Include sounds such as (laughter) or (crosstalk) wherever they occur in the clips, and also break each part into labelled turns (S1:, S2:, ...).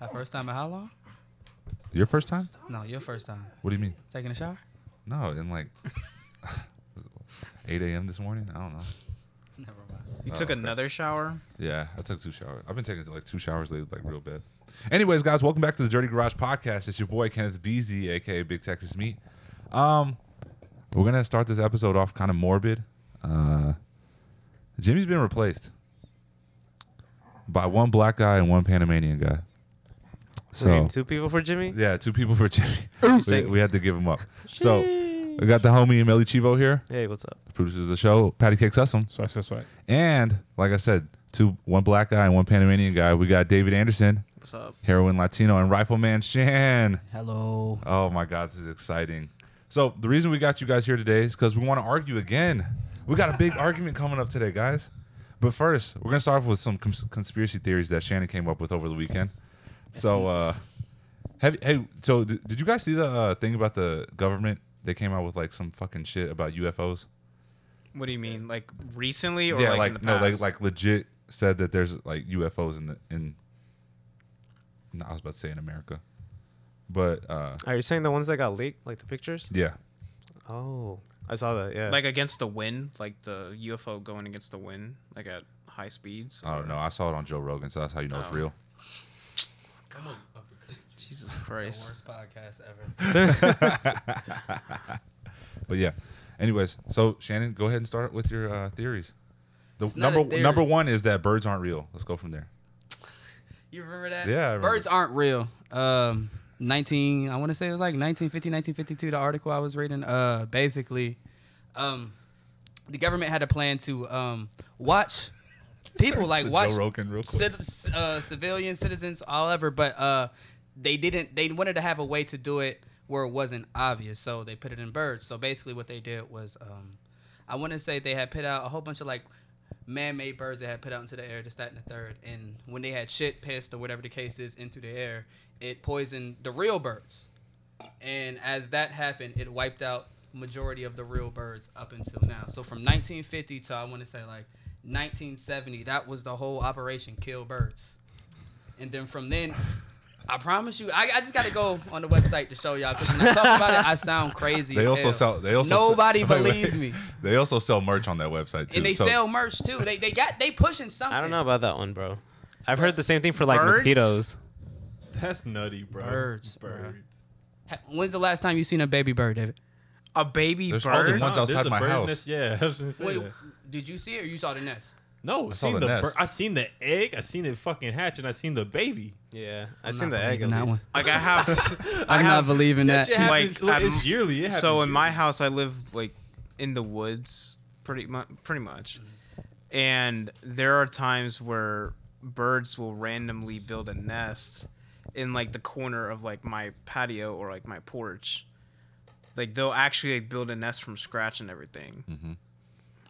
S1: Our first time in how long?
S2: Your first time?
S1: No, your first time.
S2: What do you mean?
S1: Taking a shower?
S2: No, in like (laughs) 8 a.m. this morning. I don't know.
S1: Never mind.
S3: You took another shower.
S2: Yeah, I took two showers. I've been taking like two showers lately, like real bad. Anyways, guys, welcome back to the Dirty Garage Podcast. It's your boy Kenneth Beasley, aka Big Texas Meat. Um, we're gonna start this episode off kind of morbid. Uh, Jimmy's been replaced by one black guy and one Panamanian guy. So
S4: Wait, two people for Jimmy.
S2: yeah, two people for Jimmy. we, we had to give him up. So we got the homie Melly Chivo here,
S4: Hey, what's up?
S2: producer of the show, Patty Cakes Sussum.
S5: Swipe, swipe, swipe.
S2: And like I said, two one black guy and one Panamanian guy. We got David Anderson,
S3: What's up?
S2: heroin Latino, and Rifleman Shan.
S1: Hello.
S2: Oh my God, this is exciting. So the reason we got you guys here today is because we want to argue again. We got a big argument coming up today, guys. But first, we're gonna start off with some cons- conspiracy theories that Shannon came up with over the weekend. So, uh, have hey, so did, did you guys see the uh, thing about the government? They came out with like some fucking shit about UFOs.
S3: What do you mean? Like recently or
S2: yeah,
S3: like,
S2: like,
S3: in the
S2: no,
S3: past?
S2: like like legit said that there's like UFOs in the in. No, I was about to say in America, but uh,
S4: Are you saying the ones that got leaked, like the pictures?
S2: yeah,
S4: Oh, I saw that.
S2: uh,
S4: Yeah.
S3: like against the wind, like the UFO going against the wind, like at high speeds.
S2: I don't know. I saw it on Joe Rogan, so that's how you know it's
S3: Oh.
S2: real.
S3: Jesus
S1: The
S3: Christ.
S1: worst podcast ever.
S2: But yeah, anyways, so Shannon, go ahead and start with your uh, theories. The
S1: not
S2: number
S1: a theory.
S2: number one is that birds aren't real. Let's go from there.
S1: You remember that?
S2: Yeah, I remember.
S1: Birds aren't real. Um, 19, I want to say it was like 1950, 1952, the article I was reading. Uh, basically, um, the government had a plan to um, watch people, like
S2: Joe
S1: watch
S2: Rogan real quick.
S1: cit- uh, civilian citizens, all ever, but uh, they didn't, they wanted to have a way to do it where it wasn't obvious. So they put it in birds. So basically, what they did was, um, I want to say they had put out a whole bunch of like man-made birds they had put out into the air, this, that, and the third. And when they had shit, pissed, or whatever the case is, into the air, it poisoned the real birds. And as that happened, it wiped out majority of the real birds up until now. So from 1950 to I want to say like 1970, that was the whole operation kill birds. And then from then, I promise you, I, I just got to go on the website to show y'all because when I talk about it, I sound crazy.
S2: They
S1: as
S2: also
S1: hell.
S2: sell. They also
S1: nobody
S2: (laughs) wait, wait.
S1: believes me,
S2: They also sell merch on that website too.
S1: and they
S2: so-
S1: sell merch too. They they got they pushing something.
S4: I don't know about that one, bro. I've heard the same thing for like
S3: Birds?
S4: mosquitoes.
S5: That's nutty, bro.
S1: Birds, bro.
S5: Birds.
S1: Ha- When's the last time you seen a baby bird, David?
S3: A baby
S2: There's all the
S3: bird.
S2: ones
S5: No,
S2: outside
S5: there's a
S2: my
S5: bird's
S2: house.
S5: nest- Yeah, (laughs) I was gonna say
S1: Wait,
S5: that.
S1: did you see it or you saw the nest?
S5: No, I
S2: saw
S5: seen
S2: the
S5: the, bird.
S2: nest.
S5: I seen the egg. I seen it fucking hatch, and I seen the baby.
S4: Yeah,
S1: I'm
S4: I've seen
S1: not
S4: the egg. At
S1: believing that
S4: least.
S1: one.
S3: Like
S2: (laughs)
S3: I have. (laughs)
S1: I'm not
S3: have-
S1: believing that.
S5: That shit
S3: Like,
S5: happens. Like, it's
S3: I'm-
S5: yearly. It
S3: so
S5: happens
S3: in my house, I live like in the woods, pretty much. Pretty much, and there are times where birds will randomly build a nest in like the corner of like my patio or like my porch. Like they'll actually like, build a nest from scratch and everything.
S4: Mm-hmm.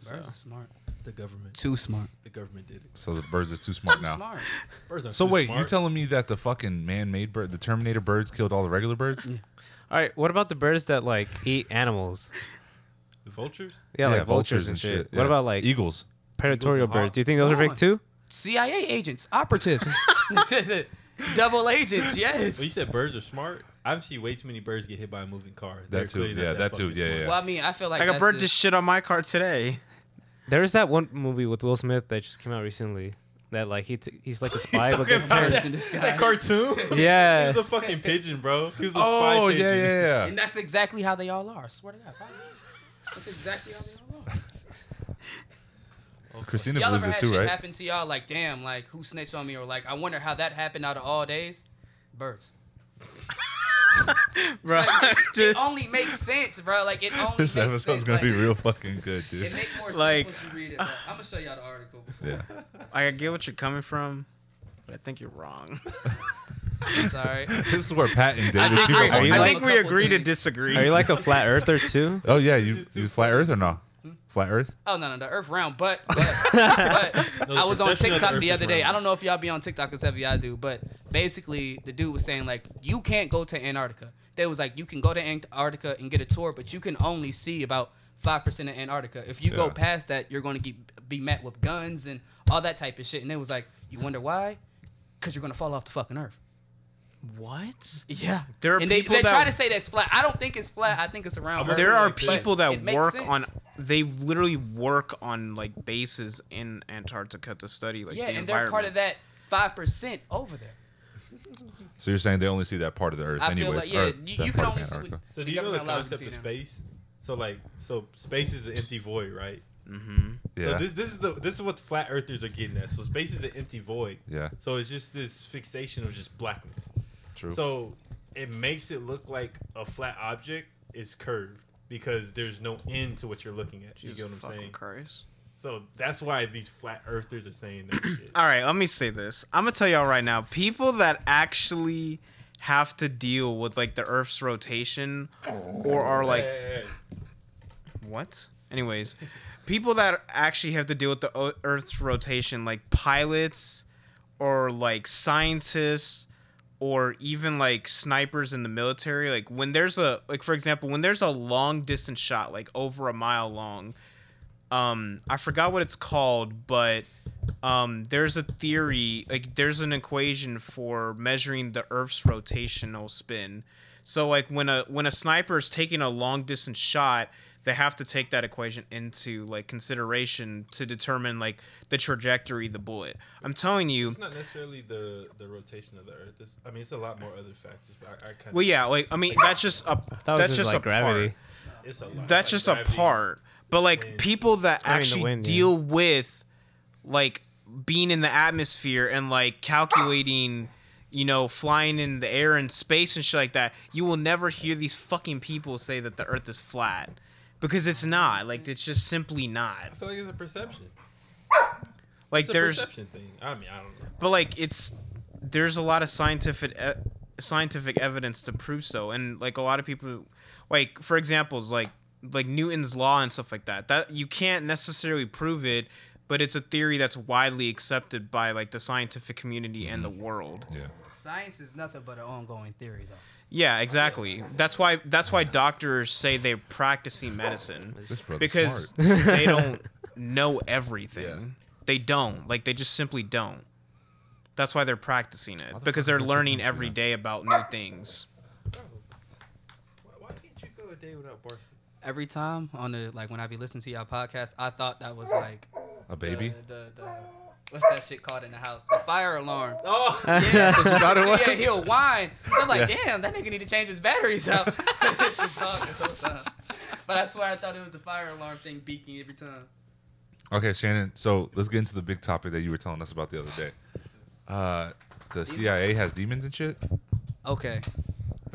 S1: Birds are smart.
S5: It's the government.
S1: Too smart.
S5: The government did it.
S2: So the birds is
S1: (laughs)
S2: too smart now.
S1: Smart.
S5: Birds are
S2: So
S5: too
S2: wait,
S5: smart.
S2: you telling me that the fucking man-made bird, the Terminator birds, killed all the regular birds?
S4: All right, what about the birds that like eat animals?
S5: the vultures?
S4: Yeah, like vultures, and shit.
S2: yeah.
S4: What about like
S2: eagles?
S4: predatory
S5: and
S4: birds?
S5: hawks.
S4: Do you think those are
S1: Come
S4: fake
S1: on.
S4: too?
S1: CIA agents, operatives, double agents. Yes.
S5: Well, Oh, you said birds are smart. I've seen way too many birds get hit by a moving car. They're
S2: That too.
S5: clearly not
S2: Yeah, that too.
S5: fucking
S2: Yeah,
S5: smart.
S2: yeah.
S1: Well, I mean, I feel like,
S3: Like a
S1: that's
S3: bird
S1: just-
S3: just shit on my car
S5: (laughs)
S3: today.
S4: There is that one movie with Will Smith that just came out recently. That like he t- he's like a spy, but
S5: Talking
S4: this
S5: about
S4: time,
S1: terrorists
S5: that,
S1: in the sky.
S5: that
S4: (laughs)
S5: cartoon.
S4: Yeah.
S5: he was a fucking pigeon, bro. He was a spy
S2: Oh
S5: pigeon.
S2: yeah,
S1: (laughs)
S2: yeah, yeah.
S1: and that's exactly how they all are. I swear to God. That's exactly how they all are.
S2: Christina
S1: Y'all
S2: believes
S1: ever had
S2: this too,
S1: shit
S2: right?
S1: happen to y'all like, damn, like who snitched on me, or like I wonder how that happened out of all days? Birds.
S3: Bro, (laughs)
S1: It only makes sense, bro. Like it only.
S2: (laughs) This
S1: makes
S2: episode's
S1: sense.
S2: gonna be
S1: Like,
S2: real fucking
S1: (laughs)
S2: good,
S1: It
S2: dude.
S1: makes more
S3: Like-
S1: sense once you read it. But I'm gonna show y'all the article.
S2: Yeah.
S3: I get what you're coming from, but I think you're wrong.
S1: It's all right.
S2: (laughs) This is where Pat and David
S3: I,
S2: Chivo
S4: Are
S2: are.
S4: you
S3: I
S4: like-
S3: think we agree to disagree.
S4: Are you like a flat earther too?
S2: Oh yeah, you you flat Earth or no? Flat Earth?
S1: Oh no, no, the Earth round, but but, but
S5: No, the
S1: I was on
S5: perception of the
S1: TikTok the,
S5: Earth is
S1: other day.
S5: round.
S1: I don't know if y'all be on TikTok as heavy I do, but basically the dude was saying like you can't go to Antarctica. They was like you can go to Antarctica and get a tour, but you can only see about five percent of Antarctica. If you go
S2: Yeah.
S1: past that, you're going to get be met with guns and all that type of shit. And it was like you wonder why, because you're going to fall off the fucking Earth.
S3: What?
S1: Yeah,
S3: There are
S1: and they,
S3: people
S1: they're
S3: that-
S1: trying to say that's flat. I don't think it's flat. I think it's around.
S5: But
S1: Earth.
S3: There are
S5: like that.
S3: people
S1: It
S3: that
S1: makes
S3: work
S1: sense.
S3: on. They literally work on like bases in Antarctica to study like
S1: yeah,
S3: the
S1: and they're
S3: environment.
S1: part of that five percent over there.
S2: So you're saying they only see that part of the Earth,
S1: I
S2: anyways?
S1: feel like yeah,
S2: Earth,
S1: you,
S2: that
S1: you can
S2: part of
S1: only see.
S2: Antarctica.
S1: What,
S5: So do you know the
S1: government allows you to
S5: concept of
S1: see now.
S5: space? So like, so space is an empty void, right?
S2: Yeah,
S5: So this this is the this is what the flat earthers are getting at. So space is an empty void.
S2: yeah,
S5: So it's just this fixation of just blackness.
S2: true.
S5: So it makes it look like a flat object is curved because there's no end to what you're looking at. You
S3: Jesus
S5: get what I'm
S3: fucking
S5: saying?
S3: Christ.
S5: So that's why these flat earthers are saying that
S3: (coughs)
S5: shit.
S3: All right, let me say this. I'm gonna tell y'all right now. People that actually have to deal with like the Earth's rotation, or are like
S5: Hey,
S3: what? Anyways, people that actually have to deal with the o- Earth's rotation, like pilots, or like scientists, or even like snipers in the military, like when there's a like for example, when there's a long distance shot, like over a mile long, um, I forgot what it's called, but um, there's a theory, like there's an equation for measuring the Earth's rotational spin. So like when a when a sniper is taking a long distance shot, they have to take that equation into like consideration to determine like the trajectory of the bullet. I'm telling you,
S5: It's not necessarily the the rotation of the Earth. It's, I mean, it's a lot more other factors. But I, I kind of
S3: well yeah, like I mean that's just a
S4: That was
S3: that's
S4: just,
S3: just
S4: like
S3: a
S4: gravity.
S3: part.
S5: It's a lot.
S3: that's
S5: Like
S3: just
S5: gravity.
S3: a part. But like
S5: wind.
S3: people that
S4: I mean, the
S3: actually
S4: wind, yeah.
S3: deal with like being in the atmosphere and like calculating, you know, flying in the air and space and shit like that, you will never hear these fucking people say that the earth is flat. Because it's not. Like it's just simply not.
S5: I feel like it's a perception.
S3: Like
S5: It's a
S3: there's
S5: perception thing. I mean, I don't know.
S3: but like it's there's a lot of scientific e- scientific evidence to prove so and like a lot of people like for examples like like newton's law and stuff like that that you can't necessarily prove it but it's a theory that's widely accepted by like the scientific community and the world
S2: yeah,
S1: Science is nothing but an ongoing theory, though.
S3: yeah exactly that's why that's why doctors say they're practicing medicine
S2: this brother's
S3: because
S2: smart. (laughs)
S3: they don't know everything.
S2: Yeah.
S3: They don't. Like they just simply don't. That's why they're practicing it because
S2: Motherfucker,
S3: they're
S2: get your
S3: learning
S2: computer.
S3: every day about new things.
S5: Why, why can't you go a day without barking?
S1: Every time on the like when I be listening to y'all podcast, I thought that was like
S2: a baby.
S1: The, the, the, what's that shit called in the house? The fire alarm.
S5: (laughs) Oh,
S1: Yeah,
S2: (laughs)
S1: so
S4: thought it
S1: yeah,
S4: was?
S1: he'll whine. So I'm like, damn, that nigga need to change his batteries
S2: (laughs)
S1: out. (laughs) Just talking the whole time. but I swear I thought it was the fire alarm thing beeping every time.
S2: Okay, Shannon. So let's get into the big topic that you were telling us about the other day. Uh, the CIA has demons and shit.
S1: Okay.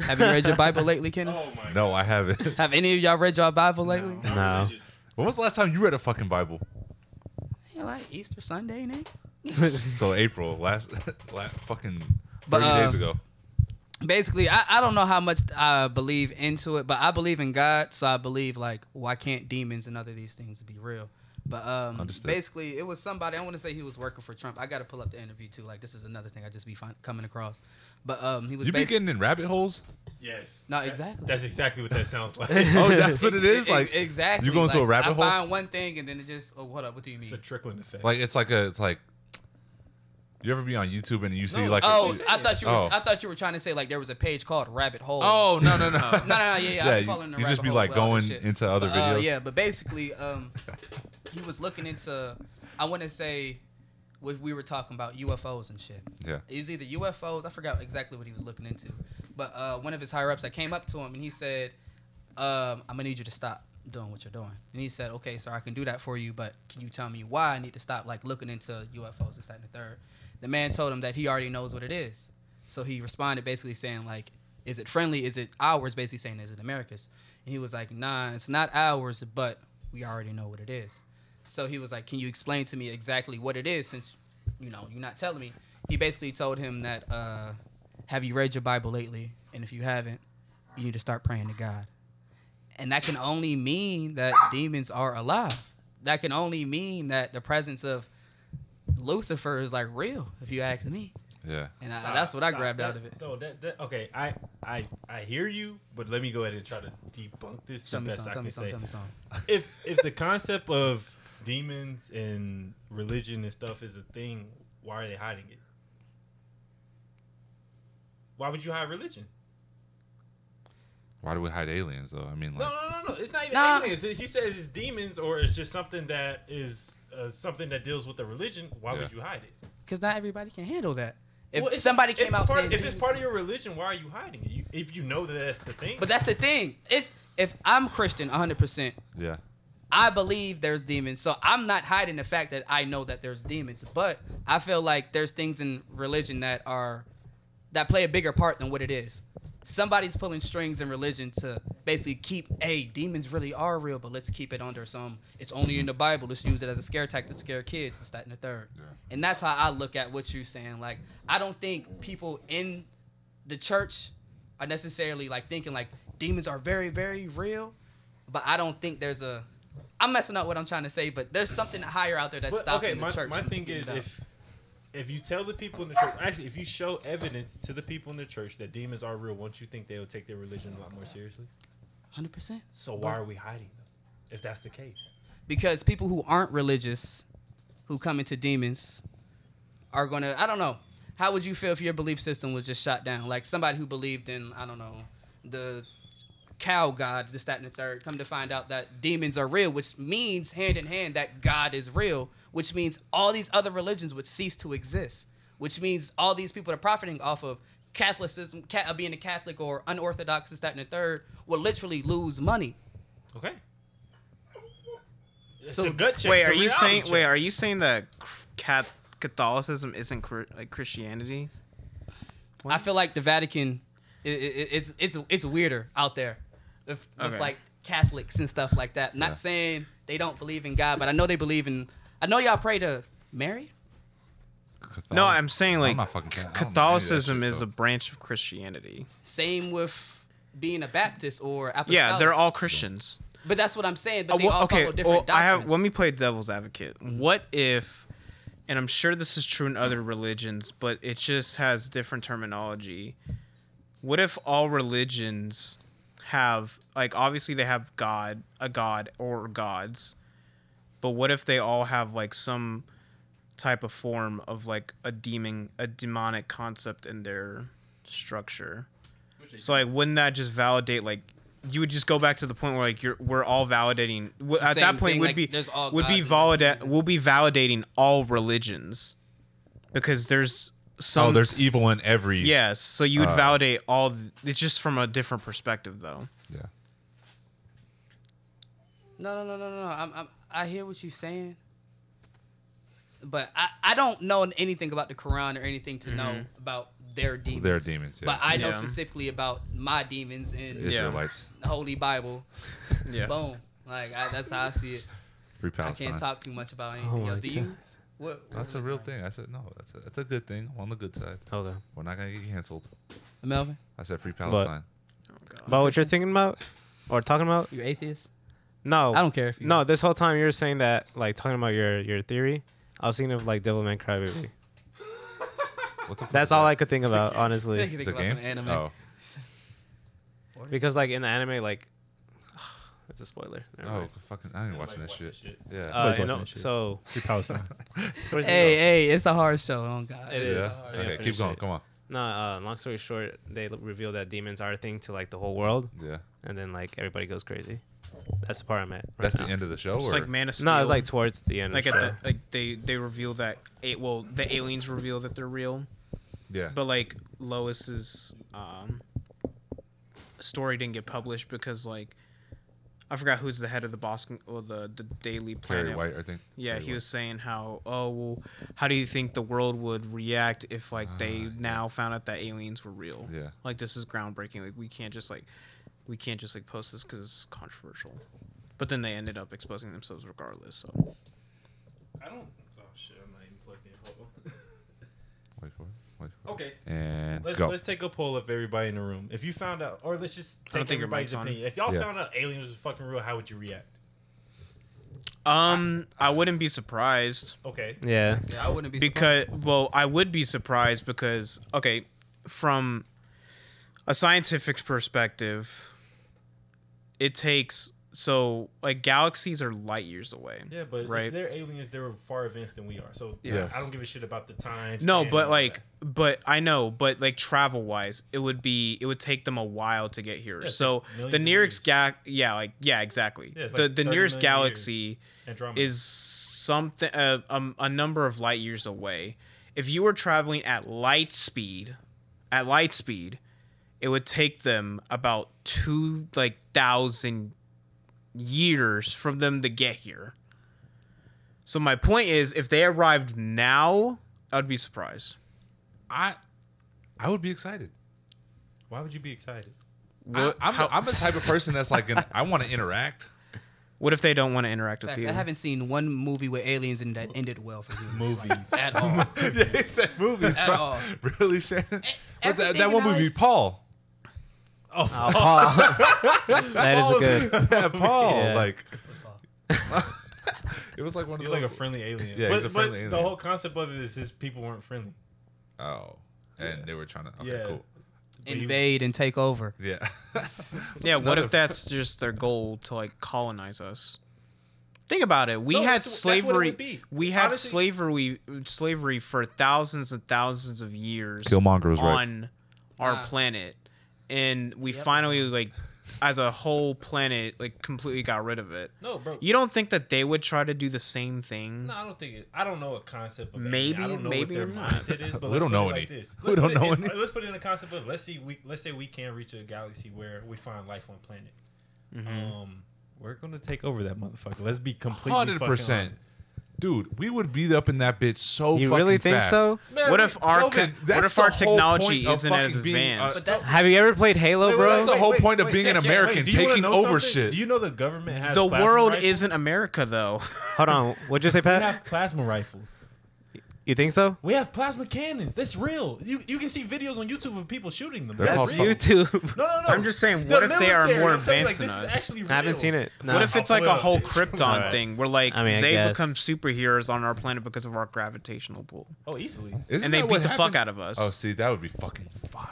S1: Have you read your Bible lately, Kenneth?
S5: oh my.
S2: No, I haven't. (laughs)
S1: Have any of y'all read y'all Bible lately?
S5: God.
S4: No.
S5: Religious.
S2: when was the last time you read a fucking Bible?
S1: Yeah, like Easter Sunday, nigga.
S2: So April last, (laughs) last fucking three
S1: But,
S2: days
S1: uh,
S2: ago.
S1: basically I, I don't know how much i believe into it but i believe in god so i believe like why can't demons and other these things be real but um
S2: Understood.
S1: basically it was somebody i want to say he was working for trump i gotta pull up the interview too like this is another thing i just be fin- coming across but um he was
S2: You be
S1: basically
S2: getting in rabbit holes.
S5: Yes.
S1: No,
S5: That-
S1: exactly.
S5: That's exactly what that
S2: (laughs)
S5: sounds like.
S1: (laughs)
S2: Oh, that's what it is. Like
S1: exactly
S2: you go into a
S1: Like,
S2: rabbit
S1: I
S2: hole?
S1: find one thing and then it just oh what up what do you mean
S5: it's a trickling effect.
S2: Like it's like a it's like you ever be on YouTube and you see
S5: No.
S2: like a-
S1: oh i thought you were
S2: Oh.
S1: i thought you were trying to say like there was a page called rabbit hole
S2: oh no (laughs) no no
S1: no, no, no, yeah, yeah.
S2: Yeah,
S1: I've
S2: you-
S1: been following the
S2: you just
S1: rabbit
S2: be,
S1: hole
S2: like,
S1: with all this
S2: going
S1: shit.
S2: into other
S1: But, uh,
S2: videos?
S1: yeah, but basically, um, he was looking into. I want to say, what we were talking about UFOs and shit.
S2: yeah
S1: It was either UFOs. I forgot exactly what he was looking into, but uh, one of his higher ups that came up to him and he said, um, "I'm gonna need you to stop doing what you're doing." And he said, "Okay, sir, I can do that for you, but can you tell me why I need to stop like looking into UFOs this that, and the third? The man told him that he already knows what it is, so he responded basically saying like, "Is it friendly? Is it ours?" Basically saying, "Is it America's?" And he was like, "Nah, it's not ours, but we already know what it is." So he was like, "Can you explain to me exactly what it is since you know, you're not telling me. He basically told him that, uh, have you read your Bible lately? And if you haven't, you need to start praying to God. And that can only mean that demons are alive. That can only mean that the presence of Lucifer is like real, if you ask me.
S2: yeah
S1: And I,
S5: Stop,
S1: that's what I
S5: stop.
S1: grabbed
S5: That-
S1: out of it.
S5: No, that, that okay. I, I I hear you, but let me go ahead and try to debunk this the
S1: Tell me
S5: best
S1: something, tell
S5: I can
S1: me
S5: say.
S1: something, tell me something.
S5: if if the concept of demons and religion and stuff is a thing, why are they hiding it? Why would you hide religion?
S2: Why do we hide aliens though? I mean,
S5: No,
S2: like,
S5: no, no, no. It's not even
S1: Nah.
S5: aliens. She said it's demons, or it's just something that is uh, something that deals with the religion. Why
S2: Yeah.
S5: would you hide it?
S1: because not everybody can handle that. If
S5: Well, it's-
S1: somebody
S5: it's
S1: came out
S5: part,
S1: saying,
S5: if it's part of your religion, why are you hiding it? You, if you know that that's the thing,
S1: but that's the thing. It's if I'm Christian, 100. percent
S2: yeah,
S1: I believe there's demons, so I'm not hiding the fact that I know that there's demons. But I feel like there's things in religion that are that play a bigger part than what it is. Somebody's pulling strings in religion to basically keep, hey, demons really are real, but let's keep it under some. It's only in the Bible. Let's use it as a scare tactic to scare kids. It's that and the third. And that's how I look at what you're saying. Like, I don't think people in the church are necessarily like thinking like demons are very, very real, but I don't think there's a. I'm messing up what I'm trying to say, but there's something higher out there that's
S5: But,
S1: stopping
S5: okay,
S1: the
S5: my,
S1: church.
S5: my
S1: from
S5: thing
S1: getting
S5: is
S1: done.
S5: if if you tell the people in the church, actually, if you show evidence to the people in the church that demons are real, won't you think they'll take their religion a lot more seriously?
S1: 100%.
S5: So why are we hiding them? If that's the case,
S1: because people who aren't religious who come into demons are gonna i don't know how would you feel if your belief system was just shot down like somebody who believed in i don't know the cow god this that and the third come to find out that demons are real which means hand in hand that god is real which means all these other religions would cease to exist which means all these people that are profiting off of catholicism ca- being a catholic or unorthodox this that and the third will literally lose money
S5: okay.
S1: So-
S5: so gut check.
S3: Wait,
S5: It's a
S3: are you
S5: reality
S3: saying?
S5: check.
S3: Wait, are you saying that cat Catholicism isn't cr- like Christianity?
S1: I feel like the Vatican, i i i- it's it's it's weirder out there, with, with
S3: Okay.
S1: like Catholics and stuff like that. Not
S2: Yeah.
S1: saying they don't believe in God, but I know they believe in. I know y'all pray to Mary.
S3: No, I'm saying like
S2: not fucking Catholic. I don't know any of that
S3: Catholicism
S2: shit,
S3: is
S2: so- Oh,
S3: a branch of Christianity.
S1: Same with being a Baptist or apostolic.
S3: Yeah, they're all Christians.
S1: But that's what I'm saying. But
S3: Uh,
S1: they
S3: well,
S1: all follow different
S3: well, I have.
S1: doctrines. Mm-hmm.
S3: Let me play devil's advocate. What if, and I'm sure this is true in other religions, but it just has different terminology. What if all religions have like obviously they have God, a God or gods, but what if they all have like some type of form of like a demon, a demonic concept in their structure? So like, wouldn't that just validate like? You would just go back to the point where like you're we're all validating w- at
S1: same
S3: that point
S1: thing,
S3: would
S1: like,
S3: be
S1: there's all
S3: would be
S1: gods and
S3: valida- we'll be validating all religions because there's some
S2: oh, there's evil in every
S3: yes so you would
S2: uh,
S3: validate all th- it's just from a different perspective though
S2: yeah.
S1: No, no, no, no, no. no. I'm, I'm, I hear what you're saying, but I, I don't know anything about the Quran or anything to know about their demons.
S2: Their demons, yeah.
S1: But I know
S3: Mm-hmm. Yeah.
S1: specifically about my demons and
S2: Israelites,
S1: the Holy Bible.
S3: yeah
S1: Boom. Like I, that's how I see it.
S2: free
S1: I
S2: Palestine.
S1: can't talk too much about anything
S4: my
S1: else. Do you? What, what
S2: That's a real thing. I said no. That's a, that's a good thing. I'm on the good side.
S4: Okay.
S2: We're not gonna get canceled.
S1: Melvin,
S2: I said free Palestine.
S4: But what you're thinking about or talking about?
S1: you atheist?
S4: No.
S1: I don't care if you-
S4: No, this whole time you were saying that, like talking about your your theory. I was thinking of like Devilman Crybaby.
S2: What the fuck
S4: That's
S2: is
S4: all
S2: that?
S4: I could think about,
S1: Think
S4: honestly.
S2: It's
S1: think about some anime.
S2: Oh,
S4: Because like in the anime, like (sighs) it's a spoiler. Never
S2: oh,
S4: mind.
S2: fucking! I ain't watching that
S5: watching
S2: shit.
S5: that shit.
S2: Yeah.
S4: Uh,
S6: Nobody's
S4: you
S6: watching
S4: know,
S6: that shit.
S4: so
S6: Free
S4: (laughs)
S6: Palestine.
S4: where's he
S1: Hey,
S4: going?
S1: hey, it's a hard show. Oh God,
S4: It
S2: yeah.
S4: is.
S2: Okay,
S4: Yeah,
S2: keep
S4: finish
S2: going.
S4: it.
S2: Come on.
S4: No, uh, long story short, they l- reveal that demons are a thing to like the whole world,
S2: Yeah.
S4: and then like everybody goes crazy. That's the part I'm at. Right
S2: That's
S4: now.
S2: the end of the show.
S3: it's
S2: or?
S3: like man of steel
S4: No, it's like towards the end.
S3: like
S4: of
S3: at
S4: the show.
S3: the, like they they reveal that eight well the aliens reveal that they're real
S2: yeah.
S3: but like Lois's um, story didn't get published because like I forgot who's the head of the Boston or the the Daily Planet.
S2: Perry White, I think.
S3: Yeah,
S2: Perry
S3: he
S2: White.
S3: was saying how oh well, how do you think the world would react if like they now found out that aliens were real?
S2: Ah, Yeah.
S3: like this is groundbreaking. Like we can't just like we can't just like post this because it's controversial. But then they ended up exposing themselves regardless. So
S5: I don't. Oh shit! I'm not even plugged in. Hold
S2: Wait for it. Wait for
S5: (laughs) on.
S2: it.
S5: Okay.
S2: And
S5: Let's
S2: go.
S5: let's take a poll of everybody in the room. If you found out, or let's just
S3: I don't
S5: take
S3: think your
S5: everybody's
S3: mic's on.
S5: opinion. If y'all
S2: Yeah.
S5: found out aliens was fucking real, how would you react?
S3: um, I wouldn't be surprised.
S5: Okay.
S4: (laughs) yeah.
S1: yeah, I wouldn't be surprised.
S3: because well i would be surprised because okay from a scientific perspective it takes so like galaxies are light years away.
S5: Yeah, but
S3: Right.
S5: if they're aliens, they're far advanced than we are. So
S2: Yes.
S5: I don't give a shit about the time.
S3: No,
S5: span, and
S3: but
S5: all
S3: like,
S5: that.
S3: but I know, but like travel wise, it would be, it would take them a while to get here.
S5: Yeah, it's
S3: so
S5: like millions
S3: the
S5: of
S3: nearest ga- yeah, like yeah, exactly.
S5: Yeah, it's
S3: the
S5: like
S3: the
S5: 30
S3: nearest
S5: million years.
S3: galaxy
S5: Andromeda.
S3: is something uh, um, a number of light years away. If you were traveling at light speed, at light speed, it would take them about two like thousand years from them to get here. So my point is, if they arrived now, I'd be surprised.
S2: I I would be excited.
S5: why would you be excited?
S3: What,
S2: I, am
S3: how-
S2: I'm the type of person that's like (laughs) gonna, I want to interact.
S3: what if they don't want to interact with
S1: Facts.
S3: you?
S1: I haven't seen one movie with aliens and that ended well for humans. like, (laughs)
S5: Movies.
S1: at all.
S2: (laughs) yeah, he said movies.
S1: At
S2: bro.
S1: all.
S2: Really, Shannon? But that, that
S1: everything
S2: one
S1: I-
S2: movie, Paul.
S4: Oh, Paul. (laughs) that is a good.
S2: (laughs) yeah, Paul.
S4: Yeah.
S2: Like
S1: What's it called?
S2: (laughs) it was like one
S5: He's
S2: of those.
S5: like a friendly alien.
S2: Yeah,
S5: but,
S2: he's a friendly
S5: but
S2: alien.
S5: The whole concept of it is his people weren't friendly.
S2: oh, and they were trying to. Okay,
S5: Yeah.
S2: cool.
S5: But he-
S1: Invade and take over.
S2: Yeah.
S3: Yeah, what
S2: Another-
S3: if that's just their goal to like colonize us? Think about it. We
S5: No,
S3: had
S5: that's- that's what it would
S3: slavery.
S5: be.
S3: We had
S5: Honestly-
S3: slavery slavery for thousands and thousands of years
S2: Killmonger was right.
S3: on our
S1: Nah.
S3: planet, and we
S1: Yep.
S3: finally like, as a whole planet, like completely got rid of it.
S5: No, bro.
S3: You don't think that they would try to do the same thing?
S5: No, I don't think it. I don't know a concept of alien.
S3: Maybe-
S5: I don't know
S3: maybe
S5: what
S3: or
S5: their
S3: not.
S5: mindset is.
S2: (laughs)
S5: But
S2: We don't
S5: let's put
S2: know
S5: it
S2: any.
S5: like this.
S2: We
S5: Let's
S2: don't
S5: put it
S2: know
S5: in-
S2: any.
S5: Let's put it in the concept of let's see we let's say we can reach a galaxy where we find life on planet.
S2: Mm-hmm.
S5: Um, we're gonna take over that motherfucker. Let's be completely hundred
S2: 100%. Dude, we would be up in that bitch so
S4: You
S2: fucking
S4: really think
S2: fast.
S4: so?
S3: What if our co-
S2: COVID,
S3: what
S2: that's
S3: if our
S2: the whole
S3: technology
S2: point of
S3: isn't as
S2: fucking being, uh,
S3: advanced?
S1: But that's
S4: Have you ever played Halo,
S5: Wait, wait,
S4: bro?
S2: that's the whole
S5: wait,
S2: point of
S5: wait,
S2: being an
S5: yeah, yeah,
S2: American,
S5: wait, do you wanna
S2: taking
S5: know
S2: over
S5: something?
S2: shit.
S5: Do you know the government has
S3: The
S5: plasma
S3: world
S5: rifles?
S3: isn't America, though. (laughs)
S4: Hold on. What'd you say,
S5: We
S4: Pat?
S5: have plasma rifles.
S4: You think so?
S5: We have plasma cannons. That's real. You you can see videos on YouTube of people shooting them.
S2: They're
S5: That's
S2: called
S5: real.
S2: fucking-
S4: YouTube.
S5: No, no, no.
S3: I'm just saying, what if they are more advanced than us?
S4: (laughs) I haven't seen it. No.
S3: What if
S5: I'll
S3: it's like
S5: pull
S3: a
S5: it up.
S3: whole Krypton
S4: Alright.
S3: thing where like
S4: I mean, I
S3: they
S4: guess.
S3: become superheroes on our planet because of our gravitational pull?
S5: Oh, easily.
S2: Isn't
S3: and they
S2: that
S3: beat
S2: what
S3: the fuck
S2: happened?
S3: out of us.
S2: Oh, see, that would be fucking fire.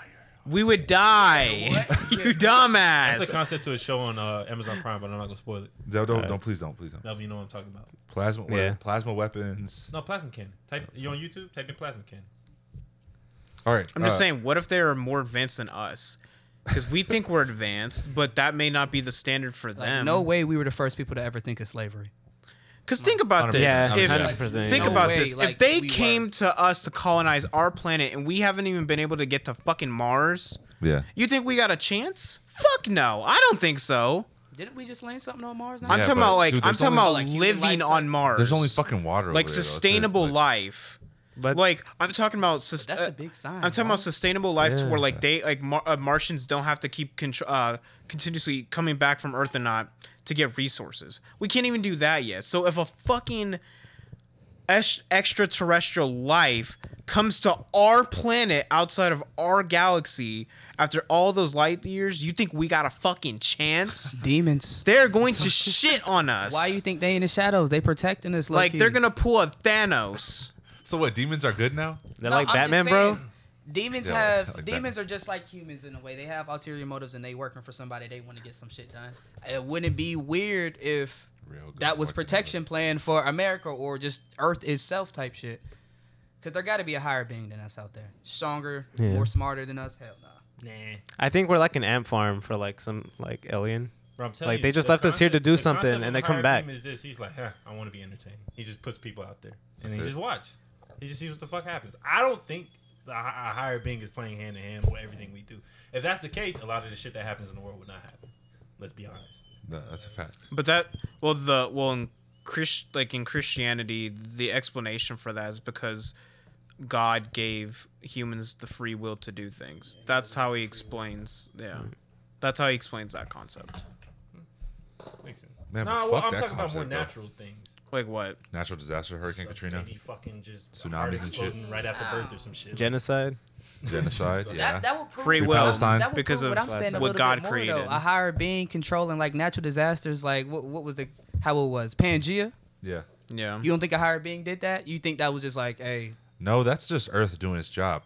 S3: We would die. (laughs)
S1: What?
S3: you
S5: That's the
S3: dumbass.
S5: concept to a show on uh, Amazon Prime, but I'm not gonna spoil it.
S2: No, don't, don't, please don't, please don't.
S5: Now you know what I'm talking about.
S2: Plasma, we-
S4: Yeah.
S2: plasma weapons.
S5: No, plasma cannon. Type you on YouTube. Type in plasma cannon.
S2: All right,
S3: I'm just
S2: uh,
S3: saying, what if they are more advanced than us? Because we think we're advanced, but that may not be the standard for
S1: like,
S3: them.
S1: no way we were the first people to ever think of slavery.
S3: Because think about this.
S2: 100%.
S3: If-
S2: Yeah,
S3: Think
S1: No
S3: about
S1: way,
S3: this. if
S1: like,
S3: they
S1: we
S3: came
S1: were.
S3: to us to colonize our planet and we haven't even been able to get to fucking Mars,
S2: Yeah.
S3: you think we got a chance? Fuck no. I don't think so.
S1: Didn't we just land something on Mars?
S3: I'm
S1: Now?
S2: Yeah,
S3: talking
S2: but,
S3: about like
S2: dude,
S3: I'm
S2: there's
S3: talking
S2: only,
S3: about
S1: like, human
S3: living
S1: lifetime-
S3: on Mars.
S2: There's only fucking water.
S3: like
S2: over there, though, so it's
S3: sustainable
S2: like-
S3: life.
S4: But
S3: like I'm talking about sus-
S1: That's a
S3: uh,
S1: big sign,
S3: I'm talking
S1: bro.
S3: about sustainable life to
S4: Yeah.
S3: where like they like Mar- uh, Martians don't have to keep contr uh, continuously coming back from Earth and not to get resources. We can't even do that yet. So if a fucking es- extraterrestrial life comes to our planet outside of our galaxy after all those light years, you think we got a fucking chance?
S1: Demons.
S3: They're going to shit on us.
S1: Why you think they in the shadows? They protecting us.
S3: like
S1: low-key.
S3: they're gonna pull a Thanos?
S2: So what? Demons are good now?
S4: they're
S1: No,
S4: like
S1: I'm just
S4: Batman, bro.
S1: saying, Demons
S2: Yeah,
S1: have
S2: like
S1: demons are just like humans in a way. They have ulterior motives and they working for somebody. They want to get some shit done. It wouldn't be weird if
S2: Real good
S1: that was
S2: working
S1: protection plan for America or just Earth itself type shit. Cause there got to be a higher being than us out there, stronger,
S4: Yeah.
S1: more smarter than us. Hell no.
S5: Nah,
S4: I think we're like an ant farm for like some like alien.
S5: Bro, I'm telling
S4: Like,
S5: you,
S4: they just
S5: the
S4: left us here to
S5: concept-
S4: do
S5: the
S4: something,
S5: concept
S4: and
S5: of
S4: they
S5: the
S4: come
S5: higher
S4: back.
S5: beam Is this? He's like, huh, I want to be entertained. He just puts people out there, and
S2: That's
S5: he
S2: it.
S5: just watch. He just sees what the fuck happens. I don't think the hi- a higher being is playing hand in hand with everything we do. If that's the case, a lot of the shit that happens in the world would not happen. Let's be honest.
S2: No, that's a fact.
S3: But that well the well in Chris like in Christianity the explanation for that is because God gave humans the free will to do things. That's how he explains yeah. That's how he explains that concept.
S5: Makes sense.
S2: Man,
S5: nah,
S2: but
S5: well,
S2: fuck
S5: I'm
S2: that
S5: talking about more
S2: concept, though.
S5: natural things.
S3: Like what?
S2: Natural disaster, Hurricane
S5: Some
S2: Katrina,
S5: baby fucking just
S2: Tsunamis
S5: heart
S2: and shit.
S5: exploding right after birth or some shit.
S4: Genocide.
S2: genocide. Yeah.
S1: That, that would prove
S3: Free
S1: that
S3: will
S2: Palestine.
S1: would
S3: because
S1: prove
S3: of
S1: what I'm saying a
S3: what
S1: little
S3: God
S1: bit more,
S3: created.
S1: Though. A higher being controlling like natural disasters, like what, what was the how it was Pangea.
S2: yeah.
S3: Yeah.
S1: You don't think a higher being did that? You think that was just like, hey,
S2: No, that's just Earth doing its job.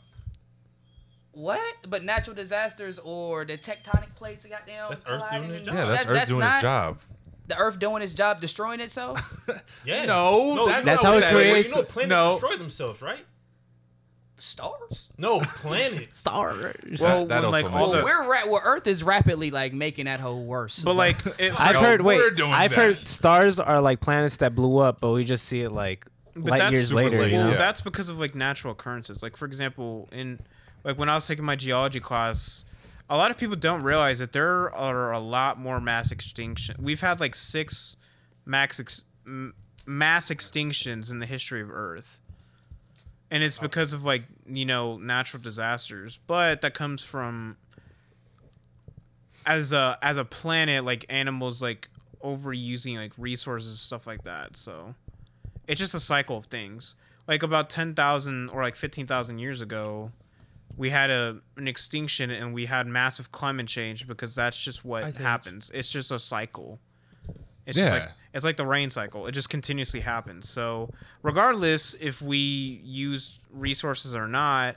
S1: what? But natural disasters or the tectonic plates that got down.
S5: That's Earth doing
S1: colliding?
S5: its job.
S2: Yeah, that's, Earth doing
S1: not-
S2: its job.
S1: the Earth doing its job, destroying itself?
S5: Yes.
S3: No, that's
S5: you
S4: not
S5: know
S4: how it
S5: that is.
S4: creates-
S5: You know planets
S3: no.
S5: destroy themselves, right?
S1: Stars.
S5: No, (laughs) planets.
S4: Stars.
S3: Well,
S2: That- that also
S3: when, like
S2: makes
S3: all
S1: Well,
S2: sense.
S3: the,
S1: we're ra- well, Earth is rapidly like making that whole worse.
S3: but like it's
S4: I've
S3: like-
S4: heard. Wait,
S2: we're doing
S4: I've
S2: that.
S4: heard stars are like planets that blew up, but we just see it like
S3: but
S4: light
S3: that's
S4: years
S3: super
S4: later.
S3: late.
S4: You know?
S3: Well,
S2: Yeah.
S3: that's because of like natural occurrences. Like for example, in like when I was taking my geology class, a lot of people don't realize that there are a lot more mass extinction. We've had like six max ex- m- mass extinctions in the history of Earth. And it's because of like, you know, natural disasters, but that comes from as a as a planet like animals like overusing like resources and stuff like that. So, it's just a cycle of things. Like about ten thousand or like fifteen thousand years ago, we had a an extinction and we had massive climate change because that's just what
S1: Ice age.
S3: happens. It's just a cycle. It's
S2: Yeah.
S3: just like it's like the rain cycle. It just continuously happens. So regardless if we use resources or not,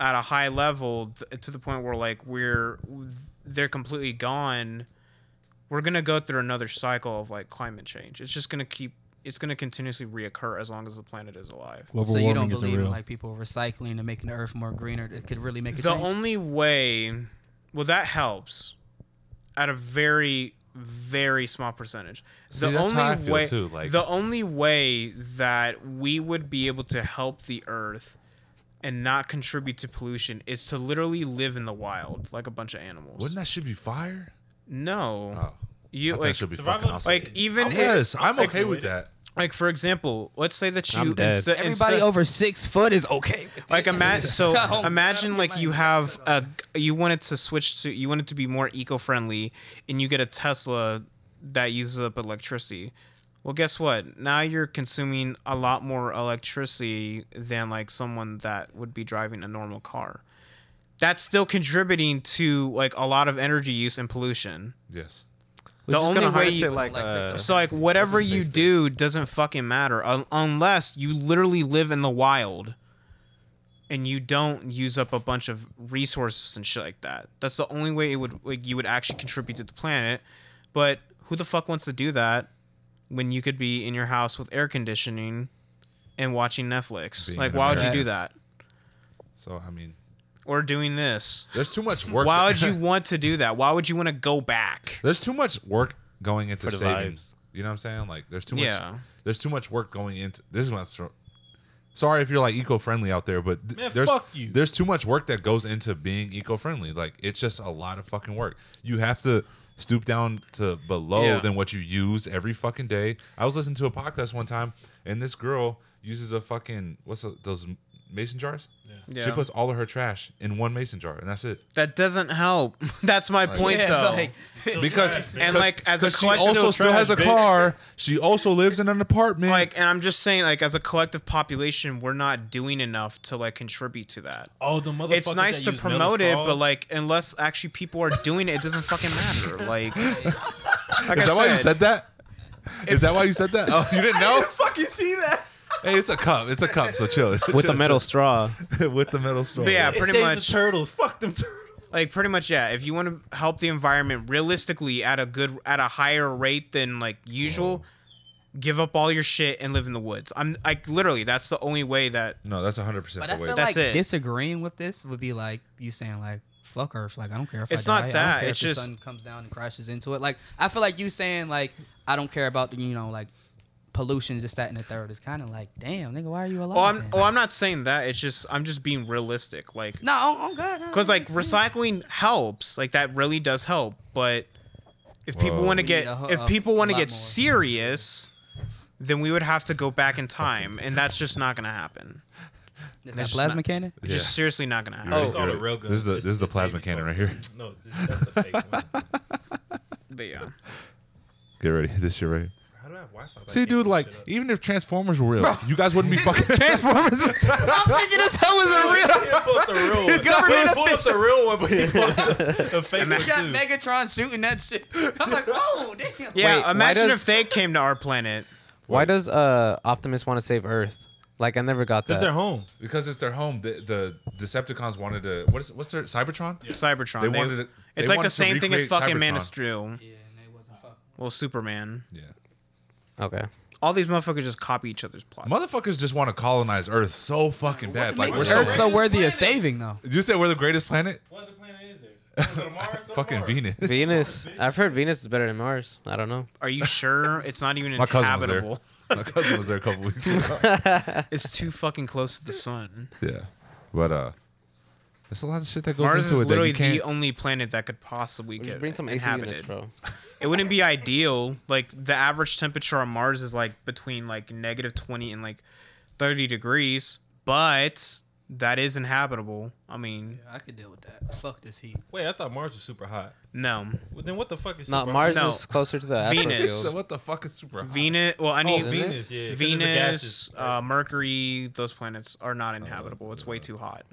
S3: at a high level th- to the point where like we're they're completely gone we're gonna go through another cycle of like climate change it's just gonna keep it's gonna continuously reoccur as long as the planet is alive
S6: Global
S1: so you don't
S6: warming isn't
S1: believe in
S6: real.
S1: like people recycling and making the Earth more greener that could really make a
S3: the
S1: change?
S3: only way well that helps at a very very small percentage the
S2: that's
S3: only
S2: how I feel,
S3: way
S2: too, like-
S3: the only way that we would be able to help the earth and not contribute to pollution is to literally live in the wild like a bunch of animals
S2: Wouldn't that should be fire?
S3: no
S2: Oh,
S3: you
S2: I
S3: like
S2: that should be
S5: survival
S2: fucking
S5: of
S2: awesome. Oh,
S3: like even if,
S2: yes, I'm
S5: I'm
S2: okay with
S5: okay
S2: that.
S3: like for example let's say that
S4: I'm
S3: you
S4: dead.
S3: insta-
S1: Everybody
S3: insta-
S1: over six foot is okay. with
S3: like
S1: it.
S3: imagine so
S1: (laughs) Oh,
S3: imagine
S1: God,
S3: like
S1: my
S3: you
S1: God.
S3: have a you wanted to switch to you wanted to be more eco-friendly and you get a tesla that uses up electricity well guess what now you're consuming a lot more electricity than like someone that would be driving a normal car that's still contributing to like a lot of energy use and pollution
S2: Yes.
S4: We're
S3: The
S4: just gonna
S3: only way
S4: harness
S3: you-
S4: it, like,
S1: Like,
S4: uh,
S3: so like whatever you do doesn't fucking matter un- unless you literally live in the wild and you don't use up a bunch of resources and shit like that. That's the only way it would like you would actually contribute to the planet. But who the fuck wants to do that when you could be in your house with air conditioning and watching Netflix?
S2: Being
S3: like
S2: an
S3: why would you do
S1: American.
S3: that?
S2: So I mean,
S3: Or doing this?
S2: there's too much work. (laughs)
S3: Why would you want to do that? Why would you want to go back?
S2: there's too much work going into
S4: For the
S2: saving.
S4: vibes.
S2: You know what I'm saying? Like there's too much.
S3: Yeah.
S2: There's too much work going into. This is my. stro- Sorry if you're like eco-friendly out there, but th-
S5: Man,
S2: there's
S5: fuck you.
S2: there's too much work that goes into being eco-friendly. Like it's just a lot of fucking work. You have to stoop down to below
S3: Yeah.
S2: than what you use every fucking day. I was listening to a podcast one time, and this girl uses a fucking what's a, those mason jars?
S3: Yeah.
S2: She puts all of her trash in one mason jar, and that's it.
S3: That doesn't help. (laughs) That's my point
S1: Yeah,
S3: though.
S1: like-
S2: Because
S3: and like as a
S2: Because she
S3: collective
S2: also still has a
S3: bitch.
S2: car. She also lives in an apartment.
S3: like and i'm just saying like as a collective population we're not doing enough to like contribute to that
S5: Oh, the motherfuckers.
S3: it's nice
S5: that
S3: to
S5: use
S3: promote
S5: metal
S3: it but
S5: straws.
S3: like unless actually people are doing it it doesn't fucking
S5: (laughs)
S3: matter like like
S2: is that why
S3: I
S2: you
S3: said,
S2: said that? Is that why you said that? (laughs) Oh, you didn't know?
S1: fucking see that.
S2: hey, it's a cup. It's a cup. So chill.
S4: with the metal straw.
S2: (laughs) with the metal straw.
S3: But yeah
S5: It
S3: pretty
S5: saves
S3: much
S5: the turtles. Fuck them turtles.
S3: like pretty much yeah if you want to help the environment realistically at a good at a higher rate than like usual give up all your shit and live in the woods i'm like literally that's the only way that
S2: No, that's 100 percent
S1: But I
S2: the way.
S1: feel
S3: That's
S1: like
S3: it.
S1: disagreeing with this would be like you saying like fuck Earth. Like I don't care if
S3: It's
S1: I die.
S3: not
S1: I
S3: that.
S1: don't care
S3: It's
S1: if
S3: just-
S1: the sun comes down and crashes into it. Like I feel like you saying like I don't care about the you know like pollution, just that and the third. It's kind of like damn nigga, why are you alive?
S3: oh i'm
S1: then?
S3: oh i'm not saying that it's just i'm just being realistic like
S1: no, oh, oh god, no,
S3: because
S1: that
S3: like
S1: makes sense.
S3: recycling helps like that really does help but if people
S2: Whoa.
S3: want
S2: We
S1: need
S3: to get
S1: a ho-
S3: if
S1: a
S3: people want to
S1: lot
S3: get
S1: more.
S3: serious then we would have to go back in time and that's just not gonna happen
S1: Is that
S3: That's
S1: plasma
S3: not- (laughs)
S1: cannon. (laughs)
S3: it's just
S2: Yeah.
S3: seriously not gonna happen
S5: It's
S2: Oh.
S5: called a railgun.
S2: This is the- this is the
S5: It's
S2: plasma
S5: Navy's
S2: cannon
S5: called-
S2: right here.
S5: No, this, that's the (laughs) fake one.
S3: but yeah
S2: Get ready. This shit right. here.
S5: How do I have Wi-Fi? but I
S2: See,
S5: can't
S2: dude,
S5: pull
S2: like
S5: shit up?
S2: even if Transformers were real, you guys (laughs) wouldn't be fucking
S4: Transformers.
S1: I'm thinking this hell is a real.
S5: (laughs) You can't pull up the real one.
S1: Government
S5: pull up the
S1: official.
S5: real one, but you pull
S2: (laughs)
S5: up the, the fake one
S1: You got
S5: too.
S1: Megatron shooting that shit. I'm like, oh damn.
S3: yeah
S4: Wait, why
S3: imagine if
S4: does-
S3: they came to our planet
S4: Why does uh Optimus want to save Earth? Like I never got
S5: That's
S4: that.
S5: their home.
S2: because it's their home. The, the Decepticons wanted to. What is what's their Cybertron?
S3: cybertron
S2: They
S3: they-
S2: wanted to- they
S3: it's like
S2: wanted to
S3: the same thing as
S2: recreate
S3: fucking man
S2: Cybertron.
S3: of steel
S1: Yeah, and they wasn't fucking.
S3: Well, Superman.
S2: Yeah.
S4: Okay.
S3: All these motherfuckers just copy each other's plots.
S2: Motherfuckers just want to colonize Earth so fucking bad. Like
S5: makes
S2: we're
S5: Earth
S2: so.
S1: Earth's so worthy of saving though.
S2: you said we're the greatest planet?
S5: What other planet is
S2: (laughs)
S5: there? Go to Mars, go to
S2: Fucking
S5: Mars.
S2: Venus.
S4: Venus.
S5: bitch.
S4: I've heard Venus is better than Mars. I don't know.
S3: Are you sure it's not
S2: (laughs)
S3: even
S2: My cousin was there.
S3: inhabitable?
S2: My cousin was there a couple weeks ago.
S3: It's too fucking close to the sun.
S2: (laughs) Yeah, but uh, there's a lot of shit that goes
S3: Mars
S2: into
S3: is
S2: it that
S3: literally
S2: you
S3: the
S2: can't.
S3: only planet that could possibly
S4: Just
S3: get
S4: bring some AC
S3: inhabited.
S4: units, bro.
S3: It wouldn't be ideal. Like the average temperature on Mars is like between like negative twenty and like thirty degrees, but that is inhabitable. I mean,
S1: I could deal with that. Fuck this heat.
S5: Wait, I thought Mars was super hot.
S3: no.
S5: Well, then what the fuck is
S4: Not
S5: super
S4: Mars
S3: No.
S4: is closer to the
S3: Venus.
S2: So (laughs)
S4: Astrofield.
S2: what the fuck is super hot?
S3: Venus. Well, I
S5: Oh,
S3: need
S5: Venus, yeah. 'cause it's a
S3: Venus,
S5: gaseous-
S3: uh, Mercury, those planets are
S4: Oh,
S3: not inhabitable. It's way too hot.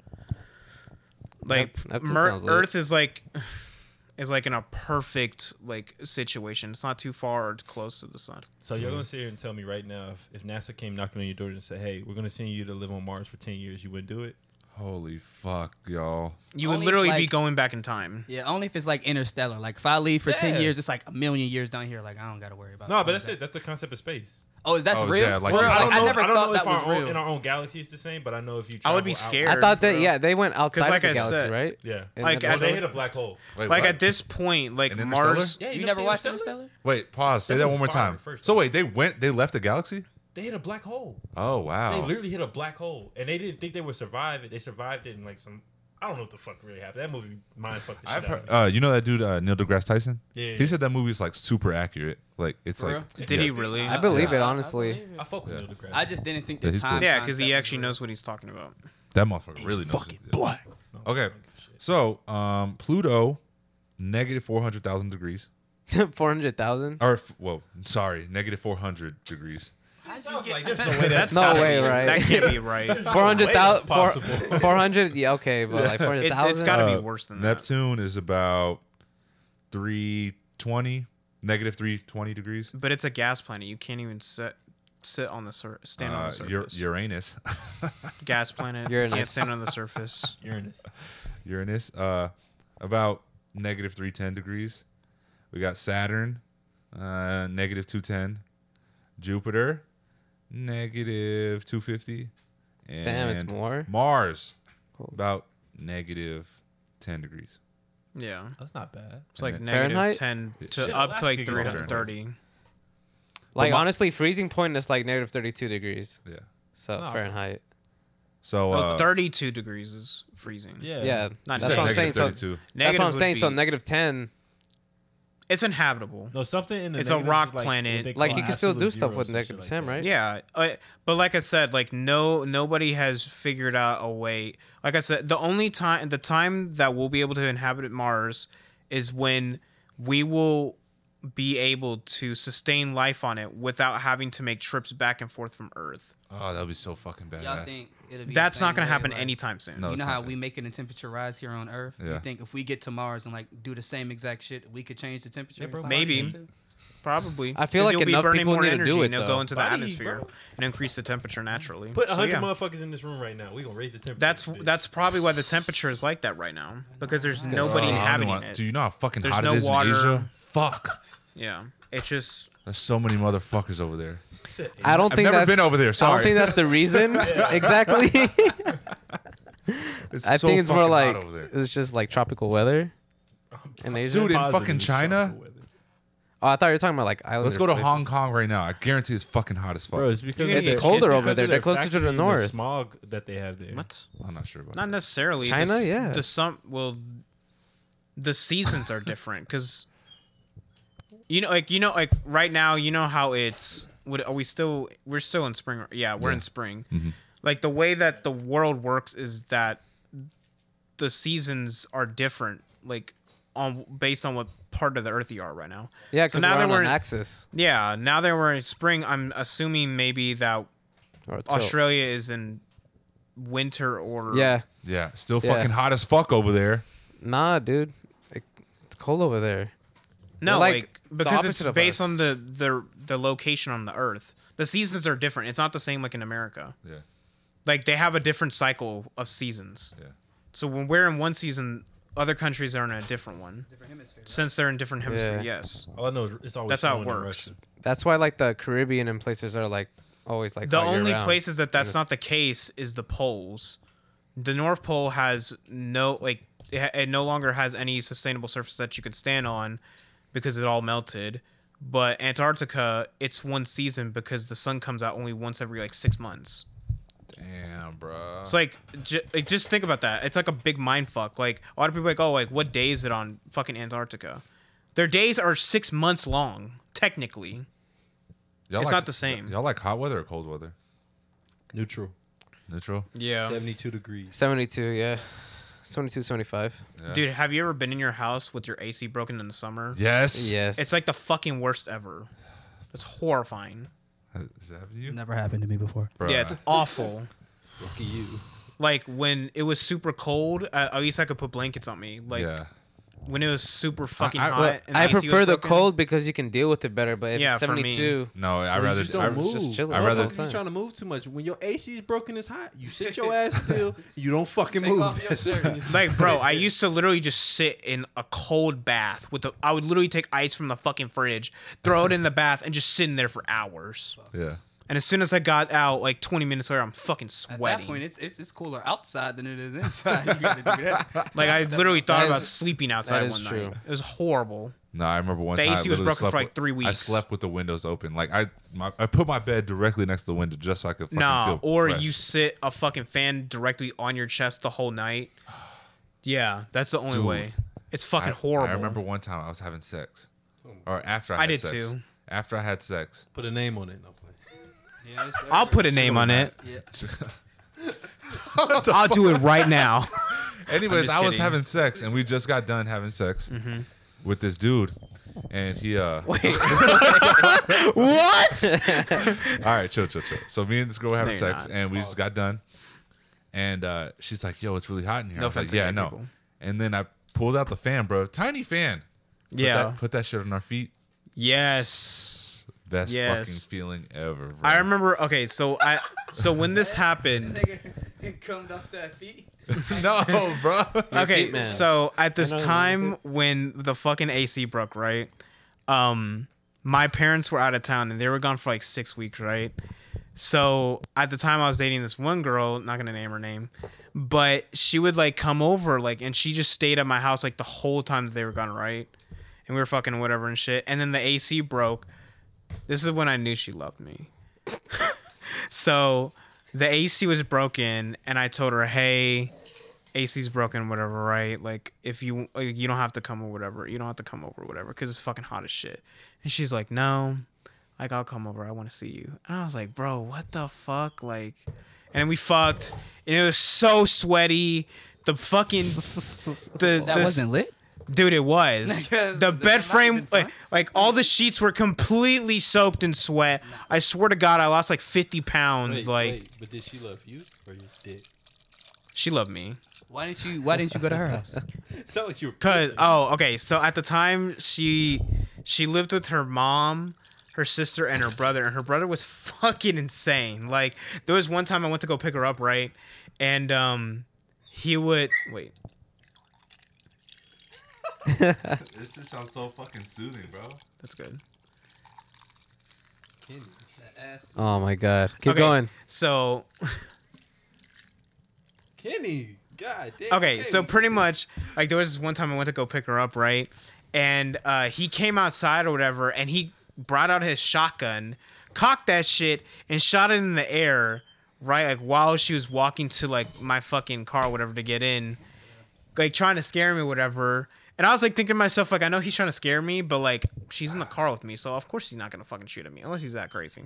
S3: Like
S4: Nep- Neptune
S3: Mer-
S4: sounds lit.
S3: Earth is like (sighs) is like in a perfect like situation. It's not too far or close to the sun.
S5: So you're gonna sit here and tell me right now if, if NASA came knocking on your door and said, "Hey, we're gonna send you to live on Mars for ten years," you wouldn't do it.
S2: Holy fuck, y'all!
S3: You would
S1: Only,
S3: literally be
S1: like-
S3: going back in time.
S1: Yeah, only if it's like interstellar. Like if I leave for
S5: Yeah.
S1: ten years, it's like a million years down here. Like I don't gotta worry about.
S5: No, but
S1: all
S5: that's
S1: that.
S5: it. That's the concept of space.
S1: Oh, is that's
S2: Oh,
S1: real?
S2: yeah, like-
S1: For real?
S2: I
S1: Like,
S5: don't know.
S1: I never
S5: don't
S1: thought
S5: know
S1: that
S5: if
S1: was
S5: our own,
S1: real.
S5: in our own galaxy it's the same, but I know if you.
S3: I would be
S5: travel out-
S3: scared.
S4: I thought that
S3: bro.
S4: yeah they went outside
S3: like
S4: of
S3: I
S4: the galaxy,
S3: said-
S4: right?
S5: Yeah.
S4: And
S3: Like,
S4: then
S5: Well,
S3: as
S4: they-
S5: they hit a black hole.
S2: Wait,
S3: like
S2: what?
S3: at this point, like
S2: In
S3: Mars.
S2: Interstellar?
S5: Yeah,
S1: You
S5: never
S1: never
S5: seen
S1: watched
S5: Interstellar?
S1: Interstellar?
S2: Wait, pause. Say
S5: That
S2: that
S5: was
S2: one more
S5: fire
S2: time.
S5: first.
S2: So wait, they went, they left the galaxy.
S5: They hit a black hole.
S2: Oh
S5: They
S2: wow!
S5: literally hit a black hole, and they didn't think they would survive it. They survived it in like some. I don't know what the fuck really happened. That movie mind fucked the shit
S2: I've
S5: out.
S2: heard,
S5: of me.
S2: uh, you know that dude uh, Neil deGrasse Tyson.
S5: Yeah, yeah,
S2: he
S5: yeah.
S2: said that movie's like super accurate. Like it's
S1: For
S2: like
S3: Did
S2: yeah.
S3: he really?
S4: I believe it honestly. (laughs)
S1: I, believe
S5: I fuck with
S2: Yeah.
S5: Neil deGrasse.
S1: I just didn't think
S2: Yeah,
S1: the
S2: he's cool.
S1: time.
S3: yeah, because he
S1: concept
S3: actually
S1: was
S3: knows what he's talking about.
S2: that motherfucker really knows. Fucking black. Okay, so um, Pluto, negative four hundred thousand degrees.
S4: Four hundred thousand.
S2: Or f- well, sorry, negative four hundred degrees.
S1: real. How'd you
S5: I was
S1: get-
S5: like, there's no way
S4: (laughs)
S5: that's
S3: That's
S4: No
S3: gotta
S4: way,
S3: be-
S4: right?
S3: That can't be right.
S4: Four hundred thousand.
S5: possible.
S4: (laughs) Four hundred. Yeah, okay, but like four hundred
S3: It, has
S4: thousand.
S3: got to
S2: Uh,
S3: be worse than that.
S2: Neptune is about 320, negative 320 degrees.
S3: But it's a gas planet. You can't even sit sit on the sur- stand on
S2: Uh,
S3: the surface.
S2: Ur- Uranus. (laughs)
S3: gas planet. You
S4: Uranus.
S3: can't stand on the surface.
S5: Uranus.
S2: Uranus, uh, about negative 310 degrees. We got Saturn, uh, negative 210. Jupiter, negative 250. And
S4: Damn, it's more?
S2: Mars,
S4: Cool.
S2: about negative 10 degrees.
S3: Yeah,
S5: That's not bad.
S3: it's like
S2: then-
S3: negative
S4: Fahrenheit?
S3: ten to
S5: Shit,
S3: up to like
S5: Alaska
S3: three
S5: gets
S3: hundred thirty.
S4: Like
S2: But my-
S4: honestly, freezing point is like negative thirty-two degrees.
S2: Yeah.
S4: So
S5: No.
S4: Fahrenheit.
S3: Oh,
S2: So, uh,
S3: Thirty-two degrees is freezing.
S5: Yeah.
S4: Yeah,
S3: Not
S4: that's
S3: said
S4: what I'm saying.
S2: negative
S4: So
S2: 32.
S4: that's what I'm
S3: would
S4: saying. So
S3: be-
S4: negative ten.
S3: it's inhabitable.
S5: No, something in the
S3: It's a
S5: negatives
S3: rock
S5: is, like,
S3: planet.
S5: what they
S4: Like,
S5: call
S4: you can still do
S5: absolute
S4: stuff
S5: zeros
S4: with
S5: and shit
S4: negative
S5: like
S4: ten,
S5: that.
S4: right?
S3: Yeah, I, but like I said, like no, nobody has figured out a way. Like I said, the only time, the time that we'll be able to inhabit Mars is when we will be able to sustain life on it without having to make trips back and forth from Earth.
S2: oh, that would be so fucking badass.
S1: Y'all think it'll be
S3: That's
S1: the same
S3: not going
S1: way,
S3: to happen
S1: like-
S3: anytime soon.
S2: No,
S1: you
S2: it's
S1: know
S2: not
S1: how
S2: gonna-
S1: we making the temperature rise here on Earth?
S2: Yeah.
S1: You think if we get to Mars and like do the same exact shit, we could change the temperature?
S5: Yeah, bro,
S1: and
S3: Maybe.
S1: climb Mars too?
S3: Probably.
S4: I feel
S3: 'Cause
S4: like
S3: you'll be
S4: enough
S3: burning
S4: people
S3: more
S4: need to do
S3: energy
S4: it,
S3: and They'll
S4: though.
S3: go into
S5: Body,
S3: the atmosphere
S5: bro.
S3: and increase the temperature naturally.
S5: Put
S3: So,
S5: 100
S3: yeah.
S5: motherfuckers in this room right now. We gonna raise the temperature.
S3: That's
S5: bitch.
S3: that's probably why the temperature is like that right now because there's
S2: Oh,
S3: nobody
S2: I don't
S3: inhabiting
S2: want-
S3: it.
S2: Do you know how fucking
S3: There's
S2: hot
S3: no
S2: it is
S3: water.
S2: in Asia? Fuck.
S3: Yeah, it's just
S2: There's so many motherfuckers over there.
S4: I don't
S2: I've
S4: think
S2: never
S4: that's,
S2: been over there,
S4: I
S2: sorry.
S4: don't think that's the reason exactly.
S2: It's
S4: I
S2: so
S4: think it's more
S2: fucking hot
S4: like
S2: over there.
S4: it's just like tropical weather in Asia.
S2: Dude, in
S5: Positive
S2: fucking
S5: is
S2: China.
S5: stronger with it.
S4: oh, I thought you were talking about like islands.
S2: Let's go to Hong Kong right now. I guarantee it's fucking hot as fuck.
S5: Bro, it's because
S4: It's
S5: of the-
S4: colder
S5: it's
S4: over
S5: because
S4: there.
S5: of
S4: They're
S5: the
S4: closer to the
S5: factory and
S4: north.
S5: smog that they have there.
S3: what?
S2: I'm not sure about
S3: Not necessarily.
S4: China,
S3: The s-
S4: yeah.
S3: The some well, the seasons are different because you know, like you know, like right now, you know how it's. What are we still? We're still in spring. Yeah, we're in spring. Like the way that the world works is that the seasons are different. Like on based on what part of the earth you are right now.
S4: Yeah,
S3: So
S4: because
S3: now
S4: now
S3: that
S4: they're
S3: we're
S4: on
S3: in-
S4: an axis.
S3: Yeah, now that we're in spring, I'm assuming maybe that
S4: Or
S3: Oh,
S4: a tilt.
S3: Australia is in winter or
S4: Yeah,
S2: that. Yeah, still
S4: Yeah.
S2: fucking hot as fuck over there.
S4: nah, dude, it, it's cold over there.
S3: No,
S4: They're
S3: like,
S4: like the
S3: because it's
S4: opposite of
S3: based
S4: us.
S3: on the, the the location on the Earth. The seasons are different. It's not the same like in America.
S2: Yeah,
S3: Like they have a different cycle of seasons.
S2: yeah.
S3: So when we're in one season, other countries are in a different one.
S1: Different hemisphere. right?
S3: Since they're in different hemisphere,
S4: Yeah.
S3: yes.
S5: All I know is it's always
S3: That's how it
S5: snowing in
S3: works.
S5: Russia.
S4: That's why like the Caribbean and places are like always like
S3: the
S4: all year
S3: only
S4: round.
S3: places that that's
S4: Yeah.
S3: not the case is the poles. The North Pole has no like it, ha- it no longer has any sustainable surface that you could stand on because it all melted. But Antarctica, it's one season because the sun comes out only once every like six months.
S2: Damn, bro.
S3: It's like, ju- like just think about that. It's like a big mind fuck. Like a lot of people are like, oh, like what day is it on fucking Antarctica? Their days are six months long, technically.
S2: Y'all
S3: it's not the same.
S2: Y'all like hot weather or cold weather?
S6: Neutral.
S2: Neutral.
S3: Yeah.
S6: 72 degrees.
S4: 72, yeah. 72, 75.
S2: Yeah.
S3: Dude, have you ever been in your house with your AC broken in the summer?
S2: Yes.
S4: Yes.
S3: It's like the fucking worst ever. It's horrifying.
S2: Is that you?
S1: Never happened to me before.
S2: Bruh.
S3: Yeah, it's awful.
S6: Lucky you.
S3: Like when it was super cold, uh, at least I could put blankets on me. Like
S2: yeah.
S3: when it was super fucking
S2: I-
S3: hot.
S4: Well,
S3: and
S4: I
S3: AC was
S4: prefer the
S3: broken,
S4: cold because you can deal with it better, but if
S3: Yeah,
S4: it's
S3: for me.
S4: 72,
S2: No, I
S6: You
S2: rather.
S6: just don't
S2: I,
S6: move.
S4: just chilling.
S2: I
S4: That's
S2: rather-
S4: all the time.
S6: you trying to move too much. When your AC is broken, it's hot. You sit your ass still. You don't fucking
S1: Take
S6: move.
S1: off
S2: (laughs)
S1: your
S6: (laughs)
S1: shirt and just-
S3: Like, bro,
S4: (laughs)
S3: I used to literally just sit in a cold bath with the. I would literally take ice from the fucking fridge, throw it in the bath, and just sit in there for hours.
S2: Yeah.
S3: And as soon as I got out, like 20 minutes later, I'm fucking
S1: At
S3: sweating.
S1: that point, it's, it's it's cooler outside than it is inside. You gotta do that.
S3: like, I literally thought
S4: That
S3: about
S4: is-
S3: sleeping outside
S4: is
S3: one
S4: true.
S3: night. It was horrible.
S2: No, I remember one
S3: The
S2: time. I
S3: AC was
S2: literally
S3: broken for,
S2: slept
S3: like,
S2: with-
S3: three
S2: I
S3: weeks.
S2: slept with the windows open. Like I, my, I put my bed directly next to the window just so I could. Fucking
S3: Nah,
S2: feel
S3: or
S2: fresh.
S3: you sit a fucking fan directly on your chest the whole night. Yeah, that's the only
S2: Dude,
S3: way. It's
S2: I,
S3: fucking horrible.
S2: I remember one time I was having sex, or after I,
S3: I
S2: had
S3: did
S2: sex.
S3: too.
S2: After I had sex,
S5: Put a name on it. No play.
S1: Yeah, it's-
S3: I'll put a name
S2: (laughs)
S3: on it.
S1: Yeah.
S3: I'll do it
S2: (laughs)
S3: right now. (laughs)
S2: Anyways,
S3: just
S2: I was
S3: kidding. Mm-hmm.
S2: having sex, and we just got done having sex with this dude, and he. uh
S3: (laughs) what?
S2: All right, chill, chill, chill. So me and this girl were having
S3: you're
S2: sex,
S3: not.
S2: and we just got done, and uh she's like, "Yo, it's really hot in here."
S3: No
S2: I was
S3: offense
S2: like,
S3: to
S2: "Yeah,
S3: gay
S2: I know."
S3: people.
S2: And then I pulled out the fan, bro. Tiny fan. Put
S3: Yeah.
S2: That, put that shit on our feet.
S3: Yes.
S2: Best
S3: Yes.
S2: fucking feeling ever. Bro.
S3: I remember. Okay, so I so when this happened.
S1: Nigga, it comes off that feet.
S2: (laughs) no,
S3: (laughs)
S2: bro.
S3: okay,
S4: feet, man.
S3: so at this
S4: I know, your
S3: time when the fucking AC broke, right? Um, my parents were out of town and they were gone for like six weeks, right? So at the time I was dating this one girl, not gonna name her name, but she would like come over like and she just stayed at my house like the whole time that they were gone, right? And we were fucking whatever and shit. And then the AC broke. This is when I knew she loved me. so the AC was broken and I told her, "Hey, AC's broken, whatever, right? Like, if you like, you don't have to come or whatever, you don't have to come over, or whatever, because it's fucking hot as shit. And she's like, no, like I'll come over, I want to see you. And I was like, bro, what the fuck, like, and we fucked, and it was so sweaty.
S1: (laughs)
S3: The fucking the
S1: That
S3: the-
S1: wasn't lit.
S3: dude, it was
S1: Yeah,
S3: the
S1: that
S3: bed
S1: might
S3: frame
S1: have been
S3: like, like all the sheets were completely soaked in sweat. I swear to God, I lost like fifty pounds.
S6: Wait,
S3: like
S6: wait, but did she love you or your dick? (laughs)
S3: she loved me.
S1: Why didn't you Why didn't you go to her
S3: (laughs)
S1: house?
S6: Sound like you were
S3: Cause
S6: pissing.
S3: oh okay, so at the time she she lived with her mom, her sister, and her brother, and her brother was fucking insane. Like there was one time I went to go pick her up, right, and um, he would wait.
S2: This just sounds so fucking soothing, bro.
S3: That's good.
S6: Kenny.
S4: Oh my god. Keep
S3: Okay,
S4: going.
S3: So
S6: Kenny. God damn.
S3: okay, so
S6: Kenny.
S3: pretty much like there was this one time I went to go pick her up, right, and uh, he came outside or whatever, and he brought out his shotgun, cocked that shit, and shot it in the air, right, like while she was walking to like my fucking car, or whatever, to get in. like trying to scare me or whatever. And I was like thinking to myself, like, I know he's trying to scare me, but like she's in the car with me, so of course he's not gonna fucking shoot at me unless he's
S6: (laughs)
S3: that crazy.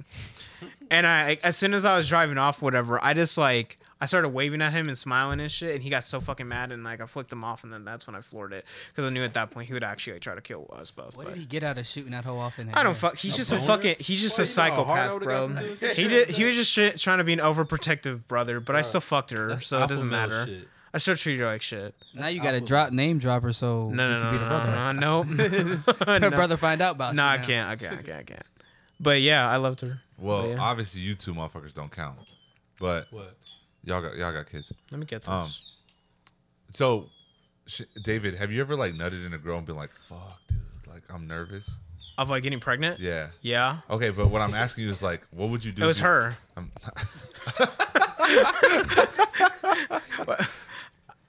S3: and I like, as soon as I was driving off, whatever, I just like I started waving at him and smiling and shit, and he got so fucking mad and like I flicked him off, and then that's when I floored it because I knew at that point he would actually like, try to kill us both.
S1: What
S3: but-
S1: did he get out of shooting that hoe off in there?
S3: I don't fuck. He's just a
S6: boner?
S3: fucking. He's just
S6: Well,
S3: a
S6: you know how hard I
S3: psychopath,
S6: would've got
S3: bro.
S6: from doing
S3: (laughs) He did. He was just shit, trying to be an overprotective brother, but I still fucked her, so it
S6: alpha
S3: doesn't
S6: male
S3: matter.
S6: shit.
S3: I still treated her like shit.
S1: Now you got to drop name dropper so
S3: No,
S1: you
S3: no,
S1: can
S3: no,
S1: be the brother.
S3: no,
S1: (laughs)
S3: no, (laughs) no,
S1: Her
S3: no.
S1: brother find out about.
S3: No,
S1: you
S3: I
S1: now.
S3: can't. I can't. I can't. I can't. But yeah, I loved her.
S2: Well,
S3: But yeah.
S2: obviously you two motherfuckers don't count, but
S6: What?
S2: y'all got y'all got kids.
S3: let me get this.
S2: um, So Sh- David, have you ever like nutted in a girl and been like, "Fuck, dude, like I'm nervous."
S3: Of like getting pregnant?
S2: Yeah.
S3: Yeah.
S2: Okay, but what I'm asking you is like, what would you do?
S3: It was
S2: if you-
S3: her.
S2: I'm, (laughs)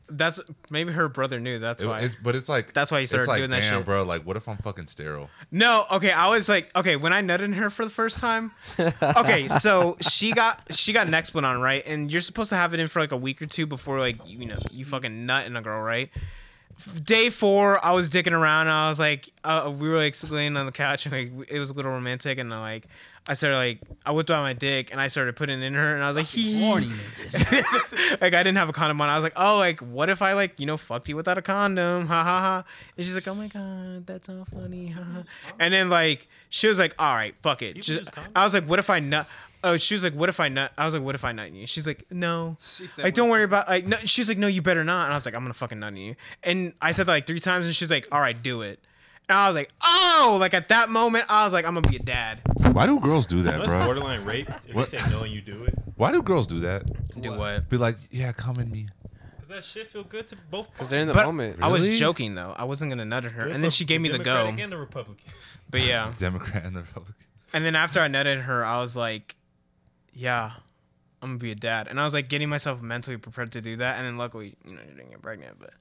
S3: That's maybe her brother knew. That's
S2: it-
S3: why.
S2: it's, but it's like
S3: That's why you
S2: it's
S3: started
S2: like,
S3: doing that
S2: Damn,
S3: shit."
S2: bro. Like, what if I'm fucking sterile?
S3: No, okay. I was like, okay, when I nutted in her for the first time. Okay, so she got she got an explant on right, and you're supposed to have it in for like a week or two before like you know you fucking nut in a girl, right? Day four, I was dicking around. And I was like, uh, we were like laying on the couch, and like it was a little romantic, and I, like I started like I whipped out my dick and I started putting it in her, and I was like,
S1: Warning
S3: (laughs)
S1: niggas.
S3: like I didn't have a condom on. I was like, oh, like what if I like you know fucked you without a condom? Ha ha ha. And she's like, oh my god, that's not funny. Ha ha. And then like she was like, all right, fuck it.
S5: People
S3: She-
S5: use condoms?
S3: I was like, what if I nut? Oh, she was like, what if I nut? I was like, what if I nut you? She's like, no.
S1: She said,
S3: Like don't worry about like no. She's like, no, you better not. And I was like, I'm gonna fucking nut you. And I said that like three times, and she's like, all right, do it. And I was like, oh, like at that moment, I was like, I'm gonna be a dad.
S2: Why do girls do that,
S5: That's
S2: bro?
S5: borderline rape. If
S2: What?
S5: you say no and you do it,
S2: Why do girls do that?
S3: Do what?
S2: Be like, yeah, come in me.
S5: because that shit feel good to both.
S4: Because they're in the
S3: But
S4: moment.
S3: I was
S2: Really?
S3: joking though. I wasn't gonna nut at her, and then she gave me the go.
S5: Democratic and the Republican.
S3: But yeah.
S2: Democrat and the Republican.
S3: And then after I nutted her, I was like, yeah, I'm gonna be a dad. And I was like getting myself mentally prepared to do that. And then luckily, you know, you didn't get pregnant, but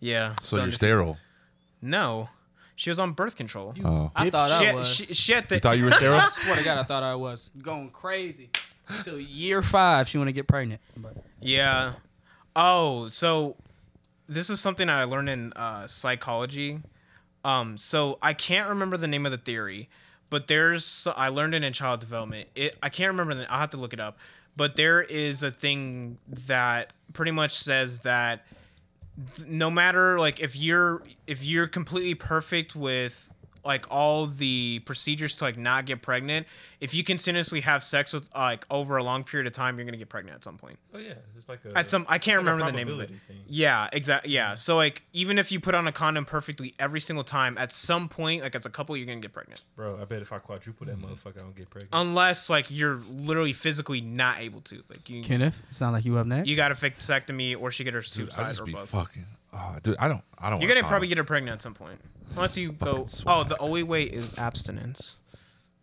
S3: yeah.
S2: So
S3: Don't
S2: you're
S3: just-
S2: sterile.
S3: No. She was on birth control.
S2: Oh.
S1: I thought
S3: she,
S1: I
S3: had-
S1: was.
S3: she, she had the,
S2: You thought
S3: (laughs)
S2: you were sterile?
S1: I swear to God, I thought I was going crazy. Till year five, she want to get pregnant. But
S3: Yeah. Oh, so this is something I learned in uh, psychology. Um, so I can't remember the name of the theory, but there's I learned it in child development. It I can't remember. The, I'll have to look it up. But there is a thing that pretty much says that th- no matter like if you're if you're completely perfect with like all the procedures to like not get pregnant, if you continuously have sex with like over a long period of time, you're gonna get pregnant at some point
S5: Oh yeah, it's like a.
S3: at some I can't
S5: Like a
S3: remember the name of it.
S5: probability thing.
S3: Yeah, exactly. Yeah. So like even if you put on a condom perfectly every single time, at some point, like as a couple, you're gonna get pregnant.
S5: bro. I bet if I quadruple that motherfucker, I don't get pregnant.
S3: Unless like you're literally physically not able to. Like you
S1: Kenneth, sound like you up next.
S3: you got a vasectomy or she get her
S2: Dude,
S3: tubes
S2: I
S3: tied
S2: just
S3: or
S2: be
S3: both.
S2: fucking. Oh, dude, I don't. I don't.
S3: You're
S2: want
S3: gonna probably
S2: condoms.
S3: get her pregnant at some point. Unless you go
S2: Fucking
S3: Oh,
S2: swag.
S3: the only way is abstinence.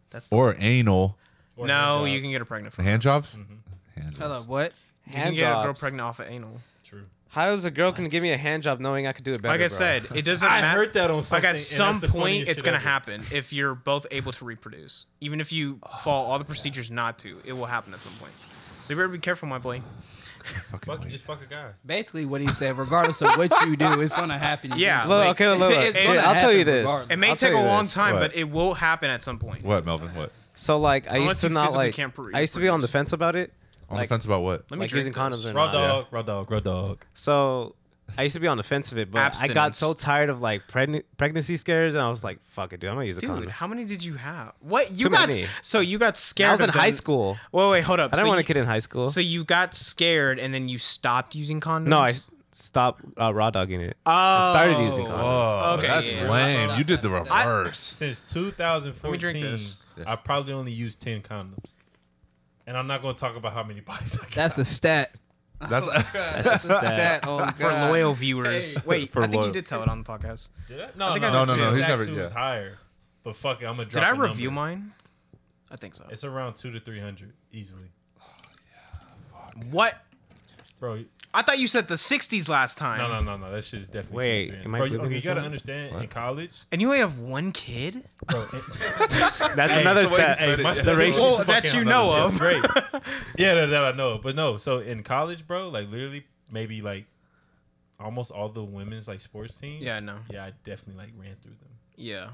S3: That's the
S2: or anal
S5: Or
S3: No,
S5: hand
S3: you
S5: job.
S3: can get her pregnant from
S2: hand jobs.
S3: Mm-hmm.
S2: Hand jobs.
S1: Hold up, what?
S3: You can
S4: hand
S3: get a girl
S4: jobs.
S3: pregnant off of anal.
S5: True.
S4: How does a girl can give me a hand job knowing I could do it better?
S3: Like I
S4: bro?
S3: said,
S2: (laughs)
S3: it doesn't
S5: I
S3: matter.
S5: heard that on something.
S3: like at
S5: and
S3: some
S5: that's the funniest
S3: point it's
S5: shit
S3: gonna
S5: ever.
S3: happen if you're both able to reproduce even if you
S4: Oh,
S3: follow all the procedures not to it will happen at some point so you better be careful my boy
S2: Fucking
S5: Fuck,
S2: wait.
S5: you, just fuck a guy.
S1: Basically, what he said, regardless of what you do, it's gonna happen.
S3: Yeah.
S1: eventually.
S4: Look, okay, look, look.
S1: (laughs) It's
S4: Hey,
S1: gonna
S4: I'll tell
S1: happen
S4: you this.
S1: regardless.
S3: it may
S4: I'll
S3: take a
S4: tell you
S3: long
S4: this.
S3: time
S2: What?
S3: but it will happen at some point
S2: What, Melvin? What?
S4: So like I
S3: Unless
S4: used to
S3: you
S4: not
S3: physically
S4: like
S3: can't pre-
S4: I used to be on the
S3: reproduce.
S4: fence about it.
S2: On
S4: like,
S2: the fence about what?
S3: let me
S4: like
S3: drink
S4: using
S3: this.
S4: condoms or
S5: Raw
S4: not.
S5: dog, raw dog, raw dog.
S4: So I used to be on the fence of it, but I got
S3: Abstinence.
S4: so tired of like pregn- pregnancy scares, and I was like, "Fuck it, dude, I'm gonna use a
S3: dude
S4: condom."
S3: how many did you have what you
S4: Too
S3: got
S4: many.
S3: so you got scared
S4: I was in
S3: of
S4: high
S3: them-
S4: school.
S3: wait wait hold up
S4: I didn't
S3: so
S4: want
S3: you,
S4: a kid in high school.
S3: so you got scared and then you stopped using condoms
S4: no, I s- stopped uh, raw dogging it.
S3: oh
S4: I started using condoms.
S2: Oh,
S3: Okay,
S2: that's
S3: yeah.
S2: lame. You did the
S3: (laughs)
S2: reverse.
S5: Since 2014,
S3: Let me drink this.
S5: I probably only used 10 condoms, and I'm not gonna talk about how many (laughs) bodies I got.
S1: That's a stat.
S2: That's (laughs)
S1: That's a stat. Oh God.
S3: (laughs) for loyal
S5: (laughs)
S3: viewers wait
S2: For
S3: i think
S2: loyal-
S3: you did tell it on the podcast
S5: Did I? No,
S3: I think
S5: no,
S3: I
S5: no,
S3: did
S5: no,
S3: too.
S5: no.
S2: He's
S5: His
S2: never-
S5: actually was
S2: yeah.
S5: higher, but fuck it, I'm gonna
S3: did
S5: drop.
S3: i
S5: a
S3: review
S5: number.
S3: mine i think so
S5: It's around two to three hundred easily,
S3: what
S5: bro. you-
S3: I thought you said the 60s last time.
S5: No, no, no, no. That shit is definitely.
S4: Wait,
S5: 200.
S4: am I
S5: bro? You,
S4: googling
S5: okay, you gotta
S4: something?
S5: understand. In
S2: What?
S5: college,
S3: And you only have one kid? (laughs)
S5: bro.
S4: That's another
S2: so wait,
S4: stat.
S2: hey, my
S4: the
S5: sister-
S4: ratio.
S3: Well, that you know of.
S5: Great.
S3: (laughs)
S5: yeah, that, that I know. But no, so in college, bro, like literally maybe like almost all the women's like sports teams.
S3: Yeah, no.
S5: Yeah, I definitely like ran through them.
S3: Yeah.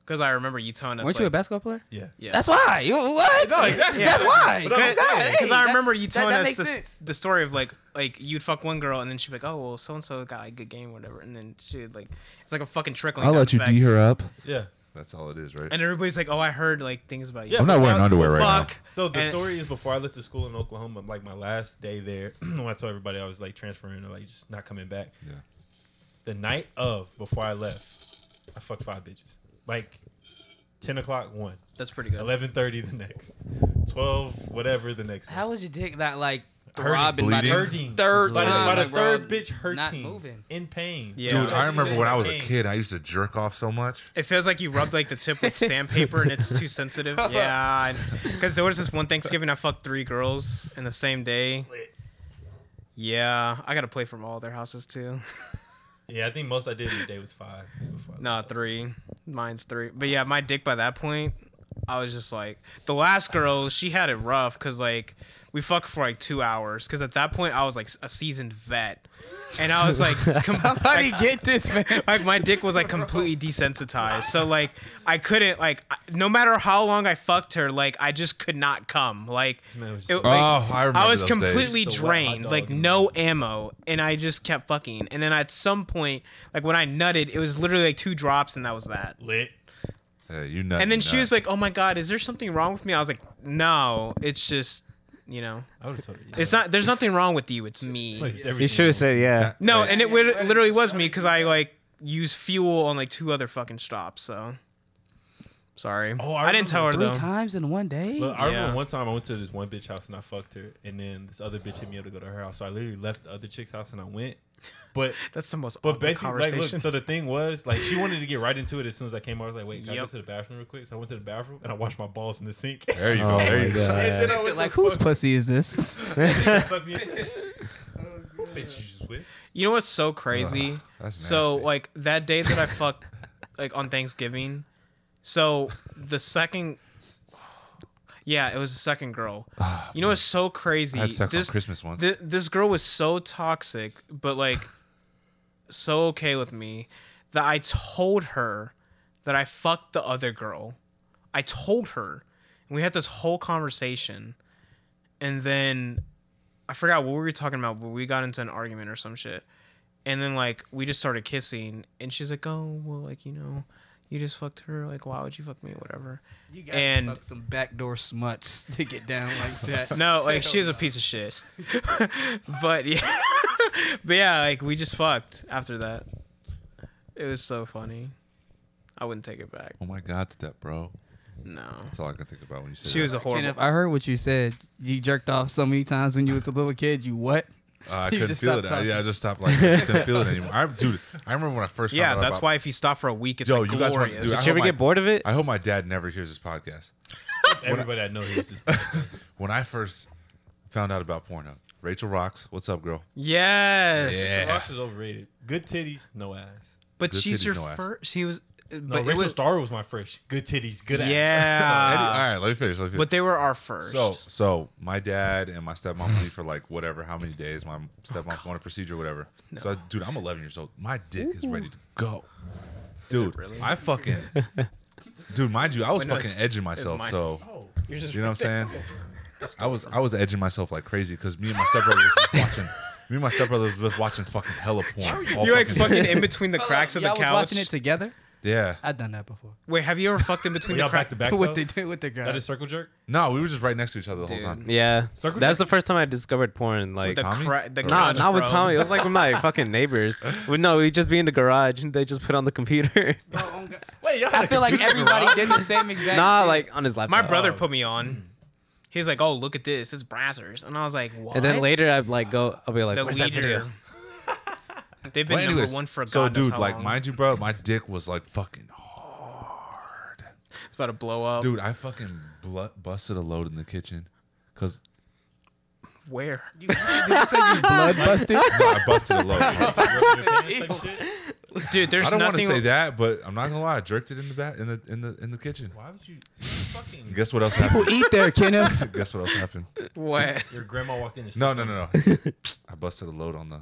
S3: Because I remember you telling us.
S1: Weren't you a
S3: like-
S1: basketball player?
S5: Yeah.
S3: Yeah. (laughs)
S1: That's why. You, what?
S3: Oh,
S5: No,
S1: (laughs)
S5: exactly.
S1: That's why.
S5: But I'm
S1: Exactly.
S5: saying,
S3: because
S1: Hey,
S3: I
S1: that-
S3: remember you
S1: that-
S3: telling
S1: that
S3: us
S1: makes
S3: the,
S1: sense.
S3: the story of like like you'd fuck one girl and then she'd be like, oh well, so and so got a good game or whatever, and then she would like it's like a fucking trickling. effect.
S2: up.
S5: Yeah.
S2: That's all it is, right?
S3: And everybody's like, oh, I heard like things about you.
S5: Yeah, I'm not wearing
S2: underwear
S3: Fuck.
S5: So the
S3: And-
S5: story is before I left to school in Oklahoma, like my last day there, (clears throat) when I told everybody I was like transferring or like just not coming back.
S2: Yeah.
S5: The night of before I left, I fucked five bitches. Like ten o'clock one,
S3: That's pretty good.
S5: eleven thirty the next, twelve whatever the next. one.
S1: How was your dick not like throbbing by the
S5: Hurting.
S1: third
S5: By the,
S1: time.
S5: by the
S1: like, bro,
S5: third bitch hurting.
S1: Not moving.
S5: In pain.
S3: Yeah.
S2: Dude, I remember when I was a
S5: Pain.
S2: kid, I used to jerk off so much.
S3: It feels like you rubbed like the tip with sandpaper and it's too sensitive. Yeah, because there was this one Thanksgiving I fucked three girls in the same day. Yeah, I got to play from all their houses too. (laughs)
S5: Yeah, I think most I did in the day was five. before I
S3: No,
S5: left.
S3: three. Mine's three. But yeah, my dick by that point, I was just like, the last girl, she had it rough because like we fucked for like two hours. Because at that point, I was like a seasoned vet, and I was like, com-
S1: Somebody get this man.
S3: like my dick was like completely desensitized. So like I couldn't like I- no matter how long I fucked her, like I just could not come. Like
S5: man was
S3: it-
S5: just-
S2: Oh,
S3: like,
S2: I remember.
S3: I was
S2: those
S3: completely
S5: days. The wet hot
S3: drained,
S5: dog
S3: like
S5: and-
S3: no ammo, and I just kept fucking. And then at some point, like when I nutted, it was literally like two drops, and that was that.
S5: lit.
S2: Days. Yeah, you nut,
S3: And then
S2: you
S3: she
S2: nut.
S3: was like, "Oh my god, is there something wrong with me?" I was like, "No, it's just, you know,
S5: I would have told her. yeah. (laughs)
S3: it's not. There's nothing wrong with you. It's me."
S5: It's everything.
S4: You should have said yeah.
S3: No, and it wi- literally was me because I like used fuel on like two other fucking stops. So sorry,
S5: Oh, I
S3: I, didn't tell her
S1: Three
S3: though.
S1: times in one day.
S5: Look, I
S3: Yeah.
S5: remember one time I went to this one bitch house and I fucked her, and then this other bitch hit me up to go to her house. So I literally left the other chick's house and I went. But
S3: That's the most
S5: but
S3: awkward
S5: basically, like,
S3: conversation.
S5: look. So the thing was, like, she wanted to get right into it as soon as I came. over. I was like, wait, can I go
S3: Yep.
S5: to the bathroom real quick? So I went to the bathroom and I washed my balls in the sink.
S2: There you go.
S5: (laughs)
S4: Oh
S2: there
S4: my
S2: you go.
S4: God.
S5: And then I went to
S1: like
S5: fuck
S1: whose pussy is this?
S5: Fuck me. (laughs) Bitch, you just whip.
S3: You know what's so crazy?
S2: that's
S3: So
S2: nasty.
S3: like that
S2: (laughs)
S3: day that I fucked, like on Thanksgiving. So the second, yeah, it was the second girl. you know what's so crazy?
S2: Ah, I had sex on Christmas once.
S3: thi- this girl was so toxic, but like, so okay with me that I told her that I fucked the other girl. I told her, and we had this whole conversation, and then I forgot what we were talking about, but we got into an argument or some shit. And then like we just started kissing, and she's like, "Oh, well, like you know, you just fucked her. Like, why would you fuck me? Whatever."
S1: (laughs) You gotta
S3: And
S1: fuck some backdoor smuts to get down like that.
S3: no, like she's a piece
S1: (laughs)
S3: of shit. (laughs) but yeah, (laughs) but yeah, like we just fucked after that. It was so funny. I wouldn't take it back.
S2: (laughs) Oh my God, step bro.
S3: No,
S2: That's all I can think about when you Uh, said
S3: she was a horrible.
S1: Kenneth, I heard what you said. You jerked off so many times when you was a little kid. You what?
S2: Uh, I
S3: (laughs)
S1: You
S2: couldn't
S1: just
S2: feel it.
S1: stopped
S2: I, yeah, I
S1: talking.
S2: just stopped. Like, I just couldn't feel it anymore. I, dude, I remember when I first.
S3: (laughs) Yeah,
S2: found out
S3: that's
S2: about-
S3: why if you stop for a week, it's
S2: Yo,
S3: like
S2: you guys wanna-
S3: glorious.
S2: dude, I
S4: Did you ever
S2: hope I-
S4: get bored of it?
S2: I hope my dad never hears this podcast.
S5: Everybody I know hears this.
S3: (laughs)
S2: When I first found out about Pornhub, Rachel rocks. What's up, girl?
S3: yes.
S2: Yeah.
S5: Rock is overrated. Good titties, no ass.
S3: But
S2: Good
S3: she's
S2: titties,
S3: your
S2: no ass.
S3: first. She was.
S5: No,
S3: But it
S5: Rachel
S3: was.
S5: Star was my first. Good titties, good
S2: (laughs)
S5: ass.
S2: Any- all
S3: Yeah.
S2: right, let me finish. Let me finish.
S3: But they were our first.
S2: So, so my dad and my stepmom leave for like whatever, how many days. My stepmom's
S3: Oh,
S2: going to procedure, whatever. So, I, dude, I'm 11 years old. My dick is ready to go, dude.
S3: really?
S2: I fucking,
S3: (laughs)
S2: dude, mind you, I was
S3: Wait, no,
S2: fucking
S3: it's-
S2: edging myself.
S3: mine. Oh,
S2: So,
S3: You're just
S2: you know what I'm
S3: (laughs)
S2: saying? I was I was edging myself like crazy because me and my stepbrother was
S3: (laughs)
S2: just watching. Me and my stepbrother was just watching fucking hella porn. all
S3: You're like
S2: fucking day.
S3: fucking in between the cracks of the
S1: Y'all
S3: couch.
S1: was watching it together.
S2: yeah.
S1: I've done that before.
S3: Wait, have you ever fucked in between
S5: We
S3: the
S5: all back
S3: cracks?
S5: to back.
S1: With
S5: though?
S1: the with the girl.
S5: That is
S3: (laughs)
S5: circle jerk.
S2: No, we were just right next to each other the
S3: Dude.
S2: whole time.
S4: Yeah,
S5: Circle
S4: that was
S5: jerk?
S4: the first time I discovered porn. Like,
S3: The
S2: Tommy?
S3: cra- the
S2: Or-
S4: nah,
S3: couch,
S4: not with
S3: bro.
S4: Tommy. It was like with my fucking
S3: (laughs)
S4: neighbors. We, no, we just be in the garage and they just put on the computer.
S5: (laughs) Oh, Wait, y'all
S1: I feel like everybody did the (laughs) same exact.
S4: nah,
S1: thing.
S4: like on his laptop.
S3: My brother put me on. He's like, "Oh, look at this. It's brassers," and I was like, "What?"
S4: And then later I'd like go. I'll be like,
S3: the
S4: "Where's that video?"
S3: leader. (laughs) They've been
S2: But anyways,
S3: number one for God
S2: so
S3: knows
S2: dude,
S3: how
S2: like
S3: long.
S2: mind you, bro, my dick was like
S3: (laughs)
S2: fucking
S3: It's about to blow up.
S2: Dude, I fucking bl- busted a load in the kitchen because
S3: Where?
S1: You- did you say you (laughs) blood busted?
S2: (laughs) I busted a
S3: (laughs)
S2: load. I
S3: Dude, there's
S2: don't want to
S3: nothing.
S2: say that, but I'm not gonna lie. I jerked it in the back in the in the in the kitchen.
S5: Why would you fucking?
S2: Guess what else
S3: (laughs)
S2: happened?
S1: Eat there, Kenneth.
S2: Guess what else happened?
S3: (laughs) What?
S5: Your grandma walked in. And
S2: No, no, no,
S3: (laughs)
S2: no. I busted a load on the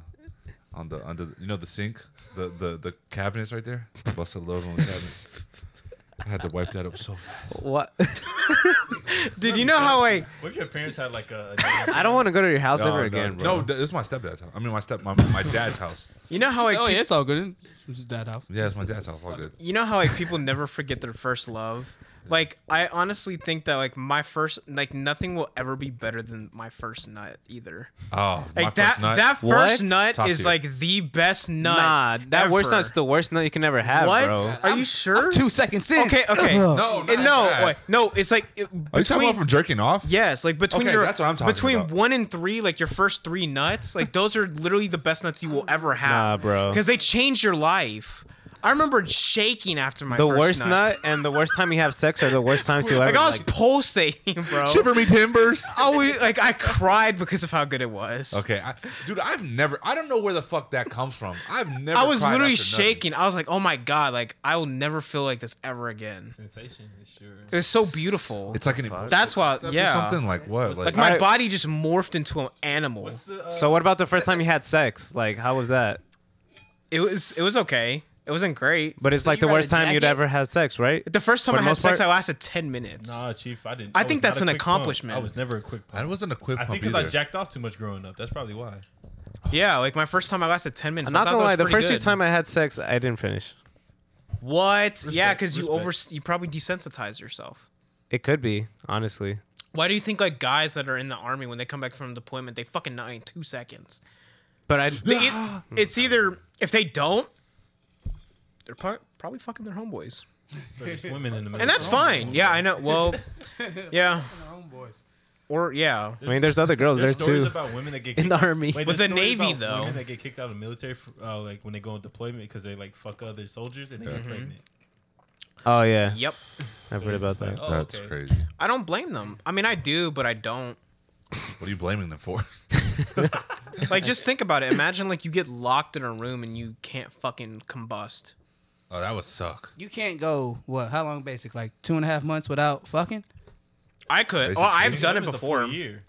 S2: on the under the, you know the sink, the the the cabinets right there. I busted a load on the cabinet. I had to wipe that up so fast.
S4: What?
S3: (laughs) Dude, you know how like
S5: What if your parents had like a?
S4: I don't want to go to your house
S2: No,
S4: ever
S2: no,
S4: again,
S2: no,
S4: bro.
S2: th- this is my stepdad's house. I mean, my step my, my dad's house.
S3: you know how like
S1: (laughs) oh yeah, it's all good. It's dad house.
S2: Yeah, it's my dad's house. All good.
S3: you know how like people never forget their first love. Like I honestly think that like my first like nothing will ever be better than my first nut either.
S2: Oh, my
S3: Like that
S2: first nut.
S3: that first
S4: What?
S3: nut
S2: Top
S3: is
S2: tier.
S3: like the best nut.
S4: Nah, that worst
S3: ever.
S4: nut's the worst nut you can ever have,
S3: What?
S4: bro.
S3: Are
S1: I'm-
S3: you sure?
S1: I'm two seconds in.
S3: okay, okay. no,
S2: No, not
S3: eh, no,
S2: that.
S3: wait, no. It's like it-
S2: Are you talking
S3: between-
S2: about from jerking off?
S3: Yes, like between
S2: Okay,
S3: your
S2: that's what I'm talking
S3: between
S2: about.
S3: one and three, like your first three nuts, like those are literally the best nuts you will ever have,
S4: Nah, bro.
S3: Because they change your life. I remember shaking after my
S4: The
S3: first
S4: worst nut and the worst time you have sex are the worst times you ever.
S3: (laughs) Like I was
S4: like-
S3: pulsating, (laughs) bro.
S2: Shiver me
S3: (laughs)
S2: timbers.
S3: I was, like I cried because of how good it was.
S2: Okay, I, dude, I've never. I don't know where the fuck that comes from. I've never.
S3: I was
S2: cried
S3: literally
S2: after nothing.
S3: shaking. I was like, "Oh my god! Like I will never feel like this ever again."
S5: (laughs) Sensation is sure.
S3: It's so beautiful.
S2: It's like an. emotional
S3: That's why,
S2: concept or
S3: yeah.
S2: Something like what? Like,
S3: like my
S4: I-
S3: body just morphed into an animal.
S5: the, uh,
S4: so what about the first time you had sex? Like, how was that?
S3: It was it was okay. It wasn't great.
S4: But it's
S1: So
S4: like
S1: you
S4: the
S1: had a
S4: worst time you'd
S1: jacket?
S4: ever had sex, right?
S3: The first time
S4: For
S3: I
S4: the
S3: had
S4: most
S3: sex,
S4: part-
S3: I lasted ten minutes.
S5: Nah, chief, I didn't.
S3: I
S5: was
S3: think
S5: not
S3: that's
S5: a
S3: an
S5: quick pump.
S3: accomplishment.
S5: I was never a quick. Pump.
S2: I wasn't a quick
S5: I
S2: pump
S5: think because I
S2: either.
S5: jacked off too much growing up. That's probably why.
S3: Yeah, like my first time I lasted ten minutes.
S4: I'm not
S3: I thought
S4: gonna
S3: that
S4: lie.
S3: was
S4: The
S3: pretty
S4: first few
S3: good.
S4: time I had sex, I didn't finish.
S3: What? yeah, because you
S5: respect.
S3: over you probably desensitized yourself.
S4: It could be, honestly.
S3: Why do you think like guys that are in the army when they come back from deployment they fucking nut in two seconds?
S4: But I
S3: They- it- it's either if they don't, they're pro- probably fucking their homeboys,
S5: There's
S3: (laughs)
S5: women in the middle.
S3: and that's fine. Yeah, I know. Well, yeah,
S1: Our own boys.
S3: or yeah.
S4: I mean, there's other girls there
S5: There's stories
S4: too.
S5: about women that
S4: (laughs)
S5: get
S4: In the
S5: kicked-
S4: army.
S5: Wait,
S3: With
S5: there's
S3: the
S5: stories
S3: Navy,
S5: about
S3: though.
S5: women that get kicked out of the military, for, uh, like when they go on deployment because they like fuck other soldiers and they
S3: Mm-hmm.
S5: get pregnant.
S4: Oh yeah,
S3: Yep.
S4: I've
S5: So
S4: heard about
S5: it's like,
S4: that.
S5: oh,
S2: That's
S5: okay.
S2: crazy.
S3: I don't blame them. I mean, I do, but I don't.
S2: What are you blaming them for? (laughs)
S3: Like, just think about it. Imagine like you get locked in a room and you can't fucking combust.
S2: Oh, that would suck.
S1: You can't go what? How long? Basic like two and a half months without fucking.
S3: I could. Oh, I've
S5: Your
S3: done it
S5: job is a full
S3: before.
S5: Year.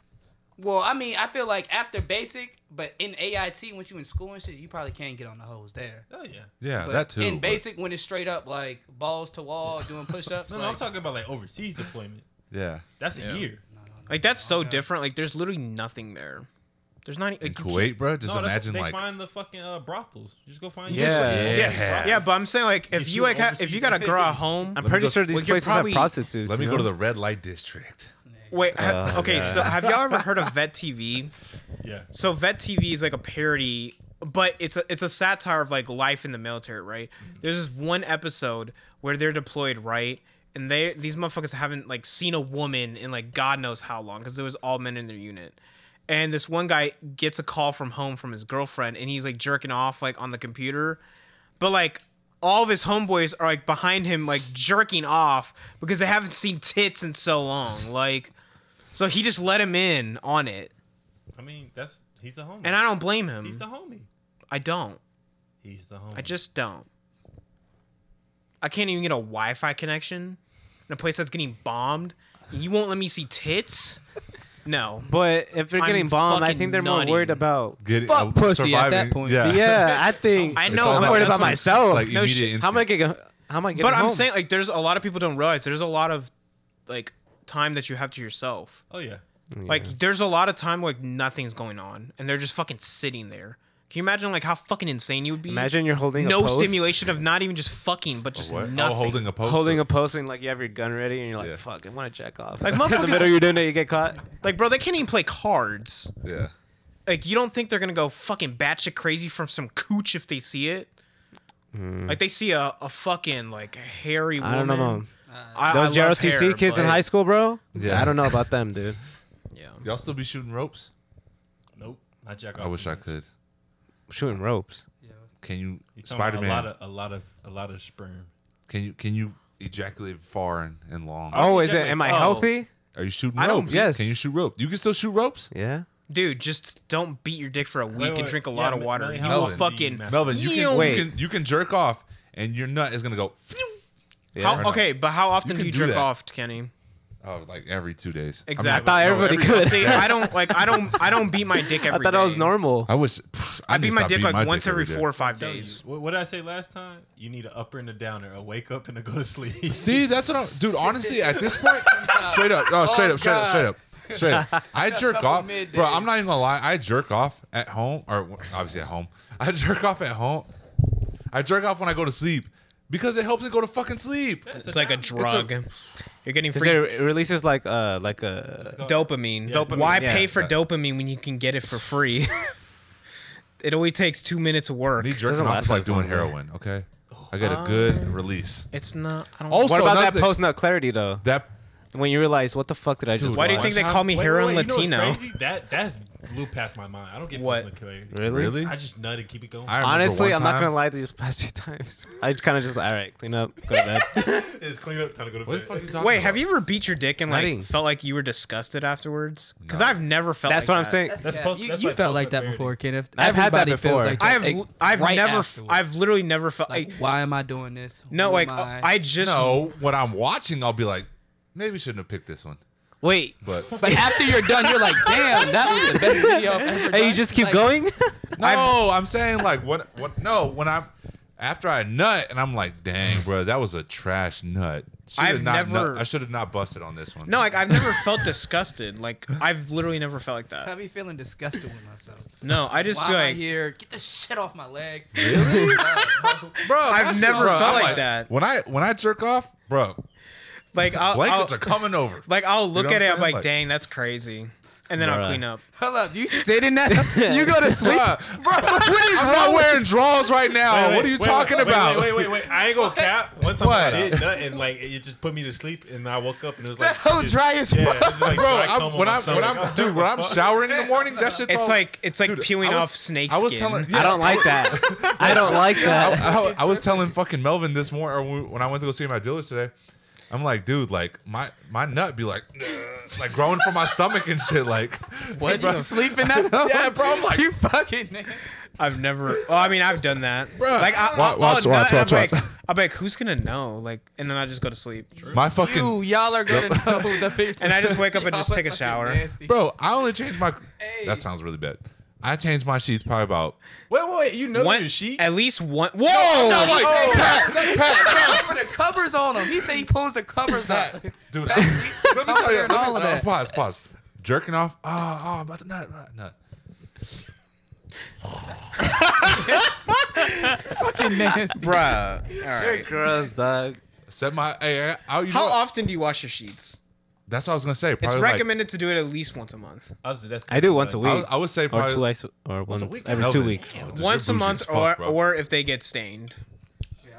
S1: Well, I mean, I feel like after basic, but in AIT, once you in school and shit, you probably can't get on the hose there.
S5: Oh yeah.
S2: Yeah,
S1: But
S2: that too.
S1: In
S2: but-
S1: basic, when it's straight up like balls to wall, doing push ups.
S5: No, no, I'm talking about like overseas deployment.
S2: yeah.
S5: That's a year.
S3: Like that's
S5: Oh,
S3: so different. Like there's literally nothing there. There's not
S2: In
S3: like, you
S2: Kuwait, bro, just
S5: no, that's-
S2: imagine
S5: they
S2: like
S5: find the fucking uh, brothels. You just go find.
S4: Yeah.
S5: Just,
S3: can't-
S2: Yeah.
S3: yeah, yeah. But I'm saying like if
S5: You
S3: you like
S5: shoot
S3: ha- if you got a
S5: overseas.
S3: girl at home.
S4: I'm
S2: me
S4: pretty
S2: go-
S4: sure these
S3: Well, you're
S4: places
S3: probably-
S4: have prostitutes.
S2: let me
S4: you
S2: go to
S4: know?
S2: the red light district.
S4: (laughs)
S3: Wait, have, okay. So have y'all ever heard of Vet TV?
S5: yeah.
S3: So Vet TV is like a parody, but it's a it's a satire of like life in the military, right?
S5: Mm-hmm.
S3: There's this one episode where they're deployed, right? And they these motherfuckers haven't like seen a woman in like God knows how long because it was all men in their unit. And this one guy gets a call from home from his girlfriend, and he's like jerking off like on the computer, but like all of his homeboys are like behind him like jerking off because they haven't seen tits in so long, like. So he just let him in on it,
S5: I mean, that's he's a homie.
S3: and I don't blame him.
S5: he's the homie.
S3: I don't.
S5: He's the homie.
S3: I just don't. I can't even get a Wi-Fi connection in a place that's getting bombed. And you won't let me see tits? No.
S4: But if they're
S3: I'm
S4: getting bombed, I
S3: fucking
S4: think they're
S3: nutty.
S4: more
S2: (laughs)
S4: worried about.
S2: Get it-
S1: Fuck
S2: uh,
S1: pussy at that
S2: surviving.
S1: point.
S2: Yeah.
S4: Yeah, I think
S3: I
S4: It's
S3: know,
S4: all
S3: but
S4: I'm worried
S3: that's
S4: about
S3: what I'm-
S4: myself.
S2: Like
S3: No
S2: immediate
S3: shit.
S2: instinct.
S4: how am I gonna get? How am I getting
S3: But I'm
S4: home?
S3: saying like there's a lot of people don't realize there's a lot of like time that you have to yourself.
S5: Oh yeah.
S3: Like there's a lot of time like nothing's going on and they're just fucking sitting there. Can you imagine like how fucking insane you would be?
S4: imagine you're holding a
S3: no
S4: post,
S3: stimulation of not even just fucking but just
S2: What?
S3: nothing.
S2: Oh, holding a post.
S4: holding a post, and like you have your gun ready, and you're like,
S2: Yeah.
S4: "Fuck, I want to jack off." (laughs)
S3: Like,
S4: in the
S3: motherfuckers-
S4: middle, you're doing it, you get caught.
S3: like bro, they can't even play cards.
S2: Yeah.
S3: like you don't think they're gonna go fucking batshit crazy from some cooch if they see it. Like they see a, a fucking like hairy woman.
S4: Hmm. I don't know, man.
S3: I,
S4: Those
S3: I
S4: Gerald
S3: love hair,
S4: TC kids in
S3: but-
S4: high school, bro.
S2: Yeah.
S4: I don't know about them, dude.
S3: Yeah.
S2: Y'all still be shooting ropes?
S5: Nope. I jack off.
S2: I wish
S5: too
S2: I
S5: much.
S2: could.
S4: Shooting ropes.
S2: Can you
S5: You're
S2: Spider
S5: talking about A lot
S2: Man?
S5: of a lot of a lot of sperm.
S2: Can you can you ejaculate far and, and long?
S4: Oh, is it?
S5: definitely-
S4: Am I
S3: oh.
S4: healthy?
S2: Are you shooting
S3: I don't-
S2: ropes?
S4: yes.
S2: Can you shoot rope? You can still shoot ropes?
S4: Yeah.
S3: Dude, just don't beat your dick for a week
S5: Wait,
S3: and
S5: wait,
S3: drink a
S5: yeah,
S3: lot of
S5: Ma-
S3: water.
S5: Melvin,
S3: You will
S5: Melvin,
S3: fucking
S5: Melvin.
S2: Melvin, you can,
S4: Wait.
S2: you can you can jerk off and your nut is gonna go
S4: Yeah.
S3: How, okay, but how often
S2: You
S3: do
S2: can
S3: you
S2: do
S3: jerk
S2: that.
S3: off, Kenny?
S2: oh like every two days. I mean,
S3: Exactly.
S4: I thought
S2: no,
S4: everybody
S2: every-
S4: could. (laughs)
S3: See, I don't like I don't I don't beat my dick
S4: I
S3: every
S4: thought that was
S3: day.
S4: normal.
S2: I wish pff, I,
S3: I
S2: need to
S3: beat my
S2: stop
S3: dick
S2: beating
S3: like once every
S2: day.
S3: four or five
S5: Tell you,
S3: days.
S5: What, what did I say last time? You need an upper and a downer, a wake up and a go to sleep. (laughs)
S2: See, that's what I'm, dude. Honestly, at this point, straight up, no, straight
S1: Oh,
S2: up, straight up, straight
S1: God.
S2: up, straight
S1: (laughs)
S2: up. I jerk
S1: couple
S2: off,
S1: middays.
S2: bro. I'm not even gonna lie. I jerk off at home, or obviously at home. I jerk off at home. I jerk off when I go to sleep, because it helps it go to fucking sleep.
S5: It's,
S3: It's like a drug. You're getting
S4: Because
S3: free
S4: it releases like uh like a
S3: dopamine.
S4: Dopamine,
S3: Why
S4: yeah.
S3: pay for
S2: Yeah.
S3: dopamine when you can get it for free? (laughs) it only takes two minutes of work.
S2: Me jerking off
S4: last
S2: is like
S4: as
S2: doing
S4: long, though.
S2: heroin. Okay, I
S1: Uh,
S2: get a good release.
S3: It's not. I don't.
S2: Also,
S4: what about
S2: another
S4: that
S2: thing-
S4: post nut clarity though?
S2: That
S4: When you realize what the fuck did I just?
S3: why do you
S4: watch?
S3: think they call me
S5: Wait, wait,
S3: heroin
S5: wait, you know
S3: Latino?
S5: what's crazy? That that's blew past my mind. I don't get
S3: What?
S5: what. Clarity.
S4: Really?
S2: really?
S5: I just nutted. Keep it going.
S2: I remember
S4: Honestly,
S2: one
S4: I'm not
S2: time-
S4: gonna lie. These past few (laughs) times, I kind of just like, all right, clean up, go to
S3: (laughs)
S4: bed.
S5: (laughs) it's clean up. Time to go to
S2: What
S5: bed.
S2: the fuck are
S5: (laughs)
S2: you talking
S3: Wait,
S2: about?
S3: have you ever beat your dick and like
S4: Nutting.
S3: felt like you were disgusted afterwards? Because
S2: No.
S3: I've never felt.
S4: That's
S3: like
S4: what I'm
S3: that.
S4: saying.
S1: That's,
S5: That's
S1: yeah,
S5: post-
S1: you,
S5: that's
S1: you
S5: like
S1: felt like that
S5: post-prosperity.
S1: before, Kenneth.
S4: I've had that
S1: Everybody feels
S4: before.
S3: I
S1: that,
S3: have.
S1: like,
S3: I've
S1: right
S3: never.
S1: afterwards.
S3: I've literally never felt
S1: like,
S3: like.
S1: why am I doing this?
S3: No,
S1: Who
S3: like uh,
S1: am
S3: I, just.
S2: No, when I'm watching, I'll be like, maybe shouldn't have picked this one.
S4: Wait,
S2: But
S1: But after you're done, you're like, damn, that was the best video I've ever
S4: hey, you
S1: done.
S4: just keep
S1: Like,
S4: going?
S2: no, I'm saying like what? What? No, when I'm after I nut and I'm like, dang, bro, that was a trash nut. Should've
S3: I've
S2: not
S3: never-
S2: nut- I should have not busted on this one.
S3: No, like I've never felt disgusted. Like I've literally never felt like
S1: I
S3: that.
S1: be feeling disgusted with myself.
S3: No, I (laughs) just
S1: Why
S3: be
S1: am I
S3: like,
S1: here? Get the shit off my leg.
S2: bro,
S3: (laughs) I've
S2: that's-
S3: never felt
S2: I'm
S3: like that.
S2: When I when I jerk off, bro,
S3: like I'll,
S2: blankets
S3: I'll-
S2: are coming over.
S3: uh, (laughs) like I'll look
S2: know what
S3: at it.
S2: I'm
S3: I'm
S2: saying?
S3: like,
S2: Like-
S3: dang, that's crazy. And then I'll
S4: Bruh.
S3: clean up.
S1: Hold up, you sit in that? You go to sleep?
S3: (laughs)
S2: bro, what is I'm not wearing drawers right now.
S5: Wait,
S2: what are
S5: wait,
S2: you
S5: wait,
S2: talking
S5: wait,
S2: about?
S5: Wait, wait, wait, wait. I ain't gonna cap. One time
S2: What?
S5: I did nut and like it just put me to sleep, and I woke up and it was like
S1: That hoe
S5: just-
S1: dry as
S5: Yeah,
S1: fuck.
S5: it was like
S2: Bro,
S5: dry
S2: I'm-
S5: cum on
S2: when
S5: my
S2: I'm when
S5: stomach.
S2: I'm dude when I'm showering in the morning, that shit's
S3: It's
S2: all-
S3: like it's like
S2: Dude,
S3: peeling
S2: I was-
S3: off snake
S2: I was
S3: skin.
S2: telling,
S4: I
S2: yeah,
S4: don't like that. (laughs) I don't like that.
S2: I, I was telling fucking Melvin this morning or when I went to go see my dealers today. I'm like, dude, like my my nut be like, like growing from my stomach and shit. Like,
S1: What? You sleep in that?
S3: (laughs)
S2: yeah, bro. I'm like,
S1: You fucking nigga.
S3: I've never. Oh, I mean, I've done that.
S2: Bruh.
S3: Like, I,
S2: Wa-
S3: I'll,
S2: watch,
S3: I'll
S2: watch,
S3: nut,
S2: watch,
S3: and I'm
S2: watch.
S3: Like, I'm like, who's gonna know? Like, and then I just go to sleep.
S2: my fucking
S1: You, y'all are gonna know the picture.
S3: And I just wake up
S2: (laughs)
S3: and
S1: Y'all
S3: just take a
S1: are fucking
S3: shower.
S1: nasty.
S2: bro. I only changed my.
S1: Hey.
S2: That sounds really bad. I changed my sheets probably about.
S5: Wait, wait, wait. You know
S3: One,
S5: your sheet?
S3: at least one. Whoa!
S2: I'm like,
S1: Oh,
S2: Pat,
S3: (laughs)
S2: Pat,
S1: Cover the covers on him. He said he pulls the covers up.
S2: Pat, (laughs) dude.
S1: That sheet's
S2: Let me tell you.
S1: covering all of
S2: uh,
S1: that.
S2: Pause, pause. Jerking off. Oh, oh I'm about to nut, nut, nut.
S1: Fucking nasty.
S3: Oh, Bruh. All right.
S4: Gross, dog.
S2: Set my. Hey, I, I, you know
S3: How
S2: what?
S3: often do you wash your sheets?
S2: That's what I was gonna say.
S3: It's
S2: Probably like-
S3: recommended to do it at least once a month.
S5: I, was, that's,
S4: I do once a
S2: I,
S4: week,
S2: would- I would say
S4: or
S2: probably
S4: twice, or once
S2: week?
S4: every
S2: No,
S4: two
S2: they-
S4: weeks.
S2: Dude,
S3: Once a
S2: they're bougie
S3: month,
S2: as fuck,
S3: or
S2: bro.
S3: or if they get stained.
S1: (laughs)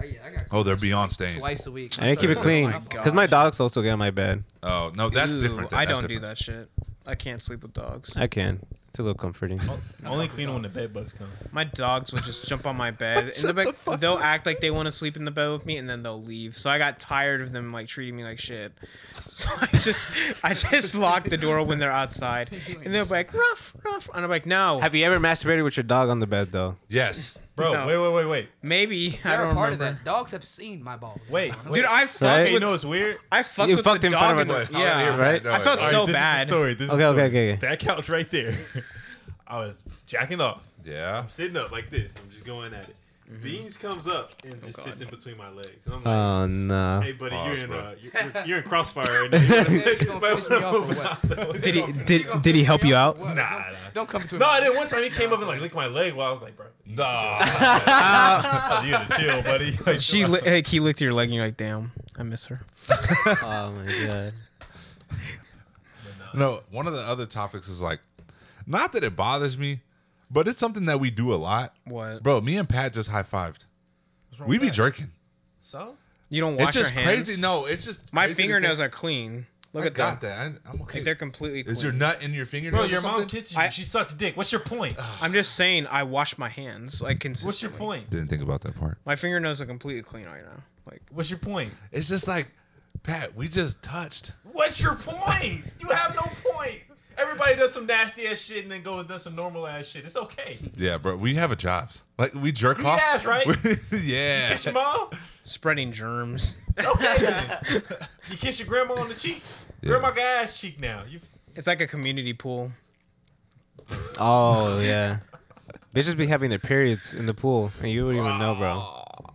S1: Yeah, yeah, I got
S2: oh, they're beyond stained.
S1: twice a week.
S4: And I keep it clean, because my dogs also get on my bed.
S2: Oh no, that's
S3: Ew,
S2: different.
S3: I don't do that shit. I can't sleep with dogs.
S4: I can. It's a little comforting.
S5: only clean when the bed bugs come.
S3: My dogs will just jump on my bed and they'll, be- they'll act like they want to sleep in the bed with me and then they'll leave. So I got tired of them like treating me like shit. (laughs) So I just I just lock the door when
S1: (laughs)
S3: they're outside and they'll be like rough rough and I'm like no
S4: Have you ever masturbated with your dog on the bed though?
S3: (laughs)
S2: Yes,
S5: Bro,
S3: No.
S5: wait, wait, wait, wait.
S3: maybe I
S1: They're
S3: don't
S1: a part
S3: remember.
S1: of that. Dogs have seen my balls.
S5: Wait, wait.
S3: Dude, I fucked
S4: Right?
S5: Hey, you
S3: with
S5: know what's weird?
S3: I fucked
S4: You
S3: with
S4: fucked
S3: the
S4: in front of
S3: dog in
S4: a
S3: the,
S2: dog. I wanna
S3: yeah
S2: hear
S4: Right?
S2: No,
S3: I felt
S2: wait.
S5: All
S3: so
S5: this is the
S3: bad.
S5: story. This is
S4: Okay,
S5: the
S4: okay,
S5: story.
S4: okay, okay.
S5: That couch right there. (laughs) I was jacking off.
S2: yeah.
S5: I'm sitting up like this. I'm just going at it. Beans comes up and just sits in between my legs. And I'm like,
S4: Oh no.
S5: hey, buddy,
S2: Pause,
S5: you're, in,
S2: bro.
S5: uh, you're, you're, you're in crossfire right now.
S1: You gonna piss me off or
S5: (laughs)
S1: what?
S3: Did he did did he help you out?
S1: What?
S5: Nah,
S1: Don't-
S5: nah.
S1: Don't come to
S5: No, I
S1: me.
S5: didn't. One time he came up and like licked my leg while I was like, bro,
S2: Nah.
S5: (laughs) oh, you gotta chill, buddy. (laughs) Like,
S3: She li- like he licked your leg and you're like damn I miss her.
S4: (laughs) Oh my god.
S2: no, one of the other topics is like, not that it bothers me, but it's something that we do a lot,
S3: What
S2: bro. Me and Pat just high fived. We be jerking.
S5: So?
S3: you don't wash
S2: it's just
S3: your hands?
S2: crazy. No, it's just
S3: My
S2: crazy to
S3: fingernails
S2: think-
S3: are clean. Look
S2: I
S3: at
S2: got
S3: that.
S2: that. I, am okay.
S3: Like they're completely clean.
S2: is your nut in your fingernails?
S5: Bro,
S2: or
S5: your mom
S2: something?
S5: kisses you.
S3: I- Ah,
S5: she sucks dick. What's your point?
S3: I'm just saying I wash my hands like consistently.
S5: What's your point?
S2: Didn't think about that part.
S3: My fingernails are completely clean right now. Like
S5: What's your point?
S2: It's just like, Pat, we just touched.
S5: What's your point? You have no point. Everybody does some nasty ass shit and then go and does some normal ass shit. It's okay.
S2: Yeah, bro, we have a jobs. Like we jerk
S5: You
S2: off.
S5: ass, right?
S2: (laughs) yeah.
S5: Kiss your mom.
S3: spreading germs. (laughs)
S5: Okay. then. you kiss your grandma on the cheek. Grandma got ass cheek now. You
S3: It's like a community pool.
S4: Oh yeah. Bitches be having their periods in the pool, and you wouldn't even know, bro.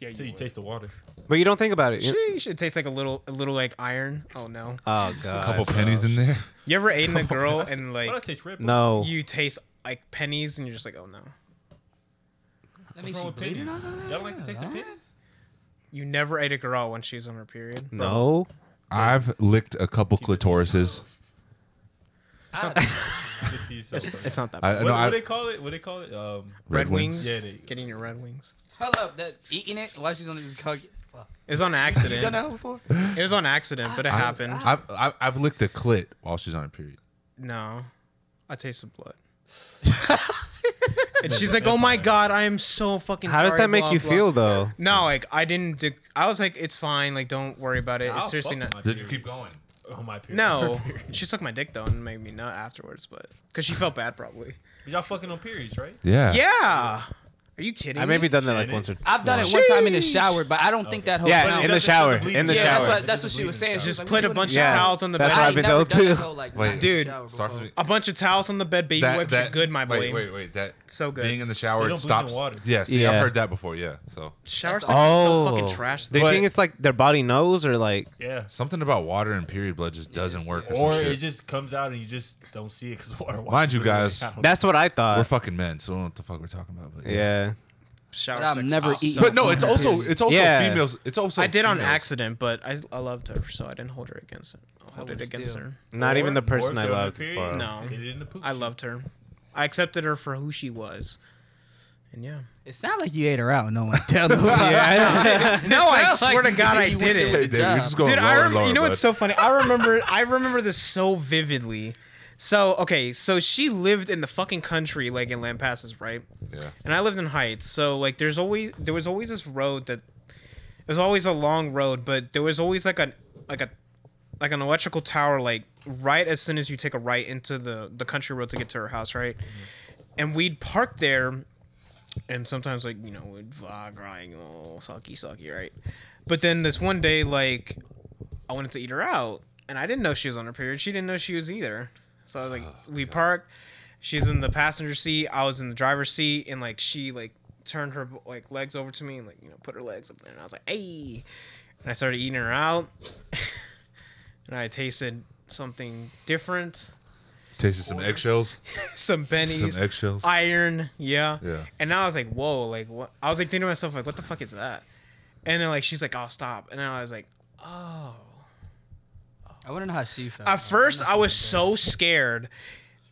S5: yeah. Until you taste the water.
S4: But you don't think about it. You-
S3: Sheesh, it tastes like a little, a little like iron. Oh no!
S4: Oh god.
S2: couple pennies in there.
S3: You ever ate in a girl and
S5: Why do I
S3: like
S5: taste red? Bull?
S4: No.
S3: you taste like pennies and you're just like, oh no.
S1: Let me
S5: What's wrong
S1: see
S5: with pennies?
S1: bleeding or something.
S5: Y'all don't like the taste of pennies?
S3: You never ate a girl when she's on her period.
S4: No.
S2: I've licked a couple clitorises.
S5: Just see
S3: It's,
S5: something.
S3: it's not that bad.
S2: I,
S5: uh, What,
S2: no,
S5: what
S2: I,
S5: they call it? What they call it? Um,
S3: Red, wings.
S5: Yeah, they-
S3: Getting your red wings.
S1: Hold up, that eating it while she's on this cock. fuck.
S3: It
S5: (laughs)
S3: was on
S1: You done
S3: accident.
S1: that before?
S3: It was on accident, but it happened.
S2: I've, I've, I've licked a clit while she's on her period.
S3: No, I tasted
S5: (laughs)
S3: blood. and she's like, "Oh my god, I am so fucking."
S4: How does
S3: sorry,
S4: that make
S3: blah,
S4: you
S3: blah."
S4: feel though?
S3: No, like I didn't. Dec- I was like, "It's fine. Like, don't worry about it.
S5: I'll
S3: It's seriously
S5: fuck
S3: not."
S5: on my
S2: Did you
S5: period.
S2: keep going?
S5: on my
S2: (laughs)
S5: period?
S3: No, she sucked my dick though and made me nut afterwards, but because she felt bad probably.
S5: y'all fucking on periods, right?
S2: Yeah.
S3: Yeah. Are you kidding?
S4: I maybe
S3: me?
S4: done that like
S5: Shannon.
S4: once or
S3: Ah,
S1: I've done it one time in the shower, but I don't think that whole.
S4: Yeah,
S1: no.
S4: in
S5: it
S4: the
S5: doesn't-
S4: shower.
S5: it doesn't
S4: In the
S5: bleed.
S1: yeah,
S4: shower.
S1: that's what that's what she
S5: bleeding
S1: was saying. She was
S3: Just
S1: like,
S3: put
S1: "What
S3: a
S1: you
S3: bunch
S1: doing in
S3: of
S1: the
S4: Yeah.
S1: shower?"
S3: towels on the
S4: That's
S3: bed.
S4: what I've been
S1: never
S4: told,
S1: done it
S4: too.
S1: though, like,
S2: Wait.
S1: not in the
S3: Dude.
S1: shower
S2: Start
S1: before.
S2: from
S3: A bunch of towels on the bed. Baby
S2: that,
S3: wipes
S2: that,
S3: are good, my boy.
S2: Wait, wait, wait. That
S3: So good.
S2: Being in the shower,
S5: They
S2: it
S5: don't bleed in
S2: stops.
S5: water.
S2: Yeah. See, I've
S4: Yeah.
S2: heard that before. Yeah. So
S3: Shower sex
S4: Oh,
S3: is so fucking trash.
S4: They
S3: though.
S4: think it's like their body knows or like
S5: Yeah.
S2: something about water and period blood just doesn't work. Or,
S5: Or
S2: some
S5: it
S2: shit.
S5: just comes out and you just don't see it because (laughs) water.
S2: Mind you
S5: (laughs) washes it.
S2: guys,
S4: that's what I thought.
S3: uh,
S2: we're fucking men, so I don't know what the fuck we're talking about. But
S4: yeah.
S3: Shower
S1: But I've
S3: sex
S1: never
S3: is
S1: eaten.
S2: But no, it's also it's also
S4: Yeah.
S2: females. It's also
S3: I did on
S2: females.
S3: accident, but I, I loved her, so I didn't hold her against her. I'll hold it
S1: would
S3: against
S1: still-
S3: her.
S4: Not
S5: Or-
S4: even the
S5: or if
S4: person I
S5: they're on their
S4: loved.
S5: period,
S4: Bro. (laughs)
S3: No.
S5: Get it in the poop.
S3: I loved her. I accepted her for who she was. And yeah.
S1: It sounds like you ate her out. No one (laughs) tell them.
S4: Yeah.
S3: (laughs) No,
S4: (laughs)
S3: I
S1: Sounds like
S3: swear to
S1: you-
S3: God, I
S1: you
S3: did
S1: went
S3: it.
S1: through
S2: Hey, David, you're just going
S3: Dude,
S2: lower
S3: I
S2: and
S3: rem-
S2: lower,
S3: you know
S2: bud.
S3: what's so funny? I remember I remember this so vividly. So okay, so she lived in the fucking country, like in Lampasas, right?
S2: Yeah.
S3: And I lived in Heights, so like there's always there was always this road that it was always a long road, but there was always like a like a like an electrical tower, like right as soon as you take a right into the the country road to get to her house, right? And we'd park there and sometimes like you know we'd vlog crying oh sucky sucky right but then this one day like i wanted to eat her out and i didn't know she was on her period she didn't know she was either so i was like we parked she's in the passenger seat i was in the driver's seat and like she like turned her like legs over to me and like you know put her legs up there and i was like hey and i started eating her out (laughs) and i tasted something different
S2: Tasted some eggshells.
S3: some bennies
S2: Some eggshells.
S3: iron, yeah.
S2: Yeah.
S3: And now I was like, whoa, like what? I was like thinking to myself, like, what the fuck is that? And then like she's like, I'll stop. And then I was like, oh.
S1: I wonder how she felt.
S3: At first, I was so scared,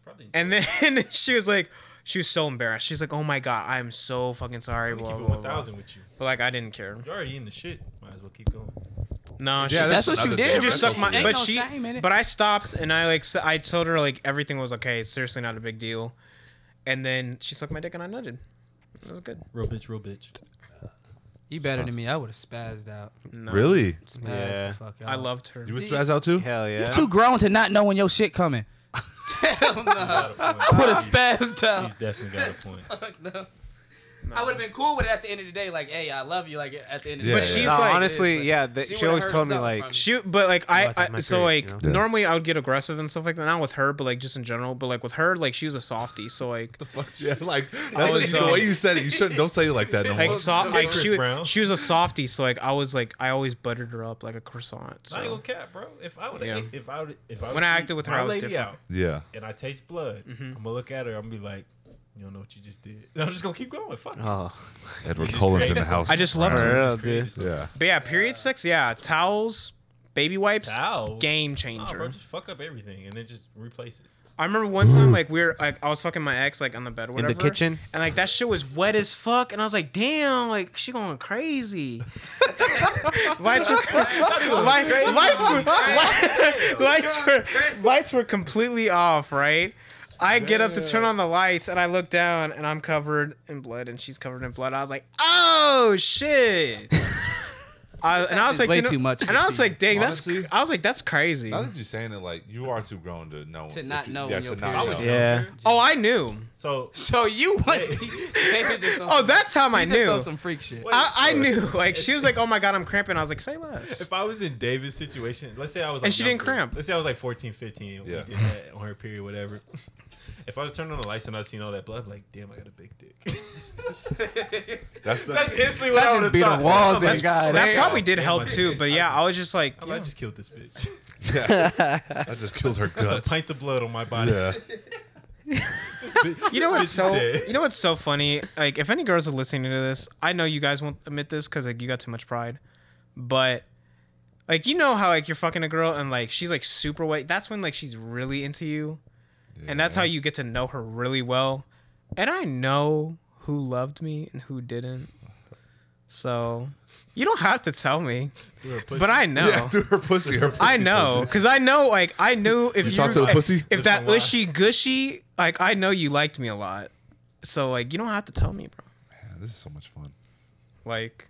S5: Probably-
S3: and then (laughs) she was like, she was so embarrassed. She's like, oh my god, I'm so fucking sorry.
S5: I'm
S3: Blah,
S5: gonna keep
S3: blah,
S5: it
S3: blah.
S5: 1,000 with you.
S3: But like, I didn't care.
S5: You're already in the shit. Might as well keep going.
S3: No, she,
S2: Yeah,
S1: that's,
S2: that's
S1: what you
S2: another
S1: did.
S2: thing.
S3: she just
S2: that's
S3: sucked my.
S1: Ain't
S3: But
S1: no
S3: she,
S1: shame in it.
S3: but I stopped and I like, s- I told her like everything was okay. It's seriously not a big deal. And then she sucked my dick and I nutted. That was good.
S5: Real bitch, real bitch.
S1: you better than me. I would have spazzed out.
S3: No.
S2: Really?
S1: Spazzed
S4: Yeah.
S1: the fuck out.
S3: I loved her.
S2: You would spaz out too?
S4: Hell yeah.
S1: You too grown to not know when your shit coming. (laughs) Hell no. I would have spazzed out.
S5: He's definitely
S3: (laughs)
S5: got a point.
S1: Fuck no. I would have been cool with it at the end of the day, like, hey, I love you, like at the end of the
S2: Yeah,
S1: day.
S2: But yeah. she's
S4: No, honestly, yeah. They, she always told me like
S3: Shoot, but like I,
S4: Well, I took
S3: I
S4: my
S3: so
S4: period,
S3: like
S4: you
S2: know? Yeah.
S3: normally I would get aggressive and stuff like that. Not with her, but like just in general. But like with her, like she was a softie, so like
S2: Fuck yeah! (laughs) Like
S3: I
S2: that's
S3: was,
S2: like, the
S3: um,
S2: way you said it. You shouldn't. Don't say it like that no
S3: like
S2: more.
S3: soft, like
S5: Chris
S3: she
S5: Brown.
S3: was, she was a softie, so like I was like I always buttered her up like a croissant.
S5: I ain't
S3: So
S5: gonna cap, bro. If I would,
S3: Yeah.
S5: have if I would, if I
S3: When I acted with her, I was different. Mm-hmm.
S5: out
S2: Yeah.
S5: and I taste blood, I'm gonna look at her. I'm gonna be like, you don't know what you just did. (laughs) And I'm just gonna keep going. Fuck. it.
S2: Uh-huh.
S4: oh
S2: Edward
S5: just
S2: Cullen's in
S5: created
S2: the house.
S3: I just loved
S4: for
S3: her.
S4: real, dude.
S2: Yeah.
S3: But yeah, period sex, yeah, towels, baby wipes,
S5: Towels?
S3: game
S5: Nah,
S3: changer.
S5: bro, just fuck up everything and then just replace it.
S3: I remember one time like we were like I was fucking my ex like on the bed or
S4: the
S3: whatever.
S4: kitchen?
S3: And like that shit was wet as fuck and I was like, damn, like she going crazy. lights were light, lights were (laughs) light- lights were lights were completely off, right? I get up to turn on the lights and I look down and I'm covered in blood and she's covered in blood. I was like, oh shit. I, and I was
S1: is
S3: like,
S1: way
S3: you know-
S1: too much
S3: And I
S1: for
S3: was like, dang,
S2: Honestly?
S3: that's. I was like, that's crazy.
S2: Now that you're saying it, like you are too grown to know.
S1: To
S2: if
S1: not
S2: you-
S1: know
S2: Yeah.
S1: when
S2: To
S1: your
S2: not
S1: period
S2: know.
S1: is.
S4: yeah.
S3: Oh, I knew.
S5: So
S1: So you was (laughs)
S5: (laughs)
S1: David just
S3: (laughs) Oh, that's how I
S1: you just
S3: knew.
S1: on some freak shit.
S5: wait,
S3: I, I knew. Like she was like, "Oh my god, I'm cramping." I was like, "Say less."
S5: If I was in David's situation, let's say I was, like
S3: she didn't cramp.
S5: Let's say I was like 14, 15. and We
S2: Yeah.
S5: did that on her period, whatever. (laughs) If I turned on the lights and I seen all that blood, I'd be like, damn, I got a big dick. (laughs)
S2: That's not.
S5: That's instantly what
S1: That
S5: I
S1: just
S5: would've
S1: beat the
S5: thought.
S1: walls
S5: I'm
S1: in, God.
S3: That
S1: damn.
S3: probably did help
S5: I
S3: too, but yeah, I was just like,
S5: like, I just killed this
S3: (laughs)
S5: bitch.
S2: Yeah. That just kills her
S5: That's
S2: guts.
S5: a pint of blood on my body.
S2: Yeah.
S3: You know what's
S5: It's
S3: so
S5: dead.
S3: you know what's so funny? Like if any girls are listening to this, I know you guys won't admit this because like you got too much pride, but like you know how like you're fucking a girl and like she's like super white. That's when like she's really into you, and that's how you get to know her really well. And I know who loved me and who didn't, so you don't have to tell me, but I
S2: (laughs)
S3: know.
S2: Yeah, through her pussy. Her pussy (laughs)
S3: I know, because I know, like, I know if you,
S2: talk to a
S3: if-
S2: pussy?
S3: if
S5: Just
S3: that
S5: don't lie.
S3: ushy gushy, like, I know you liked me a lot. So, like, you don't have to tell me, bro.
S2: Man, this is so much fun.
S3: Like,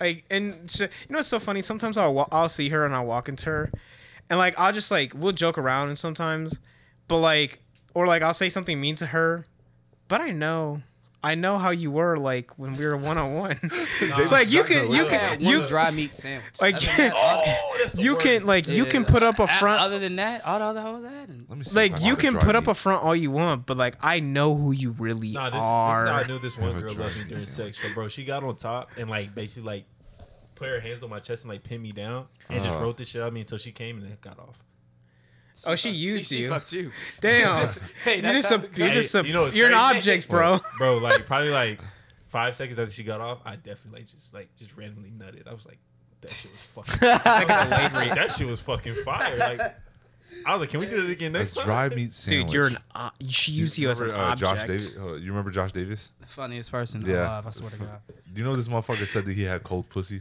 S3: like, and sh- you know what's so funny? Sometimes I'll wa- I'll see her and I'll walk into her, and like I'll just like we'll joke around and sometimes, but like or like I'll say something mean to her, but I know. I know how you were like when we were one
S1: (laughs)
S3: on one. It's like you can you
S1: I
S3: can
S1: had one
S3: you
S1: dry meat sandwich.
S3: Like,
S1: Other than that,
S5: (laughs) Oh, that's the
S3: you
S5: worst.
S3: can like you
S1: Yeah.
S3: can put up a
S1: I-
S3: front
S1: Other than that, all the other hoes I had. and-
S2: Let me see. if I
S3: like you
S2: want to
S3: can
S2: try
S3: put up
S2: these.
S3: a front all you want, but like I know who you really
S5: Nah, this, this is
S3: are.
S5: how I knew this one
S2: Have a
S5: girl loved me
S2: dressing
S5: during sex. So, bro, she got on top and like basically like put her hands on my chest and like pinned me down and just
S3: Uh-huh.
S2: Oh.
S5: wrote this shit out of me until she came and it got off.
S3: oh, she used
S1: she
S3: you.
S1: fucked you. (laughs)
S5: (laughs)
S3: Damn,
S1: Hey,
S3: you're just a you're
S5: Hey,
S3: just a
S5: you
S3: you
S5: know what's
S3: are an
S5: crazy?
S3: object, bro.
S5: Bro, like probably like five seconds after she got off, I definitely like just like just randomly nutted. I was like, that shit was (laughs) fucking. I was like, that shit was fucking fire. Like, I was like, can we do it again
S2: A
S5: next time?
S2: dry meat sandwich.
S3: Dude, you're an o- she used you, as an
S2: Remember, uh,
S3: object.
S2: Josh Davis.
S3: (laughs)
S2: Hold on, You remember Josh Davis?
S1: Funniest person
S2: Yeah.
S1: alive, I swear to God.
S2: Do you know this motherfucker said that he had cold pussy?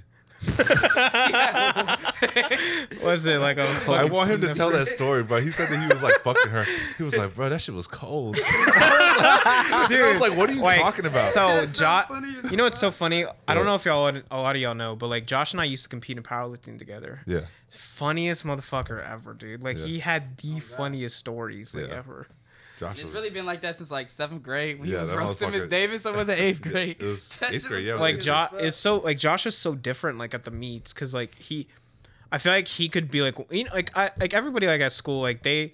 S3: Was it like a
S2: I
S3: fucking
S2: want him to tell that story, but he said that he was like fucking her. He was like, bro, that shit was
S3: (laughs)
S2: cold.
S3: dude?
S2: I was like, what are you talking about?
S3: So Josh, you know what's so funny? I don't know if y'all a lot of y'all know, but like Josh and I used to compete in powerlifting together.
S2: yeah.
S3: Funniest motherfucker ever, dude. Like
S2: Yeah.
S3: he had the funniest stories like
S2: Yeah.
S3: ever.
S2: Josh
S1: It's
S2: was
S1: really been like that since like seventh grade when
S2: Yeah,
S1: he was
S2: that
S1: roasting Miss
S2: motherfucker-
S1: Davis. Or was it eighth grade?
S2: it was
S1: (laughs) That
S2: eighth
S1: shit
S2: grade, yeah, it was
S1: funny
S3: like
S2: Crazy.
S3: Josh
S1: as
S3: is so like Josh is so different like at the meets because like he, I feel like he could be like you know, like I like everybody like at school like they,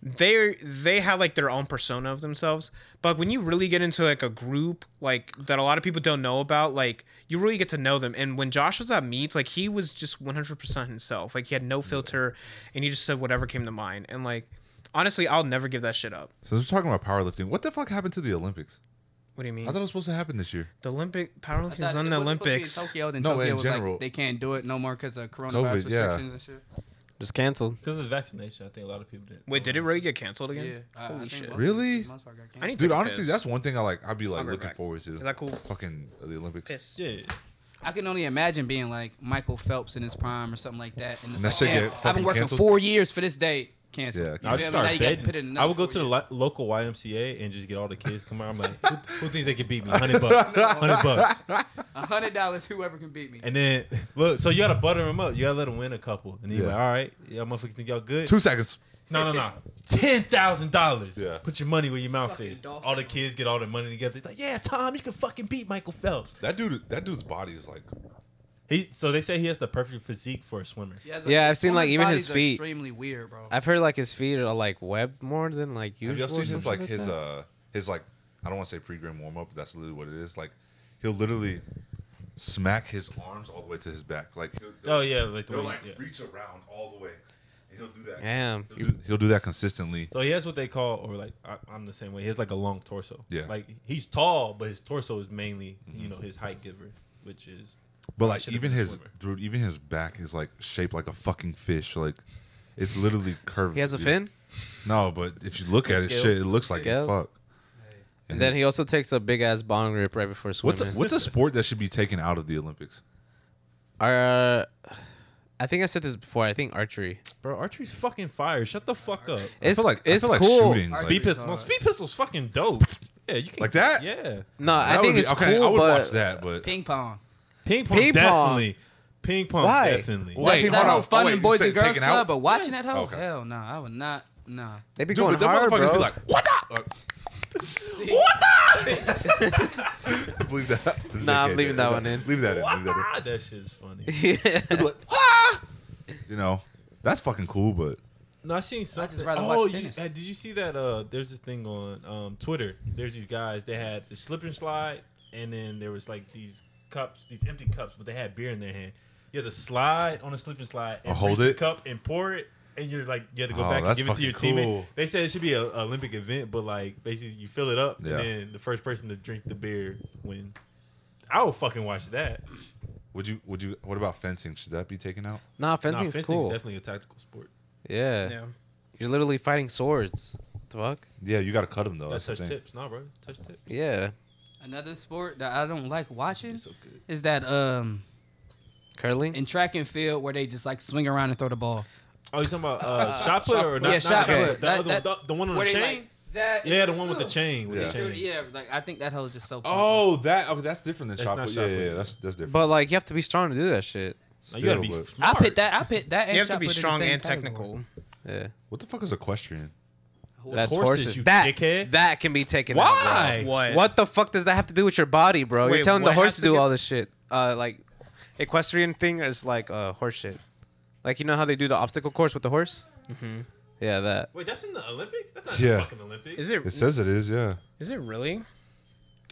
S3: they they have like their own persona of themselves. But when you really get into like a group like that a lot of people don't know about like you really get to know them. And when Josh was at meets like he was just one hundred percent himself. Like he had no filter, and he just said whatever came to mind. And like honestly, I'll never give that shit up.
S2: So we're talking about powerlifting. What the fuck happened to the Olympics?
S3: What do you mean?
S2: I thought it was supposed to happen this year.
S3: the Olympic
S1: fuck.
S3: powerlifting
S1: I
S3: is
S1: thought
S3: on
S1: it
S3: the
S1: was supposed to be in
S3: Olympics.
S1: Tokyo, then
S2: No,
S1: Tokyo
S2: in
S1: was
S2: general.
S1: like they can't do it no more because of coronavirus
S2: COVID, yeah.
S1: restrictions and shit.
S4: Just canceled.
S5: Because it's vaccination. I think a lot of people did.
S3: Wait, did it really get canceled again?
S1: Yeah, I- I
S3: Holy
S1: think
S3: shit.
S1: most of it-
S2: Really?
S1: most part got
S3: I need to
S2: Dude,
S3: take a
S2: honestly,
S3: piss.
S2: that's one thing I like. I'd be like
S3: I'll be
S2: looking
S3: back.
S2: forward to.
S3: Is that cool?
S2: Fucking the Olympics.
S3: piss.
S5: Yeah.
S1: I can only imagine being like Michael Phelps in his prime or something like that. And it's
S2: That
S1: like,
S2: shit
S1: damn,
S2: get
S1: I've
S2: fucking
S1: been working
S2: canceled.
S1: four years for this day. Cancel. You
S2: Yeah, I
S5: I
S1: feel
S5: just
S1: me?
S5: start
S1: Now you gotta put in
S5: betting.
S1: another
S5: I would go
S1: four
S5: to the
S1: years.
S5: lo- local YMCA and just get all the kids. Come on, I'm like, who, who thinks they can beat me? (laughs) Hundred bucks, hundred bucks.
S1: A hundred dollars, whoever can beat me.
S5: And then look, so you gotta butter them up. You gotta let them win a couple. And then you're
S2: Yeah.
S5: like, all right, y'all motherfuckers think y'all good.
S2: Two seconds.
S5: No, no, no. (laughs) Ten thousand dollars.
S2: Yeah.
S5: Put your money where your mouth
S1: Fucking
S5: is.
S1: dolphin.
S5: All the kids get all their money together. They're like, yeah, Tom, you can fucking beat Michael Phelps.
S2: That dude. That dude's body is like.
S5: He so they say he has the perfect physique for a swimmer.
S1: that's
S4: Yeah,
S1: what-
S4: I've seen,
S1: women's
S4: like, even his
S1: bodies are
S4: feet.
S1: Extremely weird, bro.
S4: I've heard like his feet are like webbed more than like
S2: Have
S4: usual.
S2: y'all
S4: or
S2: seen his
S4: something
S2: like his
S4: that?
S2: uh his like I don't want to say pre-game warm up, but that's literally what it is. Like he'll literally smack his arms all the way to his back. Like he'll,
S5: Oh yeah, like the
S2: he'll
S5: way,
S2: like
S5: yeah.
S2: reach around all the way. And he'll do that.
S4: Damn.
S2: He'll do, he'll do that consistently.
S5: So he has what they call, or like I, I'm the same way. He has like a long torso.
S2: Yeah. Mm-hmm.
S5: Like he's tall, but his torso is mainly you know his height giver, which is
S2: But like
S5: should've
S2: even
S5: been a
S2: his
S5: swimmer.
S2: dude, even his back is like shaped like a fucking fish. Like it's literally (laughs) curved.
S4: He has a
S2: dude.
S4: fin,
S2: No, but if you look at it,
S5: Scales.
S2: shit, it looks like
S4: Scales.
S2: fuck.
S4: and then he also takes a big ass bong rip right before
S2: What's a,
S4: swimming.
S2: what's a sport that should be taken out of the Olympics?
S4: Uh, I think I said this before. I think archery.
S5: bro. Archery's fucking fire. Shut the fuck up.
S4: It's
S2: like
S4: it's
S2: I feel like
S4: cool.
S2: shooting. Like,
S5: Speed pistol. No, speed pistol's fucking dope. Yeah, you can
S2: Like that?
S5: Yeah.
S4: No,
S2: that
S4: I think
S2: would be-
S4: it's
S2: okay,
S4: cool.
S2: I would
S4: but
S2: watch that, but
S1: Ping pong.
S5: Ping pong,
S4: Ping pong.
S5: definitely. Ping pong
S4: Why?
S5: definitely.
S2: Wait,
S1: that
S2: hold
S1: whole
S2: on.
S1: fun
S2: Oh, wait,
S1: and
S2: you
S1: boys
S2: said
S1: and girls
S2: taken out?
S1: club, but watching that whole
S2: Okay.
S1: hell no, I would not. No.
S4: They be
S2: Dude,
S4: going
S2: but them
S4: hard,
S2: motherfuckers
S4: bro.
S2: be like, what the? what
S5: (laughs)
S2: the? Believe that. This is
S4: Nah, I'm
S2: okay,
S4: leaving
S2: Jay.
S4: that one in.
S2: Leave that in. Leave that
S5: Ah, (laughs) that shit's funny.
S2: (laughs) in. Be like, "Ah!" You know, that's fucking cool, but
S5: No, I seen something.
S1: just rather
S5: oh,
S1: watch
S5: you-
S1: tennis.
S5: uh, did you see that? Uh, there's this thing on um, Twitter. There's these guys. They had the slip and slide, and then there was like these cups, these empty cups, but they had beer in their hand. You had to slide on a slip and slide, and
S2: Or hold
S5: reach the
S2: it?
S5: cup and pour it, and you're like you have to go
S2: Oh,
S5: back and
S2: that's
S5: give it to your
S2: fucking cool.
S5: teammate. They said it should be an Olympic event, but like basically you fill it up
S2: Yeah.
S5: and then the first person to drink the beer wins. I would fucking watch that.
S2: Would you? Would you? What about fencing? Should that be taken out?
S4: Nah,
S5: Nah,
S4: fencing's
S5: fencing's
S4: cool.
S5: definitely a tactical sport.
S4: yeah.
S3: Yeah.
S4: you're literally fighting swords. The fuck?
S2: Yeah, you got to cut them though.
S5: That's
S2: Oh, That's,
S5: touch
S2: the thing.
S5: tips, nah, bro. Touch tips.
S4: Yeah,
S1: Another sport that I don't like watching
S5: It's so good.
S1: is that um
S4: curling.
S1: in track and field where they just like swing around and throw the ball.
S5: Oh, you talking about uh, shot put or not?
S1: Yeah,
S5: not
S1: shot
S5: put.
S1: put.
S5: The,
S1: That-
S5: other
S1: that-
S5: one, the, the one on
S1: Where
S5: the
S1: they,
S5: chain.
S1: like, that
S5: yeah, the one with the chain. With
S2: Yeah.
S5: the chain.
S1: Yeah, like I think that hell is just so.
S2: Oh, that. Okay, that's different than
S5: That's
S2: shot
S5: not
S2: put.
S5: shot
S2: Yeah, yeah,
S5: put.
S2: yeah, that's that's different.
S4: But like, you have to be strong to do that shit.
S5: Like, you gotta be
S2: Still, but-
S1: I
S5: smart.
S1: put that. I put that. and
S3: You have to
S1: shot
S3: be
S1: put in the
S3: strong
S1: same
S3: and
S1: category.
S3: technical.
S4: Yeah,
S2: what the fuck is equestrian?
S4: that's
S5: horses,
S4: horses.
S5: you
S4: that
S5: dickhead.
S4: that can be taken. out, bro.
S5: Why?
S3: What?
S4: What the fuck does that have to do with your body, bro?
S3: Wait,
S4: You're telling the
S3: what
S4: horse
S3: has
S4: to
S3: to
S4: do
S3: get-
S4: all this shit. Uh, like equestrian thing is like uh, horse shit. Like you know how they do the obstacle course with the horse? Mm-hmm. Yeah, that.
S5: Wait, that's in the Olympics? That's not
S2: Yeah.
S5: the fucking Olympics.
S3: Is it?
S2: It
S3: Is
S2: says it is. Yeah.
S3: it really?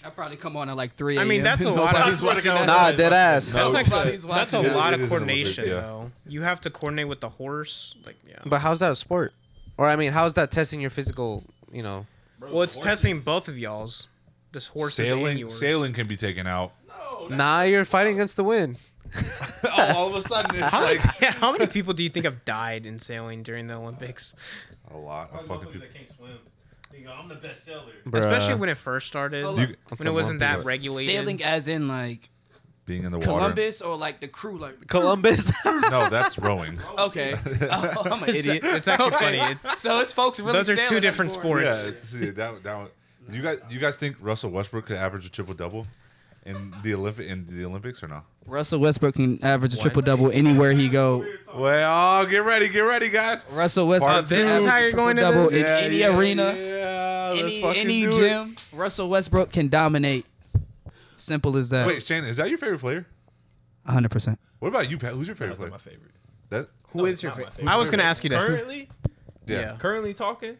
S1: I probably come on at like three.
S3: I mean,
S1: a.m. (laughs)
S3: that's a lot
S1: Nobody's
S3: of-
S5: I swear to
S1: watching
S5: God,
S1: that.
S4: Nah, dead ass.
S3: That's like
S1: Nobody's
S3: that's a
S1: watching.
S2: It-
S3: lot
S2: it
S3: of
S2: is an Olympic,
S3: coordination
S2: yeah.
S3: though. You have to coordinate with the horse. Like yeah.
S4: But how's that a sport? Or I mean, how's that testing your physical? You know,
S3: Well, it's testing both of y'all's. This horse and
S2: Sailing.
S3: yours. (laughs)
S2: Sailing can be taken
S4: (laughs)
S2: out.
S4: nah, you're fighting against the wind.
S2: oh, all of a sudden it's
S3: How many,
S2: like
S3: how many people do you think have died in sailing during the Olympics?
S2: a lot of fucking people.
S5: can't swim. I'm the best sailor.
S3: Especially
S4: Bruh.
S3: when it first started,
S1: Hold
S3: when
S1: up.
S4: That's
S3: it
S4: a
S3: wasn't
S4: lumpy
S3: that
S4: one.
S3: regulated.
S1: Sailing as in like
S2: Being in the water.
S1: Columbus or like the crew
S3: (laughs)
S1: like.
S4: Columbus.
S2: No, that's
S4: (laughs)
S2: rowing.
S1: Okay, oh, I'm an idiot.
S3: It's actually
S1: Okay.
S3: funny. (laughs) It,
S1: So it's folks really.
S3: those are
S1: sailing
S3: two
S1: up
S3: different
S1: for it.
S2: yeah,
S3: sports.
S2: see, that that one. Do you guys, do you guys think Russell Westbrook could average a triple double in the Olympic in the Olympics or no?
S1: Russell Westbrook can average a triple double anywhere he go.
S2: Well, get ready, get ready, guys.
S1: Russell Westbrook.
S2: Part
S1: can
S2: two.
S1: average
S2: This is how
S1: a
S3: you're going to
S1: triple-double
S3: this?
S1: in any arena,
S2: yeah, let's
S1: any
S2: fucking
S1: any
S2: do it.
S1: gym. Russell Westbrook can dominate. Simple as that.
S2: Wait, Shannon, is that your favorite player?
S1: 100. percent
S2: What about you, Pat? Who's your favorite
S5: That's not
S2: player?
S5: my favorite.
S2: That
S5: Who is your favorite?
S3: I was gonna ask you that.
S5: Currently,
S2: yeah,
S3: Yeah.
S5: currently talking.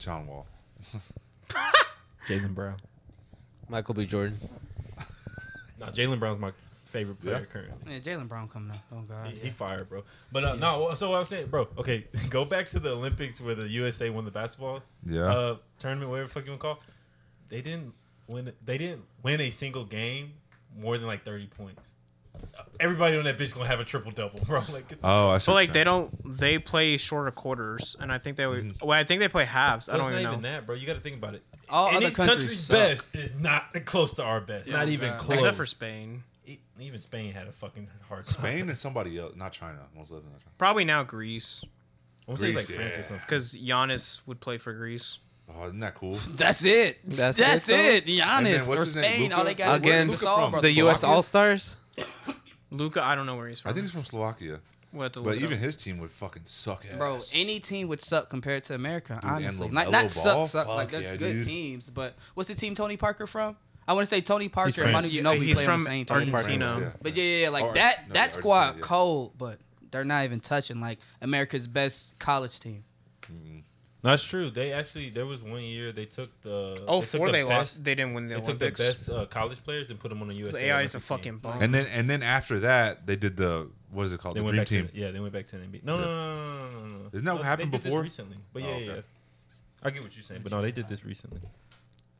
S2: John Wall.
S5: Jalen Brown.
S4: Michael B. Jordan.
S5: No, Jalen Brown's my favorite player
S2: Yeah.
S5: currently.
S1: Man, Jalen Brown coming up. Oh God.
S5: He, he fired, bro. But uh, no, so what I was saying, bro. Okay, (laughs) go back to the Olympics where the USA won the basketball
S2: Yeah.
S5: uh, tournament, whatever the fuck you want to call. it. They didn't win. They didn't win a single game more than like thirty points. Everybody on that bitch gonna have a triple double, bro. (laughs) Like,
S2: Oh, I see.
S3: But
S2: what
S3: like
S2: you're
S3: they
S2: saying.
S3: don't, they play shorter quarters, and I think they would. Well, I think they play halves. I
S5: Well,
S3: don't
S5: it's
S3: even
S5: not
S3: know.
S5: even that, bro. You got to think about it.
S1: All
S5: and
S1: other
S5: these
S1: countries
S5: countries'
S1: suck.
S5: best is not close to our best. not even
S1: God.
S5: close.
S3: oh Except for Spain,
S5: E- even Spain had a fucking hard time.
S2: Spain is somebody else, not China. Most likely not China.
S3: probably now Greece,
S5: I want to say it's like
S2: Greece,
S5: France
S2: yeah.
S5: or something.
S3: because Giannis would play for Greece.
S2: Oh, isn't that cool?
S1: That's it. That's,
S4: That's
S1: it.
S4: it,
S2: And then
S1: Giannis
S2: what's
S1: or
S2: his name,
S1: Spain.
S2: Luka?
S1: All they got
S4: Against
S1: is Luka Saul,
S2: from
S1: bro.
S4: The U.S.
S2: Slovakia?
S4: All Stars.
S3: Luca, I don't know where he's from.
S2: I think he's from Slovakia,
S3: we'll have to look
S2: but
S3: it
S2: even
S3: up.
S2: his team would fucking suck ass.
S1: Bro, any team would suck compared to America,
S2: and
S1: honestly.
S2: LaMelo
S1: Not, not
S2: Ball?
S1: suck, suck. Like,
S2: Fuck
S1: there's
S2: yeah,
S1: good
S2: dude.
S1: teams, but what's the team Tony Parker from? I want to say Tony Parker and Manu
S5: France.
S1: Ginobili
S3: he's
S1: play on
S3: from
S1: the same team.
S3: Argentina.
S2: Yeah.
S1: But yeah, yeah, yeah, like
S2: Or-
S1: that
S2: no,
S1: that
S2: yeah,
S1: squad
S2: Argentina, yeah.
S1: cold, but they're not even touching like America's best college team.
S5: That's true. They actually there was one year they took the
S3: Oh,
S5: took
S3: four
S5: the
S3: they
S5: best-
S3: lost. They didn't win the
S5: They took the
S3: Olympics.
S5: best uh, college players and put them on the USA.
S3: AI is a
S5: Olympic
S3: fucking
S5: team.
S3: bum.
S2: And then and then after that, they did the what is it called?
S5: They
S2: the
S5: went
S2: Dream
S5: back
S2: Team.
S5: To, yeah, they went back to the NBA. No, no, no, no, no, no, no.
S2: Isn't that
S5: no,
S2: what happened
S5: they did this
S2: before?
S5: recently? But yeah,
S2: Oh,
S5: yeah,
S2: okay.
S5: yeah. I get what you're saying, but no, they did this recently.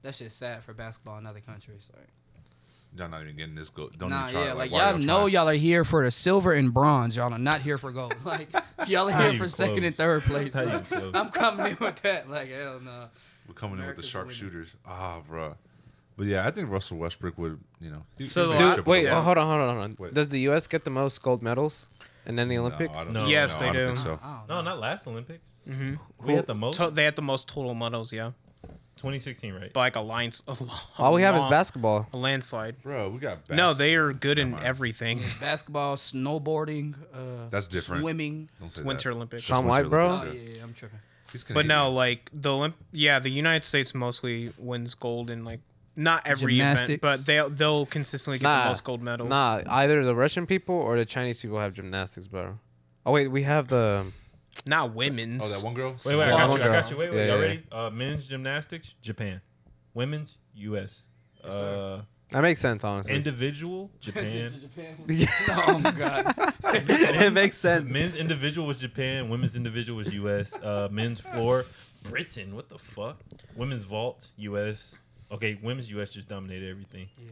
S1: That's just sad for basketball in other countries. Like,
S2: Y'all not even getting this good. Don't
S1: nah,
S2: even try.
S1: yeah, like,
S2: why
S1: y'all, know
S2: trying?
S1: y'all are here for the silver and bronze. Y'all are not here for gold. (laughs) Like y'all are
S5: Not
S1: here for
S5: even
S1: second
S5: close.
S1: and third place.
S5: Not
S1: Like,
S5: even close.
S1: I'm coming in with that. Like hell no.
S2: We're coming in with the
S1: America's winning.
S2: sharpshooters. Ah, bruh. But yeah, I think Russell Westbrook would, you know. he- he'd
S3: So the
S2: make a
S3: la-
S4: Dude,
S2: triple
S4: wait,
S2: double.
S4: oh, hold on, hold on, hold on.
S2: Wait.
S4: Does the U.S. get the most gold medals in any Olympic?
S2: No, I don't,
S5: No.
S3: Yes,
S2: no,
S3: they
S2: I
S3: do.
S2: don't think so.
S1: I don't know.
S5: No, not last Olympics.
S3: Mm-hmm.
S5: We had the most
S3: To- they had the most total medals, yeah,
S5: 2016, right?
S3: but like a lines. A lo-
S4: All we have is
S3: long-
S4: basketball.
S3: A landslide.
S2: Bro, we got
S3: No,
S2: bastards.
S3: they are good in
S2: Never mind.
S3: everything.
S2: (laughs)
S3: (laughs)
S1: Basketball, snowboarding. Uh,
S2: That's different.
S1: Swimming.
S2: Don't say
S3: Winter
S2: that.
S3: Olympics.
S2: Just
S4: Sean
S2: Winter
S4: White, bro?
S1: Oh
S2: Olympics, yeah.
S1: yeah, yeah, I'm tripping.
S2: He's
S3: But
S2: Canadian.
S3: no, like the Olymp, yeah, the United States mostly wins gold in like not every
S1: Gymnastics.
S3: event, but they will they'll consistently get the most gold medals.
S4: Nah, either the Russian people or the Chinese people have gymnastics, bro. Oh wait, we have the
S3: Not women's.
S2: Oh, that one girl?
S5: Wait, wait,
S4: Well,
S5: I got you. I
S4: okay.
S5: got you. Wait, wait,
S4: Yeah,
S5: y'all
S4: yeah.
S5: ready? Uh, men's gymnastics, Japan. Women's, U.S. Uh,
S4: That makes sense, honestly. (laughs)
S5: Individual
S3: (laughs)
S5: Japan.
S1: (laughs) oh my god.
S4: it makes sense.
S5: men's individual was Japan. Women's individual was U.S. Uh, men's floor Britain. What the fuck? Women's vault U.S. Okay, women's U.S. just dominated everything.
S1: Yeah.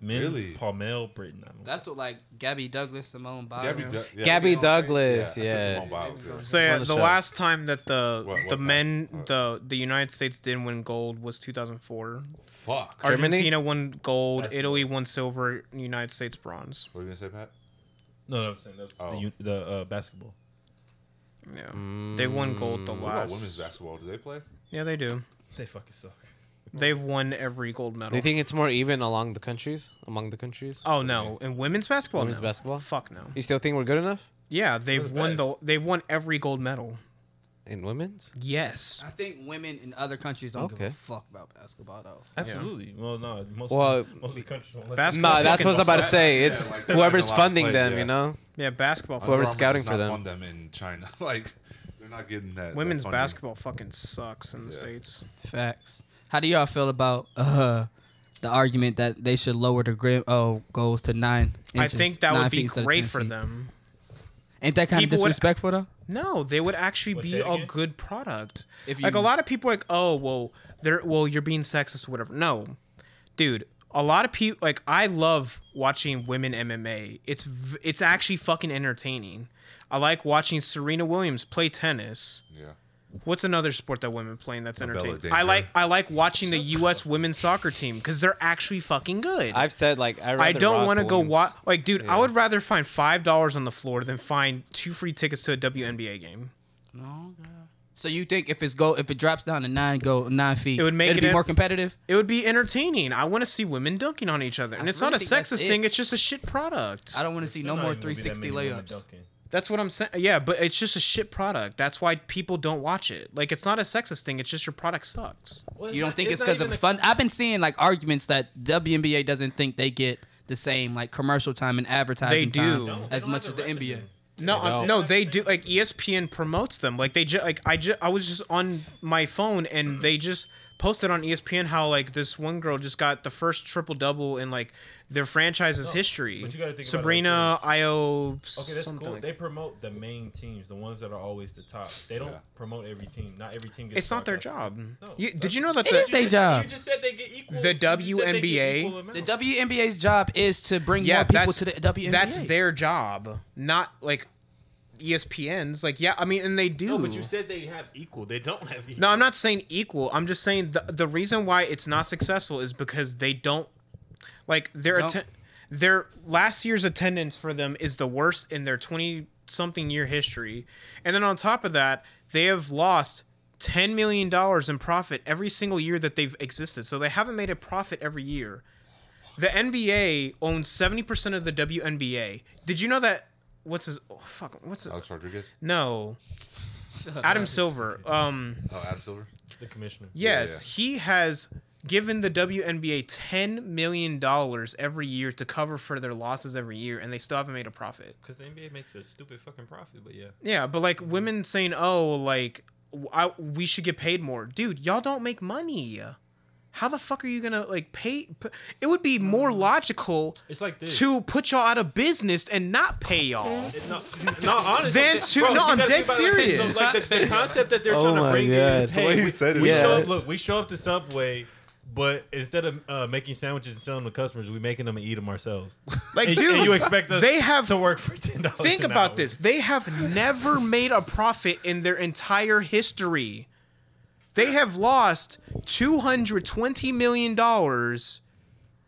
S5: Men's
S2: Really?
S5: Palmel Britain. I don't
S1: That's what like Gabby Douglas, Simone Biles.
S2: Gabby, Doug- yeah,
S4: Gabby
S1: Yeah.
S4: Douglas,
S2: I said
S4: yeah.
S2: Simone Biles, yeah.
S3: So yeah,
S4: On the
S3: the,
S4: show.
S3: last time that the
S2: What- what
S3: the
S2: time?
S3: men
S2: What?
S3: the the United States didn't win gold was 2004.
S2: Fuck. What
S4: Germany?
S3: Argentina won gold,
S5: That's-
S3: Italy won silver, United States bronze.
S2: were you gonna say, Pat?
S5: know. No, no, I'm saying the,
S2: Oh.
S5: the, un- the uh, basketball.
S3: Yeah, they won gold the
S2: Mm. What about
S3: last.
S2: women's basketball? Do they play?
S3: Yeah, they do.
S5: They fucking suck.
S3: They've won every gold
S4: Do
S3: medal.
S4: you think it's more even along the countries? Among the countries?
S3: oh no, in women's basketball.
S4: Women's
S3: no.
S4: basketball?
S3: Fuck no.
S4: You still think we're good enough
S3: Yeah, they've
S5: the
S3: won the they've won every gold medal.
S4: in women's?
S3: Yes.
S1: I think women in other countries don't give a
S4: Okay.
S1: fuck about basketball though.
S5: Absolutely. Well, no. Most,
S4: Well,
S5: most of the countries don't let
S3: Basketball.
S4: No, that's what I was
S3: fucking
S4: about to
S3: sucks.
S4: say. It's
S2: like, they're
S4: whoever's
S2: getting a lot of
S4: funding
S2: play,
S4: them,
S2: yeah.
S4: you know.
S3: Yeah, basketball.
S4: Whoever's
S2: Under Armour's
S4: scouting for
S2: not
S4: them.
S2: fund them in China. Like they're not getting that. that
S3: Women's
S2: funding.
S3: basketball fucking sucks in the
S2: Yeah.
S3: states.
S1: Facts. How do y'all feel about uh the argument that they should lower the grim oh goals to nine?
S3: I
S1: Inches,
S3: think that
S1: nine
S3: would be
S1: feet instead of
S3: great
S1: 10
S3: for
S1: feet?
S3: them.
S1: Ain't that kind
S3: People
S1: of
S3: would-
S1: disrespectful though?
S3: No, they would actually
S5: What, say
S3: be
S5: it
S3: a
S5: again?
S3: good product.
S1: If
S3: like a
S1: you-
S3: lot of people are like, oh well, they're well, you're being sexist or whatever. No, dude, a lot of people like I love watching women MMA. It's v- it's actually fucking entertaining. I like watching Serena Williams play tennis.
S2: Yeah.
S3: What's another sport that women playing that's entertaining?
S2: Danger.
S3: I like I like watching the U.S. women's soccer team because they're actually fucking good.
S4: I've said like I.
S3: I don't
S4: want to
S3: go watch. Like, dude, I would rather find five dollars on the floor than find two free tickets to a WNBA game.
S1: No. So you think if it's go if it drops down to nine go nine feet,
S3: It would make
S1: it'd
S3: it
S1: be
S3: in-
S1: more competitive.
S3: It would be entertaining. I want to see women dunking on each other, and
S1: I
S3: it's
S1: really
S3: not a
S1: think that's
S3: sexist
S1: it.
S3: thing. It's just a shit product.
S1: I don't want to see no
S5: Not
S1: more
S5: even gonna be that
S1: 360
S5: many women
S1: layups.
S5: dunking.
S3: That's what I'm saying. Yeah, but it's just a shit product. That's why people don't watch it. Like, it's not a sexist thing. It's just your product sucks.
S1: You don't think it's because of fun? I've been seeing like arguments that WNBA doesn't think they get the same like commercial time and advertising
S3: They do.
S1: time
S5: Don't. They
S1: as
S5: don't
S1: much as
S5: have
S1: the
S5: the
S1: NBA.
S5: revenue.
S3: No, uh, no, they do. Like ESPN promotes them. Like they just like I just I was just on my phone
S5: Mm.
S3: and they just posted on E ESPN how like this one girl just got the first triple double in like their franchise's history.
S5: Oh, but you gotta think about it like
S3: Sabrina
S5: this.
S3: Io.
S5: Okay, that's
S3: something
S5: cool.
S3: like-
S5: they promote the main teams, the ones that are always the top. They don't
S2: Yeah.
S5: promote every team. Not every team gets.
S3: it's not their job.
S5: broadcast. No,
S3: you,
S5: that's-
S3: did you know that
S1: It
S3: the,
S1: is their job.
S5: You just said they get
S3: The
S5: equal. you just said they get
S3: WNBA
S5: equal amount.
S1: The WNBA's job is to bring
S3: yeah
S1: more people
S3: that's
S1: to the WNBA.
S3: That's their job, not like E ESPN's. Like yeah, I mean, and they do.
S5: No, but you said they have equal. They don't have equal.
S3: No, I'm not saying equal. I'm just saying the the reason why it's not successful is because they don't like their
S1: Don't-
S3: atten- their last year's attendance for them is the worst in their 20 something year history. And then on top of that, they have lost 10 million dollars in profit every single year that they've existed. So they haven't made a profit every year. The NBA owns 70% of the WNBA. Did you know that what's his oh, fuck what's it?
S2: Alex Rodriguez.
S3: No. Adam Silver. Um
S2: Oh, Adam Silver.
S5: The commissioner.
S3: Yes, he has given the WNBA ten million dollars every year to cover for their losses every year, and they still haven't made a profit. Mm-hmm.
S5: Because the NBA makes a stupid fucking profit, but yeah.
S3: Yeah, but like women saying, "Oh, like w- I, we should get paid more, dude. Y'all don't make money. How the fuck are you gonna like pay? p- It would be more logical
S5: It's like this.
S3: to put y'all out of business and not pay y'all."
S5: It- No, no, honestly.
S3: Then
S5: that-
S3: two-
S5: bro,
S3: no,
S5: you
S3: I'm
S5: gotta
S3: dead
S5: think about it like this.
S3: serious.
S5: So, like, the, the concept that they're
S4: Oh
S5: trying
S4: my
S5: to bring in is,
S4: God.
S5: hey,
S2: The way you
S5: we,
S2: said it,
S5: we
S2: yeah.
S5: show up, look, we show up to Subway, but instead of uh, making sandwiches and selling them to customers, we making them and eat them ourselves.
S3: Like,
S5: and,
S3: dude,
S5: and you expect us
S3: they have
S5: to work for ten dollars.
S3: Think about this. They have
S5: (laughs)
S3: never made a profit in their entire history. They have lost $220 million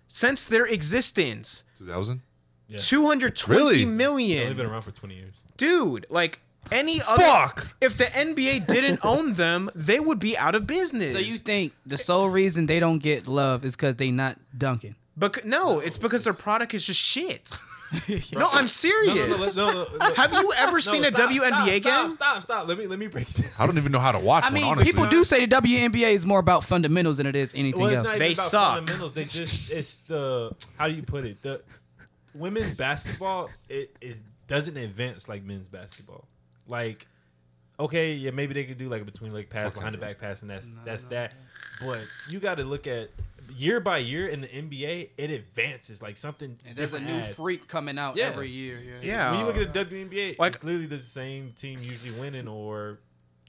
S3: since their existence.
S2: 2000.
S5: Yeah.
S3: Two hundred twenty
S2: Really?
S5: They've only been
S3: million,
S5: around for twenty years.
S3: Dude, like any other. Fuck! If the NBA
S5: (laughs)
S3: didn't own them, they would be out of business.
S1: So you think the sole reason they don't get love is because they not dunking?
S3: (laughs) Bec- no, it's because their product is just shit. no, I'm
S5: No,
S3: serious.
S5: no, no, no, no, no,
S3: Have you ever seen a
S5: stop,
S3: WNBA
S5: stop,
S3: game?
S5: Stop, stop, stop. Let me let me break it down.
S2: I don't even know how to watch
S1: I
S2: one,
S1: mean,
S2: honestly.
S1: people do say the WNBA is more about fundamentals than it is anything
S5: Well, it's
S1: else.
S5: not
S3: They
S5: even about
S3: suck.
S5: fundamentals. They just it's the how do you put it? The women's basketball it is doesn't advance like men's basketball. Like okay, yeah, maybe they could do like a between leg pass, behind the back pass, and that's that's that. But you got to look at year by year in the NBA, it advances like something.
S1: And there's a
S5: different
S1: new
S5: adds.
S1: freak coming out
S5: Yeah.
S1: every year. Yeah.
S3: Yeah.
S5: When you look at the WNBA,
S3: Like-
S5: it's literally the same team usually winning. Or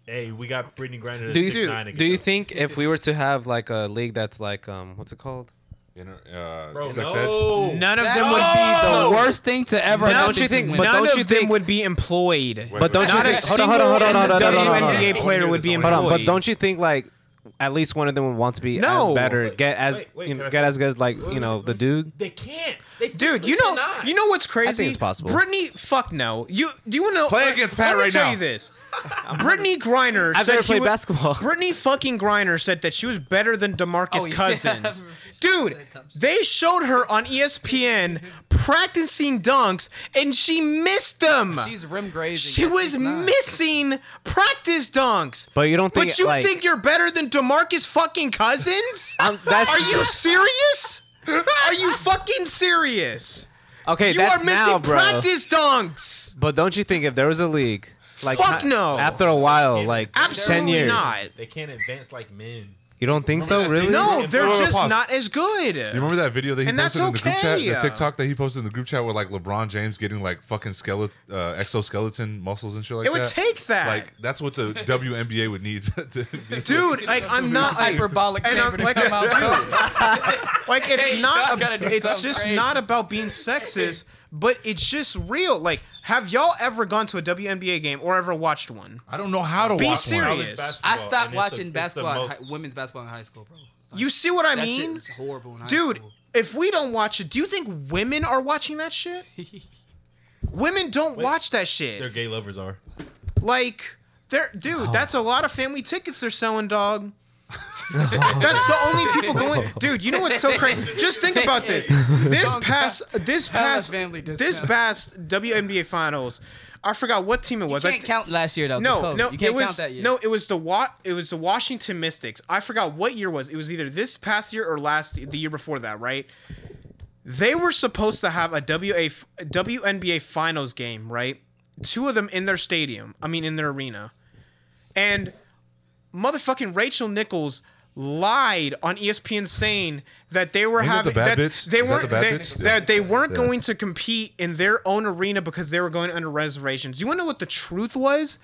S5: hey, we got Brittany Griner.
S4: Do
S5: Do
S4: you
S5: six, nine
S4: do,
S5: again.
S4: do you think if we were to have like a league that's like um what's it called?
S2: Inter, uh,
S5: Bro,
S2: sex ed.
S5: no.
S3: None of
S1: That
S3: them
S1: would
S3: would
S5: Oh!
S1: be the
S3: be
S1: worst thing to ever.
S4: But
S1: happen
S4: don't you
S1: to
S4: think-
S1: women.
S3: the.
S4: But
S3: None
S4: don't
S3: of
S4: you
S3: them
S4: think-
S3: would be employed.
S2: Wait,
S4: But don't
S2: wait,
S4: you
S3: Not a
S4: think? Hold on,
S3: single
S4: hold on, hold on, hold on, hold on, hold on,
S3: WNBA
S4: hold on.
S3: player would be
S4: Hold
S3: employed.
S4: on, but don't you think like at least one of them would want to be
S3: No.
S4: as better,
S5: Wait,
S4: get as
S5: wait, wait,
S4: you
S5: can
S4: know,
S5: I
S4: get
S5: say-
S4: as good as like
S5: Wait,
S4: you know
S5: listen,
S4: the
S5: listen.
S4: dude?
S5: They can't. They
S3: Dude, you know, you know what's crazy?
S4: it's possible.
S3: Brittany, fuck no. You do you want to
S2: Play against Pat
S3: let me
S2: right
S3: tell
S2: now. (laughs)
S3: You this, Brittany Griner.
S4: I've
S3: said
S4: never
S3: she
S4: played
S3: wa-
S4: basketball.
S3: Brittany fucking Griner said that she was better than Demarcus
S1: Oh, yeah. (laughs)
S3: Cousins. Dude, they showed her on E ESPN practicing dunks, and she missed them.
S1: She's rim grazing.
S3: she
S1: at
S3: was
S1: 6'9".
S3: missing practice dunks.
S4: But you don't think
S3: But you
S4: like,
S3: think you're better than Demarcus fucking Cousins?
S4: (laughs) I'm- that's-
S3: Are you serious? Are you fucking serious?
S4: okay?
S3: You
S4: that's
S3: are missing
S4: now, bro.
S3: practice dunks.
S4: But don't you think if there was a league, like
S3: Fuck
S4: ha-
S3: no.
S4: after a while, like ten
S3: Absolutely
S4: years,
S3: not.
S5: They can't advance like men.
S4: you don't think so, really?
S3: No, they're
S2: Wait, wait,
S3: just
S2: pause.
S3: not as good.
S2: You remember that video that he
S3: And that's
S2: posted in the group chat?
S3: okay.
S2: The TikTok that he posted in the group chat with like LeBron James getting like fucking skeleton, uh, exoskeleton muscles and shit like
S3: It
S2: that.
S3: would take that.
S2: Like that's what the WNBA would need (laughs) to. to be-
S3: Dude, like I'm
S1: (laughs)
S3: not like,
S1: Hyperbolic
S3: And I'm
S1: chamber to
S3: like-
S1: come out.
S3: like it's
S1: Hey,
S3: not
S1: y'all gotta
S3: a,
S1: do
S3: it's
S1: something
S3: just
S1: crazy.
S3: not about being sexist, but it's just real. Like have y'all ever gone to a WNBA game or ever watched one?
S2: I don't know how to
S3: Be
S2: watch
S3: serious.
S2: One.
S5: College basketball,
S1: I
S5: and
S1: stopped
S5: it's the-
S1: watching
S5: it's the
S1: basketball, in
S5: most-
S1: hi- women's basketball in high school, bro.
S3: You see what I
S1: That shit
S3: mean?
S1: was horrible in high
S3: Dude,
S1: school.
S3: if we don't watch it, do you think women are watching
S1: (laughs)
S3: that shit? women don't watch that
S5: Their
S3: shit.
S5: gay lovers are.
S3: Like they're dude, that's a lot of family tickets they're
S1: (laughs)
S3: selling, dog. that's the only people going. Dude, you know what's so crazy? Just think about this. This past this
S1: Hella
S3: past
S1: family
S3: this
S1: discount.
S3: past WNBA finals, I forgot what team it
S1: You
S3: was. I
S1: can't
S3: thi-
S1: count last year though. 'cause
S3: no,
S1: COVID.
S3: no,
S1: you can't
S3: it was
S1: count that year.
S3: no, it was the Wa- it was the Washington Mystics. I forgot what year it was. It was either this past year or last the year before that, right? They were supposed to have a WA f- WNBA finals game, right? Two of them in their stadium. I mean, in their arena, and motherfucking Rachel Nichols lied on E ESPN saying that they were
S2: Ain't that the
S3: having
S2: bad bitch?
S3: that, they
S2: Is that the
S3: weren't
S2: bad
S3: they-
S2: bitch?
S3: that they weren't
S2: Yeah.
S3: going to compete in their own arena because they were going under reservations. You want to know what the truth was?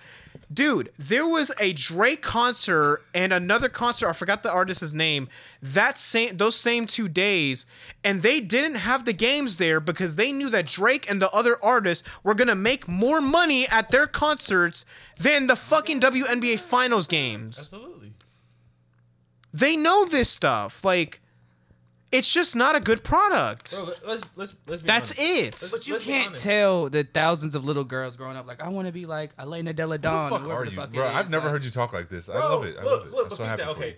S3: Dude, there was a Drake concert and another concert, I forgot the artist's name, that same those same two days, and they didn't have the games there because they knew that Drake and the other artists were gonna make more money at their concerts than the fucking WNBA finals games.
S5: Absolutely.
S3: They know this stuff. Like it's just not a good product.
S5: Bro, let- let's let's let's be
S3: That's
S5: honest.
S3: it.
S5: Let's-
S1: But you
S5: let's be
S1: can't
S5: honest.
S1: tell the thousands of little girls growing up like I want to be like Elena Della Don.
S2: Fuck
S1: whoever
S2: are
S1: the
S2: you,
S1: fuck it
S2: bro?
S1: is,
S2: I've never
S1: like-
S2: heard you talk like this. I
S5: Bro,
S2: love it. I
S5: look,
S2: love it.
S5: Look,
S2: I'm
S5: but
S2: so
S5: peep
S2: happy.
S5: that,
S2: for you.
S5: okay.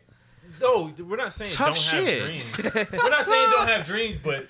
S5: No, we're not saying
S3: Tough
S5: don't
S3: shit.
S5: have dreams. we're not saying don't have dreams, but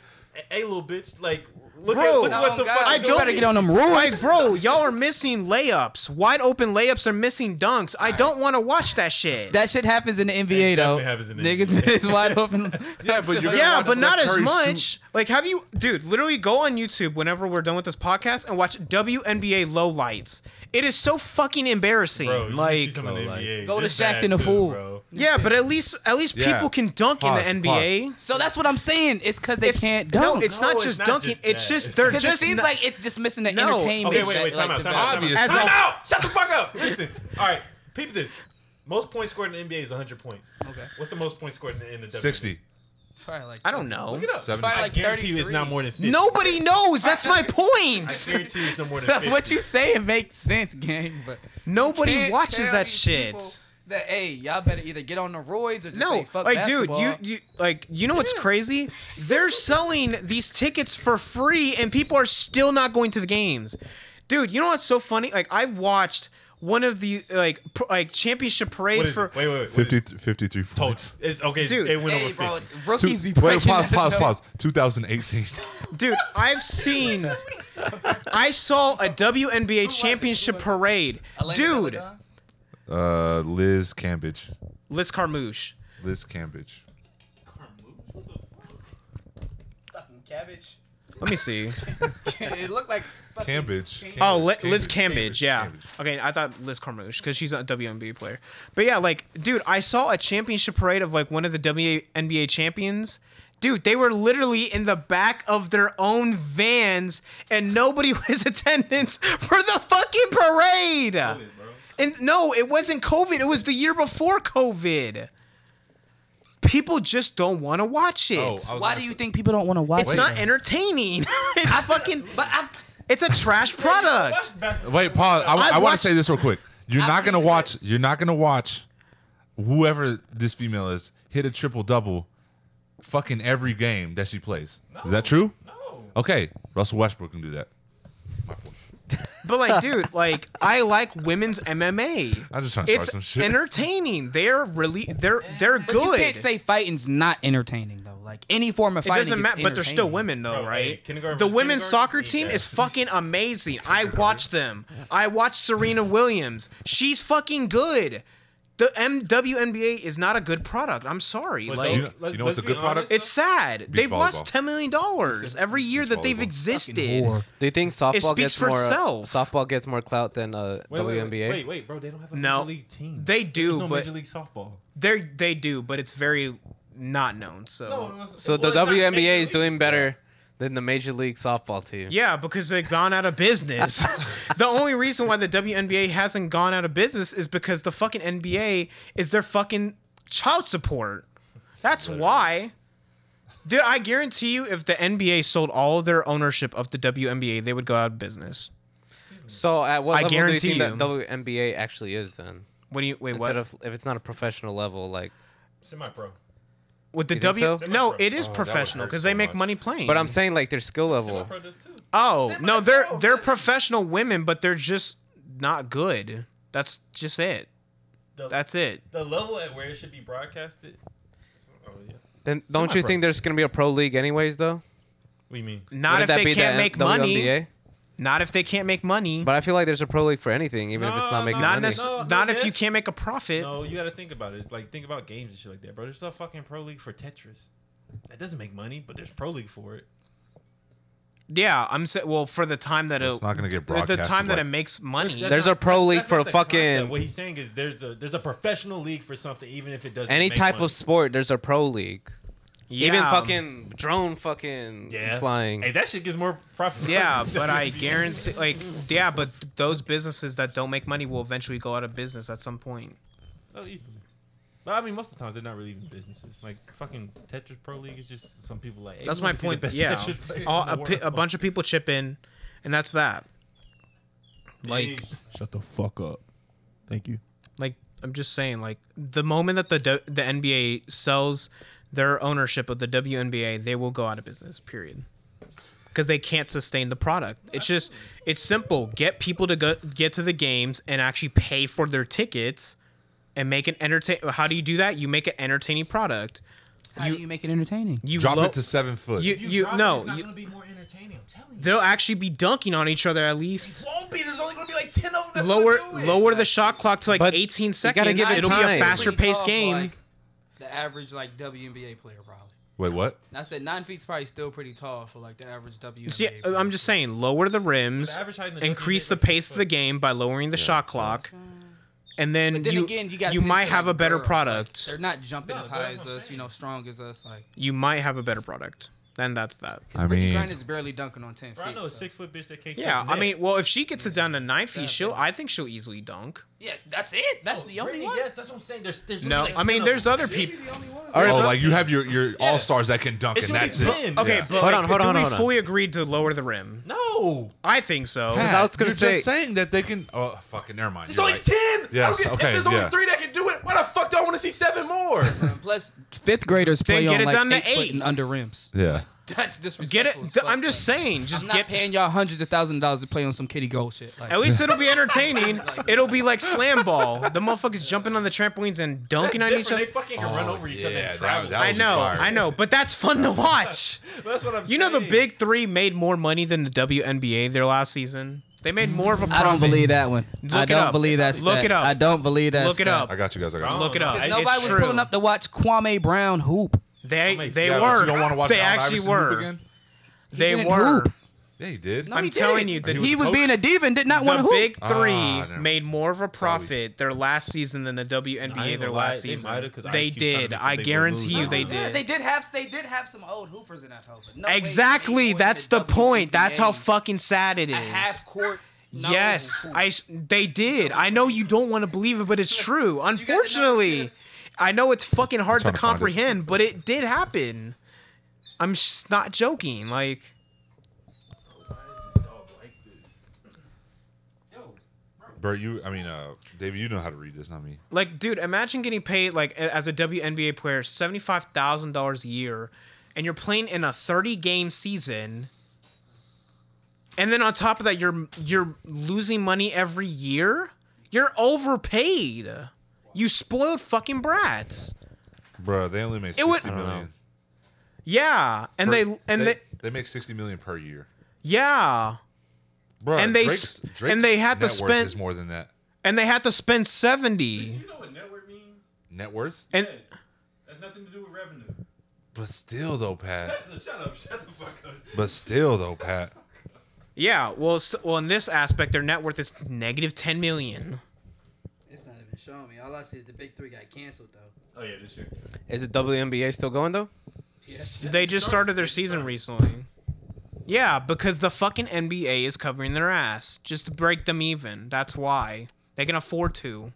S5: a, a little bitch, like look at
S3: Bro,
S5: look at what
S1: Oh,
S5: the
S1: God,
S5: fuck.
S1: I
S5: is
S1: don't
S5: going
S1: better get on them rules.
S3: Like, bro, y'all are missing layups. Wide open layups are missing dunks. I don't want to watch that shit.
S1: that shit happens in the NBA though.
S5: definitely happens in the
S1: Niggas
S5: NBA.
S1: (laughs) is wide open.
S2: Yeah, but you're
S3: yeah,
S2: watch
S3: but not
S2: Steph
S3: as
S2: Curry
S3: much.
S2: shoot.
S3: Like, have you, dude? Literally, go on YouTube whenever we're done with this podcast and watch WNBA lowlights. It is so fucking embarrassing.
S5: Bro, you
S3: like,
S5: see some in the NBA,
S1: Go to
S5: it's
S1: Shaq
S5: bad
S1: and the
S5: too,
S1: Fool.
S5: bro.
S3: yeah, but at least at least
S2: Yeah.
S3: people can dunk
S2: Pause,
S3: in the NBA.
S1: so that's what I'm saying. It's because they
S3: It's-
S1: can't dunk.
S3: No, it's
S5: No,
S3: not
S5: it's
S3: just
S5: not
S3: dunking.
S5: just
S3: it's
S5: that.
S3: just
S5: It's
S3: they're
S1: because it
S3: just
S1: seems
S3: not-
S1: like it's just missing the
S3: No.
S1: entertainment.
S5: Okay, wait, wait,
S1: that,
S5: time
S1: like, the
S5: out, time out, time
S2: value.
S5: out.
S3: As
S5: Time
S3: a-
S5: out! Shut the fuck up! Listen, all right, peep this. Most points scored in the NBA is 100 points.
S1: Okay.
S5: What's the most points scored in the, in the WWE?
S2: Sixty.
S1: Probably like
S3: I don't know.
S5: Look it up.
S2: Seventy.
S5: I
S1: Probably like
S5: guarantee you it's not
S1: 33.
S5: more than 50.
S3: Nobody knows. That's my
S5: I
S3: point.
S5: guarantee you it's no more than 50.
S1: what you saying makes sense, gang. But
S3: Nobody
S1: can't
S3: watches
S1: tell
S3: that
S1: these
S3: shit.
S1: people That hey, y'all better either get on the roids or just
S3: No,
S1: say fuck
S3: like
S1: basketball.
S3: dude, you you like you know what's crazy? They're selling these tickets for free, and people are still not going to the games. Dude, you know what's so funny? Like I watched one of the like pr- like championship
S5: What
S3: parades
S5: is
S3: for.
S5: it? Wait, wait, wait. what is it?
S2: 50, 53 points.
S5: Totes. It's okay.
S3: Dude.
S5: it went
S1: hey,
S5: over 50.
S1: bro, rookies be
S2: Two- wait,
S1: breaking
S2: pause,
S1: the-
S2: pause, pause. 2018.
S3: Dude, I've seen. I saw a WNBA championship parade.
S1: Elena
S3: Dude,
S1: Deladon?
S2: (laughs) Uh, Liz Cambage.
S3: Liz Carmouche.
S2: Liz Cambage.
S1: fucking cabbage.
S3: Let me see.
S1: it looked like
S2: Cambridge.
S3: Oh, Liz, Liz
S2: Cambridge,
S3: Cambridge, yeah.
S2: Cambridge.
S3: Okay, I thought Liz Carmouche because she's a WNBA player. But yeah, like, dude, I saw a championship parade of like one of the WNBA champions. Dude, they were literally in the back of their own vans, and nobody (laughs) was attendance for the fucking parade. And no, it wasn't COVID. It was the year before COVID. People just don't want to watch it.
S2: Oh, I was
S1: Why
S2: gonna
S1: do you
S2: say-
S1: think people don't want to watch
S3: it's
S1: it?
S3: not entertaining. (laughs) it's fucking.
S1: but I,
S3: It's a trash product.
S2: Wait, pause. I,
S3: I've
S2: want
S3: watched-
S2: to say this real quick. You're
S1: I've
S2: not
S1: seen
S2: gonna watch.
S1: clips.
S2: You're not gonna watch whoever this female is hit a triple double, fucking every game that she plays. Is that true?
S5: No.
S2: Okay, Russell Westbrook can do that.
S3: But like, dude, like I like women's MMA.
S2: I'm just trying to start
S3: It's
S2: some shit.
S3: entertaining. They're really they're they're
S1: but
S3: good.
S1: you can't say fighting's not entertaining though. Like any form of
S3: it
S1: fighting
S3: doesn't
S1: is
S3: matter, but they're still
S1: entertaining.
S3: women though,
S5: Bro, hey,
S3: right?
S5: kindergarten
S3: the
S5: versus
S3: women's soccer
S5: kindergarten?
S3: team
S5: Yeah.
S3: is fucking amazing. I watch them. I watch Serena Williams. She's fucking good. The MWNBA is not a good product. I'm sorry.
S5: But
S3: like
S5: don't-
S2: You know-
S5: let's-
S2: you know what's
S5: let's
S2: a good
S5: be
S2: product?
S5: honest,
S3: it's sad. They've
S2: volleyball.
S3: lost ten million dollars every year that they've
S2: volleyball.
S3: existed.
S1: Whore.
S4: Do you think softball
S3: speaks
S4: gets
S3: for
S4: more uh,
S3: itself.
S4: softball gets more clout than uh,
S5: Wait, wait,
S4: WNBA?
S5: Wait, wait, wait, bro. They don't have a
S3: No.
S5: major league team.
S3: They do,
S5: There's no
S3: but-
S5: major league softball.
S3: They they do, but it's very not known. So
S4: So the WNBA is doing better than the Major League Softball team.
S3: Yeah, because they've gone out of business.
S2: (laughs)
S3: the only reason why the WNBA hasn't gone out of business is because the fucking NBA is their fucking child support. That's why. Dude, I guarantee you, if the NBA sold all of their ownership of the WNBA, they would go out of business.
S4: So at what
S3: I
S4: level do you
S3: guarantee
S4: think that
S3: you.
S4: WNBA actually is then?
S3: What do you wait?
S4: Instead
S3: What
S4: of if it's not a professional level, like.
S5: Semi pro.
S3: with the
S4: you think
S3: W?
S4: so?
S3: No, it is professional
S2: Oh, hurt
S3: because
S2: so
S3: they make
S2: much.
S3: money playing.
S4: But I'm saying like their skill level.
S5: Semi-pro does too.
S3: oh no, they're they're professional women, but they're just not good. That's just it.
S5: The,
S3: That's it.
S5: the level at where it should be broadcasted. Oh yeah.
S4: Then don't you think there's gonna be a pro league anyways though?
S5: What do you mean?
S3: Not
S4: Wouldn't
S3: if they
S4: be the
S3: can't
S4: N-
S3: make money.
S4: WNBA?
S3: Not if they can't make money.
S4: But I feel like there's a pro league for anything, even if it's not
S5: No,
S4: making
S5: no,
S3: not
S4: money.
S3: necess-
S5: No, no,
S3: not if you
S5: yes.
S3: can't make a profit.
S5: No, you gotta think about it. Like think about games and shit like that, bro. There's a fucking pro league for Tetris. That doesn't make money, but there's pro league for it.
S3: Yeah, I'm sa- well for the time that
S2: It's
S3: it,
S2: not gonna get
S3: the- the
S2: broadcast,
S3: time that
S2: like-
S3: it makes money.
S5: That's
S4: There's
S5: not-
S4: a pro
S5: that's
S4: league
S5: not
S4: for
S5: the
S4: fucking-
S5: concept. What he's saying is there's a there's a professional league for something, even if it doesn't.
S4: Any
S5: make
S4: type
S5: money.
S4: of sport, there's a pro league.
S3: yeah.
S4: Even fucking drone fucking flying.
S5: Hey, that shit gives more profit. (laughs)
S3: yeah, but I guarantee like yeah, but those businesses that don't make money will eventually go out of business at some point.
S5: Oh, easily. But I mean, most of the times they're not really even businesses. Like fucking Tetris Pro League is just some people like. hey,
S3: That's
S5: we
S3: my
S5: wanna see the
S3: point.
S5: best
S3: Yeah,
S5: Tetris players
S3: All,
S5: in the
S3: a, pi-
S5: world.
S3: a bunch of people chip in, and that's that. Like
S5: shut the fuck up. Thank you.
S3: Like I'm just saying, like the moment that the do- the NBA sells their ownership of the WNBA, they will go out of business. Period. Because they can't sustain the product. It's just it's simple. Get people to go get to the games and actually pay for their tickets, and make an entertain. How do you do that? You make an entertaining product.
S1: How do you make it entertaining?
S3: You
S2: Drop
S3: lo-
S2: it to seven foot.
S3: you. You, no. you-
S5: be more entertaining. I'm telling
S3: they'll actually be dunking on each other at least.
S5: Won't be. There's only gonna be like ten of them. That's
S3: Lower
S5: gonna do it.
S3: lower the shot clock to like
S4: But
S3: 18
S4: gotta
S3: seconds.
S4: give it
S3: It'll be a
S4: time.
S3: faster paced
S1: Off,
S3: game.
S1: like, the average like WNBA player probably.
S2: Wait, what?
S1: And I said nine feet's probably still pretty tall for like the average WNBA.
S3: See,
S1: player.
S3: I'm just saying, lower the rims,
S5: The average height in the
S3: increase the
S5: WNBA is
S3: pace of the
S5: six foot.
S3: game by lowering the shot clock, and then,
S1: But then
S3: you,
S1: again, you got
S3: you might have a better product.
S1: They're not jumping
S5: No,
S1: as
S5: that's
S1: high
S5: what
S1: as
S5: I'm
S1: us, you know, strong as us. Like
S3: you might have a better product. And that's that.
S2: I
S1: Brittany
S2: mean,
S1: Griner is barely dunking on ten
S5: Bro, I
S1: feet.
S5: know a
S1: so-
S5: six foot bitch that can't.
S3: Yeah,
S5: catch
S3: I
S5: net.
S3: mean, well, if she gets it down to nine feet, she'll.
S1: Seven.
S3: I think she'll easily dunk.
S1: Yeah, that's it. That's the only
S5: Really?
S1: one.
S5: Yes, that's what I'm saying. There's, there's
S3: No,
S5: gonna be,
S3: I
S5: like, 10
S3: mean,
S5: of
S3: there's
S5: them.
S3: other people.
S2: oh, like you have your your all stars that can dunk,
S5: It's
S2: and
S5: gonna be
S2: that's it.
S5: 10.
S3: Okay,
S5: Yeah.
S3: but
S4: Hold
S3: like,
S4: on, hold
S3: do
S4: on,
S3: we
S4: hold on.
S3: fully agreed to lower the rim?
S5: No,
S3: I think so.
S4: I was gonna
S2: You're
S4: say-
S2: just saying that they can. Oh, fucking. Never mind.
S5: there's
S2: you're
S5: only
S2: right.
S5: ten.
S2: Yes,
S5: I don't
S2: okay,
S5: If there's
S2: yeah.
S5: only three that can do it, why the fuck do I want to see
S3: (laughs)
S5: seven more?
S1: And Plus, fifth graders play
S3: get
S1: on
S3: it
S1: like
S3: down to
S1: eight, foot
S3: eight.
S1: and under rims.
S2: Yeah.
S1: (laughs) That's
S3: Get it?
S1: disrespectful. as fuck,
S3: I'm just
S1: like,
S3: saying, just
S1: I'm not
S3: get.
S1: paying y'all hundreds of thousands of dollars to play on some kitty gold shit. (laughs) Like,
S3: At least it'll be entertaining. It'll be like slam ball. The motherfuckers jumping on the trampolines and dunking on each
S5: Different,
S3: other.
S5: They fucking can run
S2: Oh,
S5: over each other
S2: yeah, that-
S5: and travel.
S2: that
S3: I
S2: was
S3: know,
S2: fire.
S3: I know, but that's fun
S2: (laughs)
S3: to watch.
S5: (laughs) That's what I'm.
S3: You know, the
S5: saying.
S3: big three made more money than the WNBA their last season. They made more of a
S1: I
S3: profit.
S1: don't believe that one. I
S3: it
S1: don't
S3: up.
S1: believe that.
S3: Look
S1: stat.
S3: it up.
S1: I don't believe that.
S3: Look it
S1: stat.
S3: up.
S2: I got you guys. I got you.
S5: Oh,
S3: Look it
S5: no,
S3: up.
S5: it's
S1: Nobody was
S5: true.
S1: pulling up to watch Kwame Brown hoop.
S3: They
S5: makes-
S3: they
S5: yeah,
S2: But
S3: were.
S2: you don't want to watch
S3: they
S2: Allen
S3: actually
S2: Iverson hoop
S3: were.
S2: again?
S3: They
S1: didn't
S3: were.
S1: hoop.
S2: Yeah, he did.
S1: No,
S3: I'm
S1: he
S3: telling
S1: didn't.
S3: you, the-
S1: he, was being a diva and did not want to
S3: The
S1: hoop.
S3: Big
S2: Ah,
S3: Three
S2: never-
S3: made more of a profit their last season than the
S5: I
S3: WNBA
S5: ain't
S3: their
S5: gonna lie,
S3: last
S5: they
S3: season.
S5: might've, 'cause Ice
S3: They
S5: Cube tried to
S3: did.
S5: make sure
S3: I
S5: they would
S3: guarantee
S5: lose.
S3: you, they
S5: No,
S1: Yeah,
S3: did.
S1: they did have they did have some old hoopers in that hole. but no way they made
S3: Exactly.
S1: more than
S3: That's
S1: the
S3: the point. That's how
S1: WNBA.
S3: fucking sad it
S1: a
S3: is.
S1: half court. no
S3: Yes,
S1: hoop.
S3: I. s- They did. I know you don't want to believe it, but it's true. Unfortunately, I know it's fucking hard to
S2: trying to find it.
S3: comprehend, but it did happen. I'm s not joking. Like,
S2: Bert, you. I mean, uh, David, you know how to read this, not me.
S3: like, dude, imagine getting paid like a- as a WNBA player seventy five thousand dollars a year, and you're playing in a thirty game season. And then on top of that, you're you're losing money every year. You're overpaid. You spoiled fucking brats.
S2: Bro, they only make
S3: It would-
S2: sixty million.
S3: Yeah, and
S2: per-
S3: they and they,
S2: they make sixty million per year.
S3: yeah,
S2: Bro,
S3: And they
S2: Drake's,
S3: s-
S2: Drake's
S3: and they had to
S2: net worth
S3: spend-
S2: is more than that.
S3: and they had to spend seventy.
S5: You know what network means?
S2: Net worth,
S3: And
S5: Yes. That's nothing to do with revenue. (laughs)
S2: but still though, Pat.
S5: Shut up. Shut the fuck up.
S2: But still though, Pat.
S3: yeah, well, s well, in this aspect, their net worth is negative ten million.
S1: It's not even showing me. All I see is the big three got canceled though.
S5: Oh, yeah, this year.
S4: Is the WNBA still going though?
S1: Yes.
S3: They just started their season recently. Yeah, because the fucking NBA is covering their ass just to break them even. That's why they can afford to.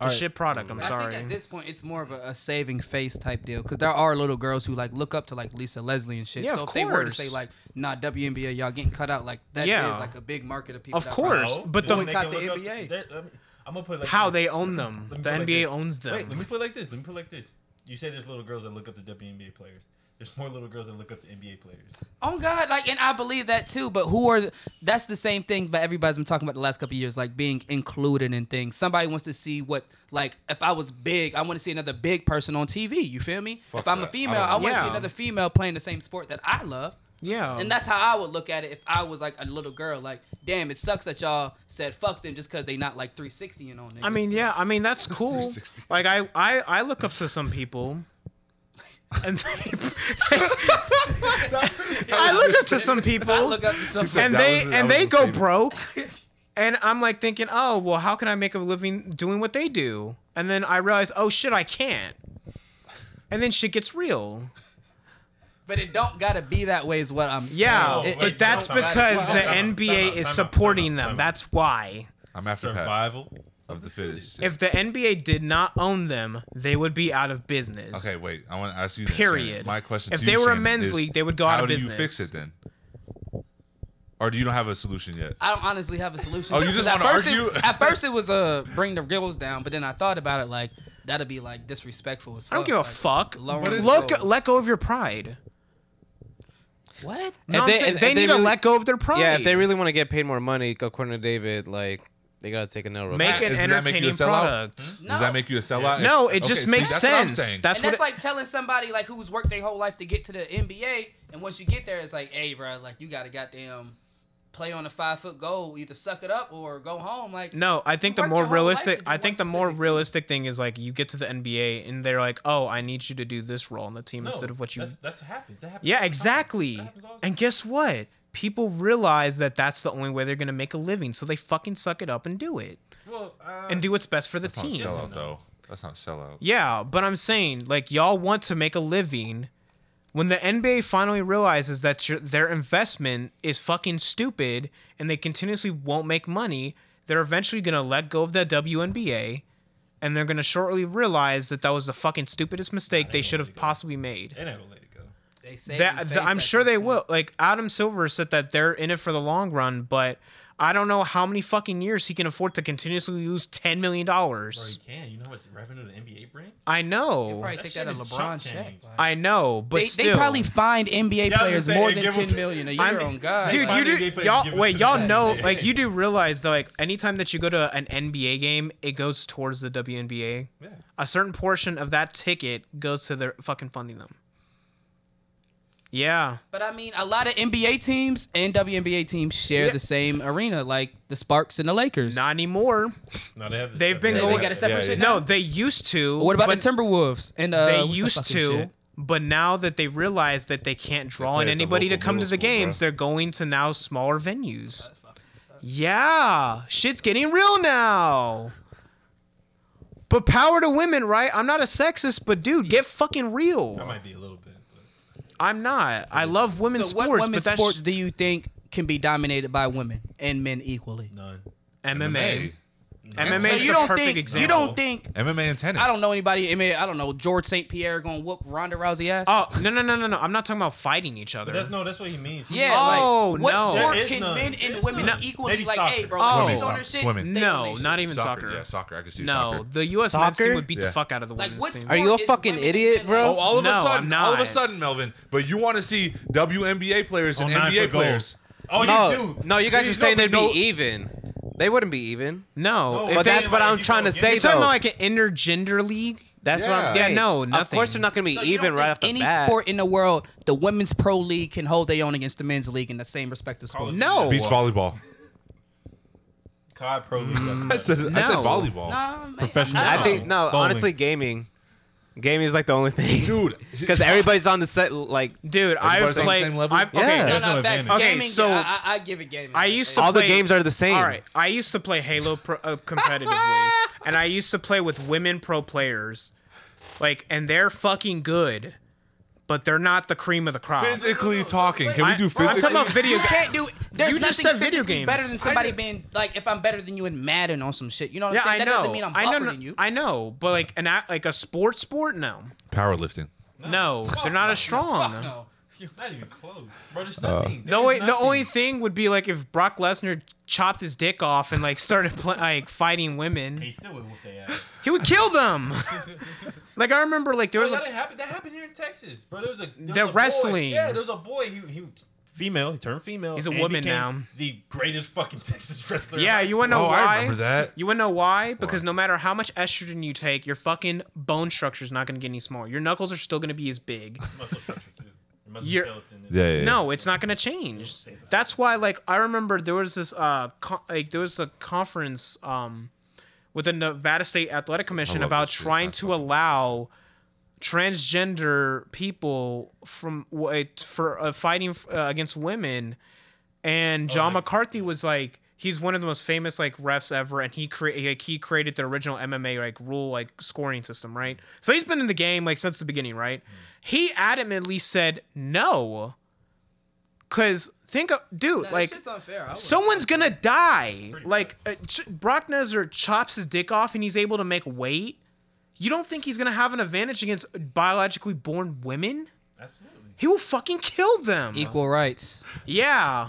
S3: A shit product. I'm
S1: I
S3: sorry.
S1: think at this point it's more of a, a saving face type deal because there are little girls who like look up to like Lisa Leslie and shit.
S3: Yeah,
S1: so
S3: of
S1: if they were to
S3: course.
S1: say like, "Nah, WNBA, y'all getting cut out,like that is
S3: Yeah.
S1: like a big market of people."
S3: Of
S1: that
S3: course.
S1: probably-
S3: but the-
S5: Oh, when they
S1: Boycott
S5: can
S1: the
S5: look up-
S1: NBA.
S5: that- I mean, I'm gonna put like
S3: How
S5: this.
S3: they own them.
S5: Let
S3: The
S5: me put it like
S3: NBA
S5: this.
S3: owns them.
S5: Wait, let me put it like this. Let me put it like this. You say there's little girls that look up to WNBA players. There's more little girls that look up to NBA players.
S1: Oh God, like, and I believe that too. But who are? The, that's the same thing. But everybody's been talking about the last couple of years, like being included in things. Somebody wants to see what, like, if I was big, I want to see another big person on TV. You feel me? if I'm a
S2: that.
S1: female,
S2: I don't
S1: I, want to
S3: Yeah.
S1: see another female playing the same sport that I love.
S3: yeah.
S1: And that's how I would look at it if I was like a little girl. Like, damn, it sucks that y'all said fuck them just because they not like 360 and on. Niggas. (laughs)
S3: I mean, yeah, I mean that's cool.
S2: 360.
S3: Like I, I, I look up to
S1: (laughs)
S3: some people. And I look up to some
S1: I
S3: people
S1: look
S3: (laughs)
S1: up to some.
S2: said-
S3: and
S2: That
S3: they
S2: was- that
S3: and
S2: was
S3: they
S2: the
S3: go
S2: statement. (laughs)
S3: broke. And I'm like thinking, "Oh, well, how can I make a living doing what they do?" And then I realize, "Oh shit, I can't." And then shit gets real.
S1: (laughs) but it don't gotta be that way. Is what I'm.
S3: Yeah,
S5: No,
S1: saying.
S3: it-
S5: wait,
S3: it- that's
S5: time out,
S3: because
S5: time
S3: the
S5: out, time out, time out,
S3: NBA
S5: time
S3: is
S5: out,
S3: supporting
S5: time out,
S3: them.
S5: time out.
S3: That's why.
S2: I'm after Pat
S5: Survival.
S2: of the fittest.
S3: If the NBA did not own them, they would be out of business.
S2: Okay, wait. I want to ask you. This,
S3: Period.
S2: Shannon. My question.
S3: If
S2: to
S3: they
S2: you,
S3: were a
S2: Shannon,
S3: men's
S2: is
S3: league, they would go out of
S2: How do you fix
S3: business.
S2: it then? Or do you don't have a solution yet?
S1: I don't honestly have a solution.
S2: Oh, you
S1: 'Cause
S2: just
S1: at
S2: wanna
S1: first
S2: argue?
S1: It, at first, it was uh, bring the girls down, but then I thought about it like that'd be like disrespectful. As
S3: I don't give a
S1: like,
S3: fuck.
S1: lowering the
S3: Look,
S1: goal.
S3: let go of your pride.
S1: what?
S3: No,
S4: If
S3: I'm
S4: they-
S3: saying
S4: if-
S3: they
S4: if they
S3: need to
S4: really-
S3: let go of their pride.
S4: Yeah, if they really want to get paid more money, according to David, like they gotta take a no. real
S3: make
S4: quick.
S2: Does
S3: an
S2: that make you a
S3: entertaining
S2: sellout? Hmm?
S3: product.
S1: No.
S2: Does that make you a sellout?
S3: No,
S2: If-
S3: it just
S2: okay, see,
S3: makes
S2: that's what I'm
S3: sense.
S2: saying.
S3: that's
S1: and that's
S3: what.
S1: like telling somebody like who's worked their whole life to get to the NBA, and once you get there, it's like, hey, bro, like you gotta goddamn play on a five foot goal, either suck it up or go home. Like,
S3: it, no, I think
S1: You
S3: the
S1: worked
S3: more
S1: your whole life
S3: realistic.
S1: to do
S3: I
S1: one
S3: think the more
S1: specific thing.
S3: realistic thing is like you get to the NBA and they're like, oh, I need you to do this role on the team
S5: No,
S3: instead of what you.
S5: That's, that's what happens. That happens. all
S3: Yeah,
S5: the time.
S3: exactly.
S5: That happens all the
S3: And guess what? People realize that that's the only way they're gonna make a living, so they fucking suck it up and do it
S5: time. Well, uh,
S3: and do what's best for the
S2: That's not
S3: team.
S2: sellout though. That's not sellout.
S3: Yeah, but I'm saying like y'all want to make a living. When the NBA finally realizes that your, their investment is fucking stupid and they continuously won't make money, they're eventually gonna let go of the WNBA, and they're gonna shortly realize that that was the fucking stupidest mistake they should have possibly made.
S5: they're not gonna let it go.
S1: they say
S3: That, th- I'm sure they will. Like Adam Silver said that they're in it for the long run, but I don't know how many fucking years he can afford to continuously lose ten million
S5: Bro, you
S3: dollars.
S5: can. You know how much revenue the NBA brings?
S3: I know.
S1: Probably take
S5: shit
S1: that a
S5: is
S1: LeBron
S5: chump
S1: check.
S5: change.
S1: Like,
S3: I know, but
S1: they,
S3: still,
S1: they probably find NBA
S5: Yeah, I
S1: players
S5: was gonna say,
S1: more
S5: and
S1: than
S5: give 'em
S1: ten
S5: to-
S1: million a year
S3: I'm-
S1: on God.
S3: Dude,
S1: Like,
S5: Find
S3: you
S5: NBA
S3: do
S5: players and give
S3: y'all
S5: it
S3: wait,
S5: to
S3: y'all
S5: them.
S3: know like you do realize that like anytime that you go to an NBA game, it goes towards the WNBA.
S5: Yeah.
S3: A certain portion of that ticket goes to their fucking funding them. Yeah.
S1: But I mean, a lot of NBA teams and WNBA teams share
S3: Yeah.
S1: the same arena, like the Sparks and the Lakers. Oh,
S3: Not anymore.
S5: No, they have. This
S3: They've been
S5: separate-
S3: going-
S1: they got a separate shit
S3: No, they used to.
S1: What about
S3: but
S1: the Timberwolves? And uh,
S3: They
S1: what's the
S3: used
S1: fucking
S3: to,
S1: shit?
S3: But now that they realize that they can't draw
S2: play
S3: in
S2: at the
S3: anybody to
S2: local
S3: come to
S2: middle
S3: the
S2: school,
S3: games,
S2: bruh.
S3: they're going to now smaller venues. Yeah, shit's getting real now. But power to women, right? I'm not a sexist, but dude, get fucking
S5: That
S3: real.
S5: might be a little bit. but-
S3: I'm not. I love women's
S1: so what
S3: sports,
S1: women's
S3: but that's
S1: sports do you think can be dominated by women and men equally?
S5: None.
S3: MMA. MMA
S1: So
S3: is
S1: you
S3: the
S1: don't
S3: perfect
S1: think you
S3: example.
S1: don't think
S2: MMA and tennis.
S1: I don't know anybody. I mean, I don't know George St. Pierre gonna whoop Ronda Rousey ass.
S3: Oh no no no no no! I'm not talking about fighting each other.
S5: But that's, no, that's what he means. He
S1: yeah.
S3: Oh,
S1: like, what
S3: no.
S5: There
S1: sport
S5: is
S1: can
S5: none.
S1: men
S5: There
S1: and
S5: is
S1: women
S5: none.
S1: equally
S5: Maybe
S1: like? Hey,
S5: soccer.
S1: bro,
S3: Oh.
S1: she's on her shit.
S2: Swimming.
S1: they on
S3: no,
S1: their shit.
S3: not even soccer.
S2: Yeah, soccer. I can see
S3: no,
S2: soccer.
S3: the U.S. men's
S4: Soccer?
S3: team would beat
S2: Yeah.
S3: the fuck out of the
S1: Like
S3: women's
S1: what?
S3: team.
S1: sport
S4: Are you a
S1: is
S4: fucking
S1: women
S4: idiot,
S1: and
S4: bro?
S1: men?
S2: Oh, all of a
S3: No,
S2: sudden,
S3: I'm
S2: all of a
S3: not.
S2: sudden, Melvin. But you want to see WNBA players and
S5: Oh, nine for
S2: NBA
S5: gold.
S2: players.
S5: Oh, you
S4: No,
S5: do.
S4: no, you guys
S2: See,
S4: are saying
S2: no,
S4: they'd
S2: no-
S4: be even. They wouldn't be even.
S3: No,
S5: No,
S3: if
S4: But
S5: they-
S4: that's what I'm
S5: you
S4: trying
S5: go
S4: to
S5: against-
S4: say,
S3: you're talking
S4: though.
S3: about like an intergender league.
S4: That's what I'm
S2: Yeah.
S4: saying.
S3: Yeah, no,
S4: Of course,
S3: nothing.
S4: they're not going to be
S1: So you don't
S4: even right
S1: think
S4: off the
S1: any
S4: bat.
S1: sport in the world, the women's pro league can hold their own against the men's league in the same respective
S5: Oh,
S1: sport.
S3: No,
S2: Beach volleyball.
S5: COD Pro
S2: (laughs)
S5: League.
S3: (laughs)
S2: I said, I said
S3: No.
S2: volleyball.
S5: professional.
S4: I think no.
S5: Bowling.
S4: Honestly, gaming, gaming is like the only (laughs) thing.
S3: (laughs)
S2: Dude.
S4: because everybody's on the set. Like
S3: dude, I've
S2: Everybody's on the
S3: played.
S2: same level?
S3: I've, okay,
S4: Yeah.
S1: No,
S5: There's
S1: no,
S5: no
S1: facts.
S5: advantage.
S3: Okay,
S1: Gaming,
S3: so-
S1: I, I, I give it gaming.
S3: I used to
S4: all the
S3: play-
S4: games are the same.
S3: All right, I used to play Halo pro, uh, competitively, and I used to play with women pro players, like, and they're fucking good, but they're not the cream of the crop.
S2: (laughs) Physically talking. Can we do
S3: Bro, I'm
S2: physically?
S3: talking about
S1: (laughs)
S3: video
S1: You can't do. There's
S3: You just
S1: nothing
S3: said video
S1: physically
S3: games.
S1: Better than somebody being like, if I'm better than you in Madden on some shit. You know what
S3: Yeah,
S1: I'm
S3: I
S1: saying?
S3: know.
S1: That doesn't mean I'm
S3: I
S1: tougher
S3: know.
S1: than you.
S3: I know, but like an act, like a sport sport, no,
S2: Powerlifting.
S3: no, they're not as strong.
S1: No.
S5: Not even close, bro.
S3: Uh,
S5: There's nothing.
S3: The only, the only thing would be like if Brock Lesnar chopped his dick off and like started pl- like fighting women,
S5: He still would whoop their ass.
S3: he would kill them. (laughs) like I remember, like there
S5: Bro,
S3: was
S5: that,
S3: like
S5: didn't happen, that happened here in Texas, bro. There was a there was
S3: They're
S5: a boy-
S3: wrestling.
S5: Yeah, there was a boy. He he female. He turned female.
S3: He's a
S5: and
S3: woman
S5: became
S3: now.
S5: The greatest fucking (laughs) Texas wrestler. in
S3: yeah,
S5: high
S3: you
S5: school.
S3: wanna know
S2: Oh,
S3: why?
S2: I remember that.
S3: You wanna know why? Because no matter how much estrogen you take, your fucking bone structure's not gonna get any smaller. Your knuckles are still gonna be as big.
S5: muscle structure too. Your muscle
S3: You're-
S5: skeleton. is-
S2: Yeah, yeah.
S3: No, it's not gonna change. That's why, like, I remember there was this, uh, con- like, there was a conference, um, with the Nevada State Athletic Commission
S2: love
S3: about
S2: this shit.
S3: trying
S2: That's
S3: to
S2: fucking-
S3: allow transgender people from what for uh, fighting uh, against women, and John McCarthy was like. He's one of the most famous like refs ever, and he cre- like he created the original MMA like rule like scoring system, right? So he's been in the game like since the beginning, right? He adamantly said no, Cause think of dude,
S1: That
S3: like
S1: shit's unfair. I wouldn't-
S3: someone's gonna die. like uh, ch- Brock Lesnar chops his dick off and he's able to make weight. You don't think he's gonna have an advantage against biologically born women?
S5: Absolutely.
S3: He will fucking kill them.
S1: Equal rights.
S3: Yeah,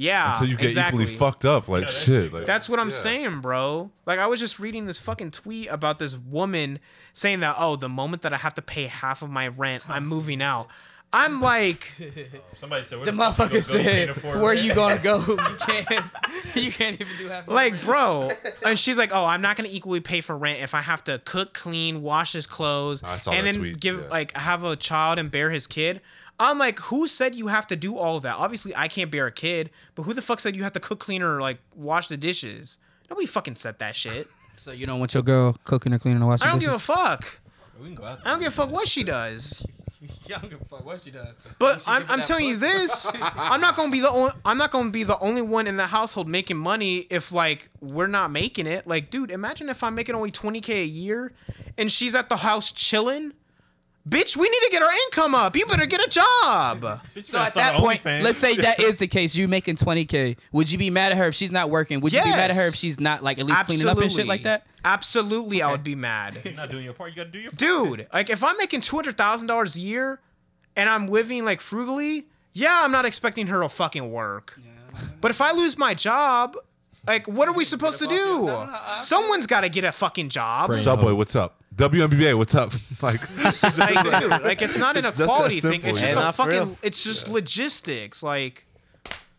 S3: yeah.
S2: Until you get
S3: exactly.
S2: equally fucked up. Like,
S5: that's-
S2: shit. Like,
S3: That's what I'm saying, bro. Like I was just reading this fucking tweet about this woman saying that oh, the moment that I have to pay half of my rent, I'm moving out. I'm like.
S5: Somebody said
S1: The (laughs) motherfucker said, "Where you gonna go? You can't. (laughs) You can't even do half." of
S3: like
S1: it.
S3: bro and she's like oh i'm not gonna equally pay for rent if i have to cook clean wash his clothes
S2: I saw
S3: and
S2: that
S3: then
S2: tweet,
S3: give
S2: yeah.
S3: like have a child and bear his kid i'm like who said you have to do all that obviously i can't bear a kid but who the fuck said you have to cook clean or like wash the dishes nobody fucking said that shit
S1: so you don't want your girl cooking or cleaning or washing
S3: i don't
S1: dishes?
S3: give a fuck
S5: We can go out.
S3: i don't give a fuck what she does
S1: I don't give a fuck what she does.
S3: but I'm, I'm telling
S1: (laughs)
S3: you this i'm not gonna be the only i'm not gonna be the only one in the household making money if like we're not making it like dude imagine if i'm making only 20k a year and she's at the house chilling bitch we need to get our income up you better get a job
S1: So at that point, let's say
S3: (laughs)
S1: that is the case. You making twenty k? Would you be mad at her if she's not working? Would you be mad at her if
S3: Yes.
S1: she's not like at least
S3: absolutely
S1: cleaning up and shit like that?
S3: absolutely i would be mad
S5: (laughs)
S1: (laughs)
S5: You're not doing your part. You gotta do your part.
S3: dude like if i'm making $200000 a year and i'm living like frugally yeah i'm not expecting her to fucking work But if I lose my job, like, what are we supposed to do? Someone's got to get a fucking job.
S2: Subway, what's up? WNBA, what's up? (laughs) like, (laughs)
S3: Like, dude, like, it's not an
S2: It's just that
S3: equality thing.
S2: simple,
S3: It's
S2: yeah.
S3: just
S4: Yeah,
S3: a
S4: not for
S3: fucking.
S4: real.
S3: It's just logistics. Like,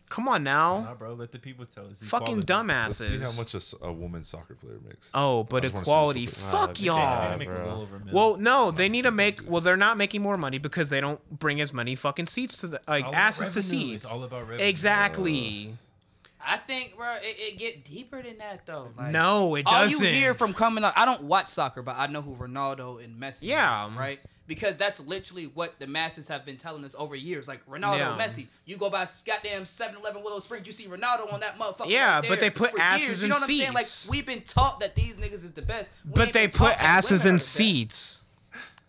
S3: come on now,
S5: Nah, bro. Let the people tell us.
S3: fucking
S2: let's see how
S3: dumbasses.
S2: much a s- a, woman soccer player
S3: (laughs)
S2: makes.
S3: oh, but
S2: I just wanna see
S3: equality.
S2: this
S3: Fuck y'all.
S5: make a little over a million.
S3: Well, no, they need to make. Well, they're not making more money because they don't bring as many fucking seats to the like
S5: All about
S3: asses to
S5: revenue.
S3: seats.
S5: It's all about revenue.
S3: Exactly.
S1: I think, bro, it, it get deeper than that though. Like,
S3: No, it
S1: all
S3: doesn't.
S1: you hear from coming up, I don't watch soccer, but I know who Ronaldo and Messi.
S3: Yeah.
S1: is, right. because that's literally what the masses have been telling us over years. Like Ronaldo,
S3: Yeah.
S1: Messi, you go by goddamn 7-Eleven Willow Springs, you see Ronaldo on that motherfucker.
S3: Yeah,
S1: right
S3: but
S1: there
S3: they put
S1: for
S3: asses
S1: years.
S3: in
S1: You know what I'm saying? Like
S3: seats.
S1: we've been taught that these niggas is the best, We
S3: But
S1: ain't
S3: they
S1: been taught
S3: put
S1: that
S3: asses
S1: women are
S3: in
S1: the best.
S3: seats.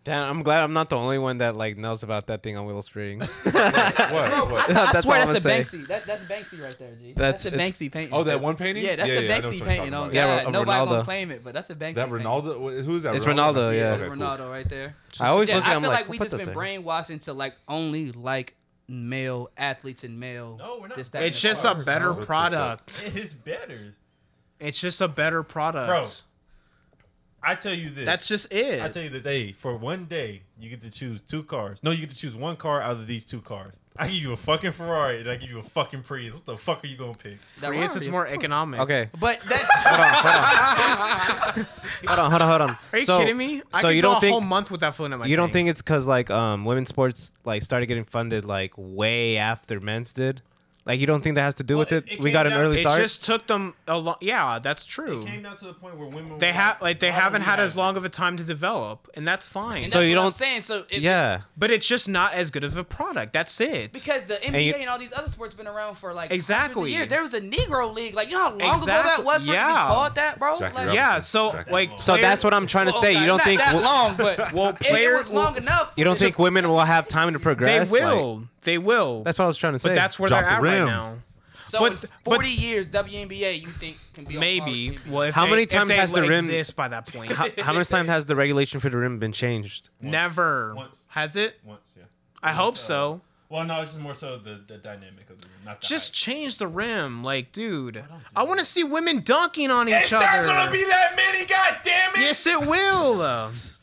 S4: Damn, I'm glad I'm not the only one that like knows about that thing on Willow
S3: (laughs)
S4: Springs.
S2: What?
S1: Bro, I, (laughs)
S2: what?
S1: I
S4: That's
S1: swear
S4: all I'm
S1: that's a
S4: gonna say.
S1: Banksy. That, that's Banksy right there, G.
S4: That's-
S1: That's, a
S4: it's-
S1: Banksy painting.
S2: Oh, that one painting?
S1: Yeah, that's
S2: yeah,
S1: a
S2: yeah, I know
S1: Banksy
S2: what you're
S1: painting.
S2: talking
S1: Oh,
S2: about.
S1: God.
S4: Yeah, of
S1: Nobody gonna
S4: Ronaldo.
S1: claim it, but that's a Banksy
S2: That
S1: painting.
S2: Ronaldo? Who's that?
S4: It's Ronaldo, yeah.
S2: Okay, cool.
S1: Ronaldo right there.
S4: I always
S1: Yeah,
S4: look
S1: I
S4: at
S1: feel
S4: him
S1: like,
S4: like,
S1: we
S4: put
S1: just been
S4: that there.
S1: brainwashed into like only like male athletes and male.
S5: No, we're not.
S1: this, that,
S3: It's
S1: and the
S3: just
S1: other.
S3: a better product.
S5: (laughs) It's better.
S3: It's just a better product.
S5: Bro. I tell you this.
S3: That's just
S5: I
S3: it.
S5: tell you this. Hey, for one day, you get to choose two cars. No, you get to choose one car out of these two cars. I give you a fucking Ferrari and I give you a fucking Prius. What the fuck are you gonna pick?
S1: That
S3: Prius is
S1: Ferrari.
S3: more economic.
S4: okay,
S1: But that's
S4: hold on, hold on, hold on.
S3: Are you
S4: So-
S3: kidding me? I
S4: so
S3: could
S4: you
S3: go
S4: don't
S3: a
S4: think
S3: whole month without filling up my
S4: you don't
S3: tank.
S4: think it's because like um women's sports like started getting funded like way after men's did? Like you don't think that has to do with
S5: Well,
S4: it?
S5: it- it
S4: we
S5: came
S4: got an
S5: down-
S4: early
S5: it
S3: it
S4: start.
S3: just took them a long yeah that's true
S5: It came down to the point where women
S3: they
S5: were
S3: have like they
S5: why would
S3: haven't
S5: we
S3: had
S5: have
S3: as long of a time to develop and that's fine
S1: and
S4: (laughs) So
S1: that's
S4: you
S1: what I'm
S4: don't-
S1: saying. So if,
S4: yeah,
S3: but it's just not as good of a product that's it
S1: because the NBA and,
S4: you-
S1: all these other sports been around for like
S3: Exactly.
S1: Yeah, there was a Negro league. Like you know how long ago
S3: Exactly.
S1: that was for it to be
S3: Yeah.
S1: called that, bro.
S2: Jackie
S1: like,
S2: Robinson.
S3: yeah so
S2: Exactly.
S3: like
S4: so
S3: player-
S4: that's what I'm trying to say. You don't
S1: not
S4: think
S1: that
S4: wo-
S1: long, but
S3: (laughs) well
S1: if it was
S3: players
S1: long enough.
S4: you don't think women will have time to
S3: they
S4: progress? Like,
S3: will they will
S4: that's what I was trying to say.
S3: but that's where
S2: Drop
S3: they're
S2: the
S3: at
S2: rim.
S3: right now
S1: so?
S3: but-
S1: in
S3: but-
S1: Forty years WNBA, you think can be on par
S3: maybe
S1: with
S3: well if
S4: How
S3: they-
S4: many
S3: if
S4: times
S3: they
S4: has the rim-
S3: exist by that point
S4: how, how much time has the regulation for the rim been changed?
S3: (laughs) never
S5: Once.
S3: has it
S5: once, yeah.
S3: i hope
S5: so.
S3: so
S5: Well, no, it's just more so the, the dynamic of the room, not the
S3: just
S5: height.
S3: change the rim like dude i want to see women dunking on each
S5: It's
S3: other
S5: not gonna be that many. God damn it!
S3: yes it will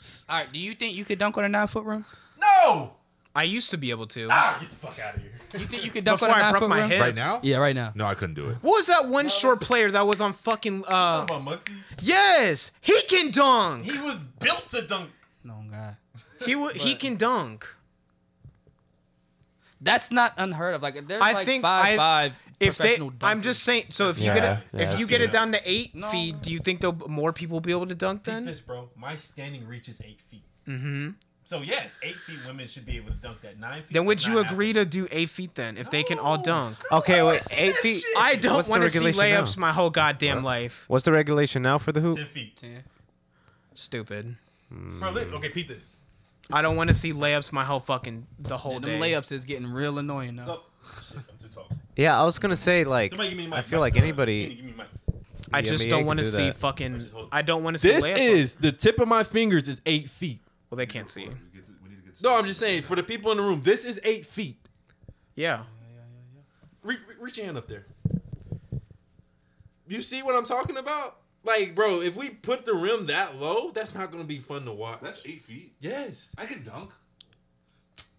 S4: (laughs)
S1: All right, do you think you could dunk on a nine foot rim?
S5: No.
S3: I used to be able to.
S5: Ah, get the fuck out of here.
S1: You think you could dunk
S3: Before
S1: on a
S3: I
S1: nine
S3: broke
S1: foot
S3: my
S1: rim?
S3: hip.
S2: Right now?
S1: Yeah, right now.
S2: No, I couldn't do it.
S3: What was that one short player that was on fucking uh
S5: Talking about Muggsy,
S3: Yes, he can dunk.
S5: he was built to dunk.
S1: No god.
S3: He wa he can dunk.
S1: That's not unheard of. Like there's
S3: I
S1: like
S3: think
S1: five
S3: I-
S1: five
S3: If they
S1: professional dunkers.
S3: I'm just saying so if you
S4: Yeah,
S3: get it
S4: yeah,
S3: if you
S4: I've
S3: get
S5: seen
S3: it
S5: it.
S3: down to 8
S1: No.
S3: feet, do you think there'll more people will be able to dunk
S5: Think
S3: then?
S5: this, bro. My standing reach is eight feet. Mm-hmm. So yes, eight feet women should be able to dunk that. Nine feet.
S3: Then would
S5: does
S3: you
S5: not happen.
S3: agree to do 8 feet then if they can all dunk?
S4: Okay, wait, eight feet.
S3: I don't
S4: What's the
S3: want to see
S4: regulation
S3: layups
S4: now?
S3: my whole goddamn life.
S4: What's the regulation now for the hoop?
S5: Ten feet.
S1: Yeah.
S3: Stupid.
S5: Bro, look, okay, peep this.
S3: I don't want to see layups my whole fucking the whole
S1: And
S3: day.
S1: them layups is getting real annoying now.
S5: So, shit, I'm too tall.
S4: Yeah, I was gonna say like
S5: Oh. (laughs) Somebody give me a mic.
S4: I feel
S5: mic,
S4: like
S5: uh,
S4: anybody.
S5: Kenny, give me a mic.
S3: I
S4: The
S3: just
S4: NBA
S3: don't
S4: can
S3: want to
S4: do
S3: see
S4: that.
S3: fucking.
S5: just hold-
S3: I don't want to see
S6: This
S3: layups.
S6: is the tip of my fingers is eight feet.
S3: well, they can't see.
S6: No, I'm just saying for the people in the room, this is eight feet.
S3: Yeah.
S6: Re- re- reach your hand up there. You see what I'm talking about? Like, bro, if we put the rim that low, that's not gonna be fun to watch.
S2: That's eight feet.
S6: yes.
S2: I can dunk.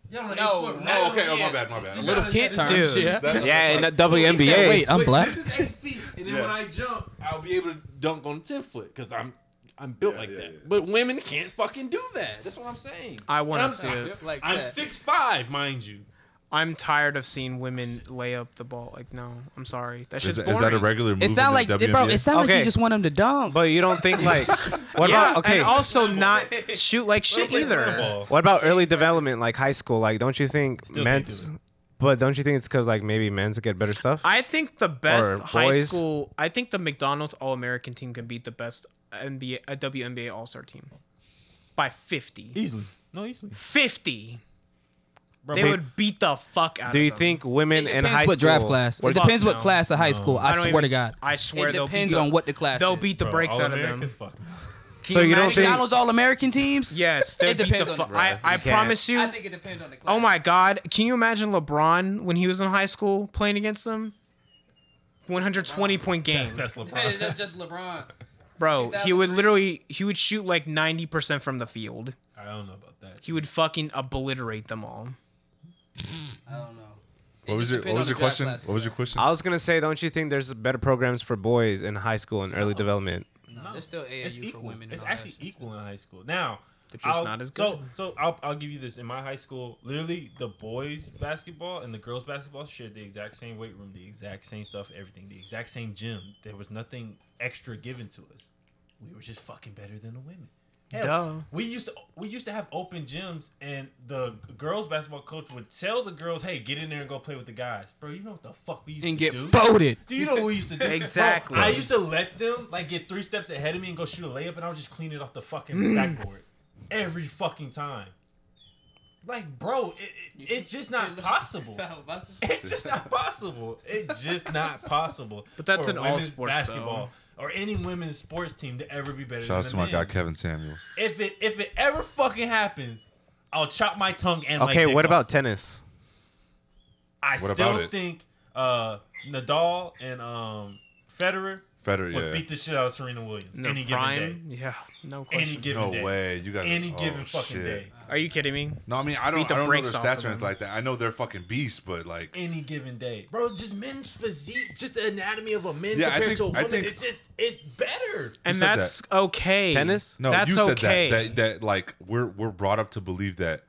S2: Yeah, I'm
S1: No,
S2: eight foot.
S1: no,
S2: oh, okay. Oh, my
S1: yeah.
S2: bad. My bad.
S1: Little kid terms.
S3: Dude.
S1: Yeah. (laughs)
S2: That-
S4: Oh, Yeah, in the WNBA.
S1: Wait, I'm
S6: Wait,
S1: black.
S6: This is eight feet, and then
S2: Yeah.
S6: when I jump, I'll be able to dunk on ten foot because I'm I'm built
S2: Yeah,
S6: like
S2: yeah,
S6: that.
S2: yeah.
S6: But women can't fucking do that. That's what I'm saying.
S3: I want
S6: I'm-
S3: to see it.
S1: Like
S6: I'm
S1: that.
S6: six five, mind you.
S3: I'm tired of seeing women lay up the ball. Like, no, I'm sorry. That
S2: Is
S3: shit's
S2: that,
S3: boring.
S2: is that a regular move?
S1: It sound like
S2: in the
S1: bro.
S2: WNBA?
S1: It sound like
S4: Okay.
S1: you just want him to dunk.
S4: But you don't think like what
S3: yeah,
S4: about okay?
S3: and also not shoot like shit
S5: Play slam
S3: either.
S5: ball.
S4: what about early development like high school? Like don't you think
S5: can't
S4: men's?
S5: do
S4: But don't you think it's because like maybe men's get better stuff?
S3: I think the best
S4: Or
S3: high
S4: boys.
S3: school. I think the McDonald's All American team can beat the best NBA, uh, WNBA All Star team by 50.
S5: Easily. No, easily.
S3: 50. They
S4: bro.
S3: would beat the fuck out
S4: Do
S3: of
S4: you
S3: them.
S4: think women
S1: It
S4: in
S1: depends
S4: high
S1: what
S4: school?
S1: draft class. It
S3: Fuck
S1: depends what
S3: no.
S1: class of high school. I,
S3: I don't
S1: swear
S3: even-
S1: to God.
S3: I swear
S1: It
S3: they'll
S1: depends
S3: beat-
S1: on what the class.
S3: They'll
S1: is.
S3: beat the
S5: Bro,
S3: breaks
S5: all
S3: out of them?
S5: Americans, fuck.
S4: So you don't think?
S1: McDonald's All American teams.
S3: Yes, they
S1: it
S3: would beat the
S1: depends on
S3: fuck.
S1: the
S3: I,
S1: class.
S3: I
S4: can't.
S3: promise you.
S1: I think it depends on the class.
S3: Oh my God! Can you imagine LeBron when he was in high school playing against them? 120 point game,
S5: (laughs) That's
S6: (laughs)
S5: LeBron.
S1: That's just LeBron.
S3: bro. He would literally he would shoot like 90 percent from the field.
S5: I don't know about that.
S3: He would fucking obliterate them all.
S1: I don't know.
S2: What was
S1: just
S2: your
S1: depends
S2: What was
S1: on
S2: your
S1: the draft
S2: question?
S1: class.
S2: What was your question?
S4: I was gonna say, don't you think there's better programs for boys in high school and early development?
S1: No, there's still AAU
S5: it's
S1: for
S5: equal.
S1: women. and
S5: It's
S1: all that
S5: actually
S1: shit.
S5: equal in high school. Now,
S3: They're just not as good.
S5: So, so I'll, I'll give you this. In my high school, literally the boys' basketball and the girls' basketball shared the exact same weight room, the exact same stuff, everything, the exact same gym. There was nothing extra given to us. We were just fucking better than the women. Hell,
S4: Duh.
S5: We used to we used to have open gyms, and the girls basketball coach would tell the girls, "Hey, get in there and go play with the guys, bro." You know what the fuck we used
S1: and
S5: to
S1: get
S5: do?
S1: voted.
S5: do you know what we used to do? Bro,
S7: Exactly.
S5: I used to let them like get three steps ahead of me and go shoot a layup, and I would just clean it off the fucking backboard every fucking time. Like, bro, it, it, it's just not possible. It's just not possible. It's just not possible. But
S3: that's in all sports,
S5: basketball or any women's sports team to ever be better.
S2: Shout out
S5: than
S2: to my
S5: the
S2: guy
S5: men.
S2: Kevin Samuels.
S5: If it if it ever fucking happens, I'll chop my tongue and My
S4: Okay,
S5: dick
S4: what
S5: off.
S4: about tennis?
S5: I
S2: What
S5: still
S2: about it?
S5: think uh, Nadal and um, Federer
S2: Federer,
S5: would
S2: yeah.
S5: beat the shit out of Serena Williams
S7: In their
S5: any
S7: prime?
S5: given
S7: Yeah, no
S5: day. Any
S7: question.
S5: given
S2: no
S5: day.
S2: way. You got
S5: Any
S2: oh,
S5: given fucking
S2: shit.
S5: day.
S3: Are you kidding me?
S2: No, I mean I don't.
S7: Beat the
S2: I don't know their
S7: brakes off of
S2: stats or anything
S7: them.
S2: like that. I know they're fucking beasts, but like
S5: Any given day, bro. Just men's physique, just the anatomy of a man
S2: Yeah, I
S5: compared
S2: think-
S5: to a
S2: I
S5: woman.
S2: think-
S5: it's just it's better.
S3: And
S2: said
S3: that's okay.
S4: Tennis?
S2: no,
S3: that's
S2: you said
S3: okay.
S2: that, that that like we're we're brought up to believe that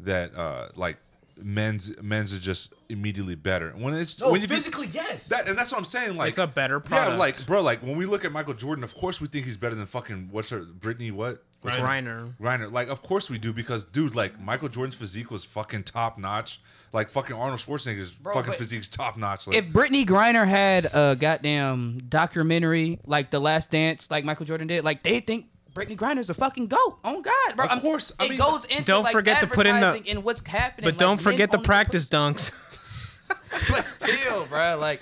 S2: that uh like men's men's are just immediately better when it's
S5: No,
S2: when you
S5: Oh, physically, yes.
S2: that and that's what I'm saying. Like
S3: It's a better
S2: Yeah,
S3: product.
S2: like bro, like when we look at Michael Jordan, of course we think he's better than fucking what's her Brittany what what's her-
S3: Reiner.
S2: Reiner. Like of course we do because dude, like Michael Jordan's physique was fucking top notch. Like fucking Arnold Schwarzenegger's fucking
S1: but-
S2: physique's top notch. Like,
S1: If Brittany Griner had a goddamn documentary like The Last Dance, like Michael Jordan did, like they think Brittany Griner's a fucking goat. Oh God, bro!
S2: Of course. I
S1: it
S2: mean-
S1: goes into
S3: Don't
S1: like,
S3: forget to put in the-
S1: advertising and what's happening.
S3: But
S1: Like,
S3: don't
S1: men
S3: forget the
S1: only-
S3: practice dunks. (laughs)
S1: but still, bro, like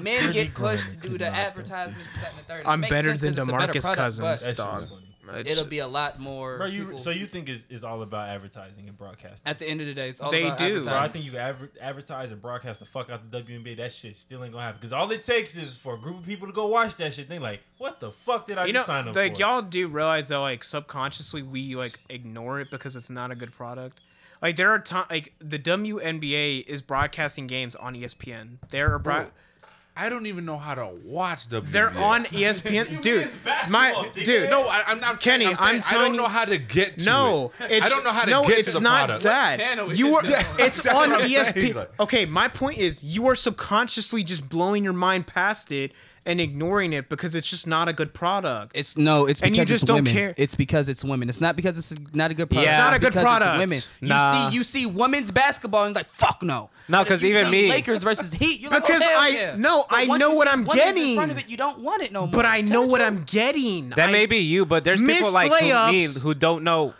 S1: men get pushed to do the advertisements. and that and the third. It
S3: I'm
S1: makes
S3: better
S1: sense
S3: than
S1: 'cause it's a better
S3: DeMarcus
S1: product,
S3: Cousins.
S5: That shit
S1: but
S5: was
S3: Dog.
S5: funny.
S1: It'll be a lot more.
S5: Bro, you
S1: people-
S5: so you think it's, it's all about advertising and broadcasting?
S1: at the end of the day, it's all
S3: They
S1: about
S3: do.
S5: Bro, I
S1: advertising.
S5: think you adver- advertise and broadcast the fuck out the WNBA. That shit still ain't gonna happen because all it takes is for a group of people to go watch that shit. They like, what the fuck did I
S3: you know,
S5: just sign up
S3: like
S5: for?
S3: y'all do realize that like subconsciously we like ignore it because it's not a good product. Like there are times like the WNBA is broadcasting games on E ESPN. They're bro-
S2: I don't even know how to watch WNBA.
S3: they're on E ESPN, dude.
S5: It's basketball,
S3: My
S5: dickhead.
S3: dude,
S2: No, I, I'm not.
S3: Kenny,
S2: I'm, saying,
S3: I'm
S2: I
S3: telling
S2: don't
S3: you-
S2: know how to get to
S3: No,
S2: it.
S3: it's,
S2: I don't know how to
S3: no,
S2: get
S3: it's
S2: to the
S3: not
S2: product.
S1: channel
S3: that.
S1: is
S3: You
S1: it
S3: are.
S1: on?
S3: (laughs)
S2: (laughs)
S3: It's
S2: That's
S3: on E
S2: what I'm saying,
S3: ESPN.
S2: like-
S3: okay, my point is you are subconsciously just blowing your mind past it and ignoring it because it's just not a good product.
S1: It's no, it's because
S3: And you just
S1: it's
S3: don't
S1: women.
S3: care.
S1: It's because it's women. It's not because it's not a good product.
S3: Yeah. It's not a good
S1: because it's
S3: product.
S1: Women.
S4: Nah.
S1: You see, you see women's basketball and you're like fuck no.
S4: No,
S1: But if
S4: 'cause
S1: you
S4: even
S1: see
S4: me-
S1: Lakers versus Heat. You're like,
S3: Because
S1: oh, hell
S3: I-
S1: yeah.
S3: no,
S1: But
S3: I
S1: once
S3: know
S1: you
S3: what
S1: see
S3: I'm
S1: women's
S3: getting.
S1: In front of it, you don't want it no more.
S3: But I
S1: Tell
S3: know
S1: the
S3: what
S1: truth.
S3: I'm getting.
S4: That
S3: I-
S4: may be you, but there's people
S3: missed
S4: like who- me
S3: layups.
S4: who don't know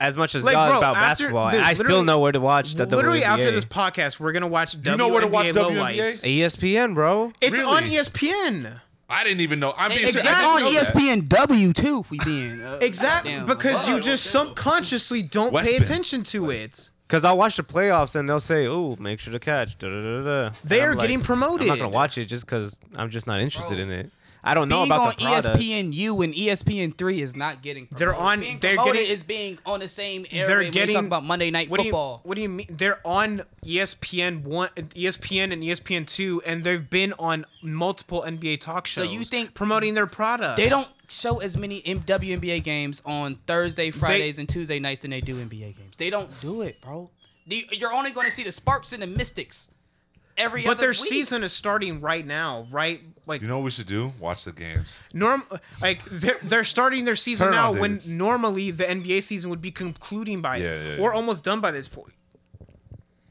S4: as much as
S3: Like,
S4: y'all
S3: bro,
S4: about
S3: after-
S4: basketball,
S3: dude,
S4: and I
S3: literally-
S4: still know where to watch the
S3: Literally
S4: WNBA.
S3: after this podcast, we're gonna watch WNBA
S2: You know where to watch
S3: lowlights.
S4: E
S2: WNBA?
S4: ESPN, bro.
S3: It's
S2: Really?
S3: on E ESPN.
S2: I didn't even know. I'm being
S1: It's
S2: serious. I
S1: on
S3: E
S1: E
S2: didn't know that.
S1: ESPN too. If we being uh,
S3: Exactly,
S1: goddamn,
S3: because
S1: like,
S3: you just subconsciously don't
S2: West
S3: pay
S2: Bend.
S3: attention to it.
S4: Because I'll watch the playoffs and they'll say, "Ooh, make sure to catch." Da, da, da, da.
S3: They
S4: And
S3: are
S4: I'm
S3: getting promoted.
S4: I'm not gonna watch it just because I'm just not interested in it. I don't know
S1: being
S4: about
S1: on E
S4: the product.
S3: E
S1: ESPN U and ESPN three is not getting. Promoted.
S3: They're on-
S1: Being
S3: they're
S1: promoted
S3: getting-
S1: is being on the same area.
S3: They're
S1: when we
S3: getting-
S1: talk about Monday night
S3: What
S1: football.
S3: do you What do you mean? They're on E ESPN one, E ESPN and ESPN two, and they've been on multiple NBA talk shows.
S1: you think-
S3: promoting their product?
S1: They don't show as many M- WNBA games on Thursday, Fridays, and Tuesday nights than they do NBA games. They don't do it, bro. The- You're only going to see the Sparks and the Mystics every
S3: But
S1: other
S3: their
S1: week.
S3: season is starting right now, right? Like
S2: You know what we should do? Watch the games.
S3: norm, like they're they're starting their season
S2: Turn
S3: now
S2: on,
S3: when
S2: dude.
S3: normally the NBA season would be concluding by
S2: Yeah, yeah,
S3: or
S2: yeah.
S3: almost done by this point.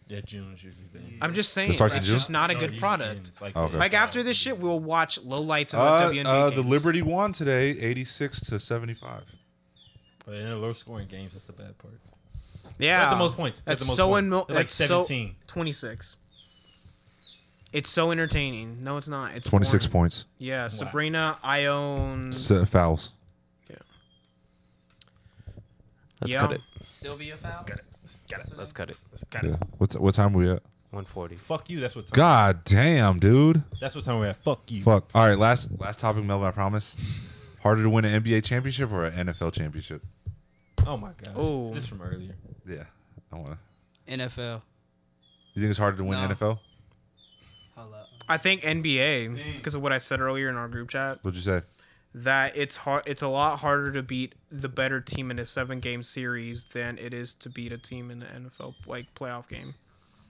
S5: yeah, June should be banned.
S3: I'm just saying,
S2: It starts in
S3: it's
S2: June?
S3: just not a
S5: No, it
S3: good
S5: usually
S3: product.
S5: ends Like,
S2: Okay.
S5: that.
S3: Like after this shit, we'll watch lowlights of
S2: Uh,
S3: the WNBA
S2: uh, the
S3: games.
S2: Liberty won today, 86 to 75.
S5: but in the low scoring games, that's the bad part.
S3: Yeah,
S5: Got the most points. Got
S3: That's
S5: the most
S3: so
S5: points.
S3: unmo-
S5: They're like
S3: that's so-
S5: 17.
S3: 26. It's so entertaining. No, it's not. It's
S2: 26
S3: boring.
S2: points.
S3: Yeah, Sabrina, I own.
S2: S- uh, fouls.
S4: Let's
S3: Yeah.
S4: cut it.
S1: Sylvia Fowles.
S5: Let's cut it.
S4: Let's cut it.
S5: Let's cut
S2: Yeah.
S5: it.
S2: What's what time are we at?
S4: 140.
S5: Fuck you. That's what time.
S2: God damn, dude.
S5: That's what time we're at. Fuck you.
S2: Fuck. All right, last last topic, Melvin. I promise. Harder to win an NBA championship or an NFL championship?
S5: Oh my god.
S3: Oh.
S5: This from earlier.
S2: Yeah, I want to.
S1: NFL.
S2: You think it's harder to win
S1: No.
S2: NFL?
S1: Hold up.
S3: I think NBA because of what I said earlier in our group chat
S2: What'd you say?
S3: that it's hard. It's a lot harder to beat the better team in a seven-game series than it is to beat a team in the NFL like playoff game.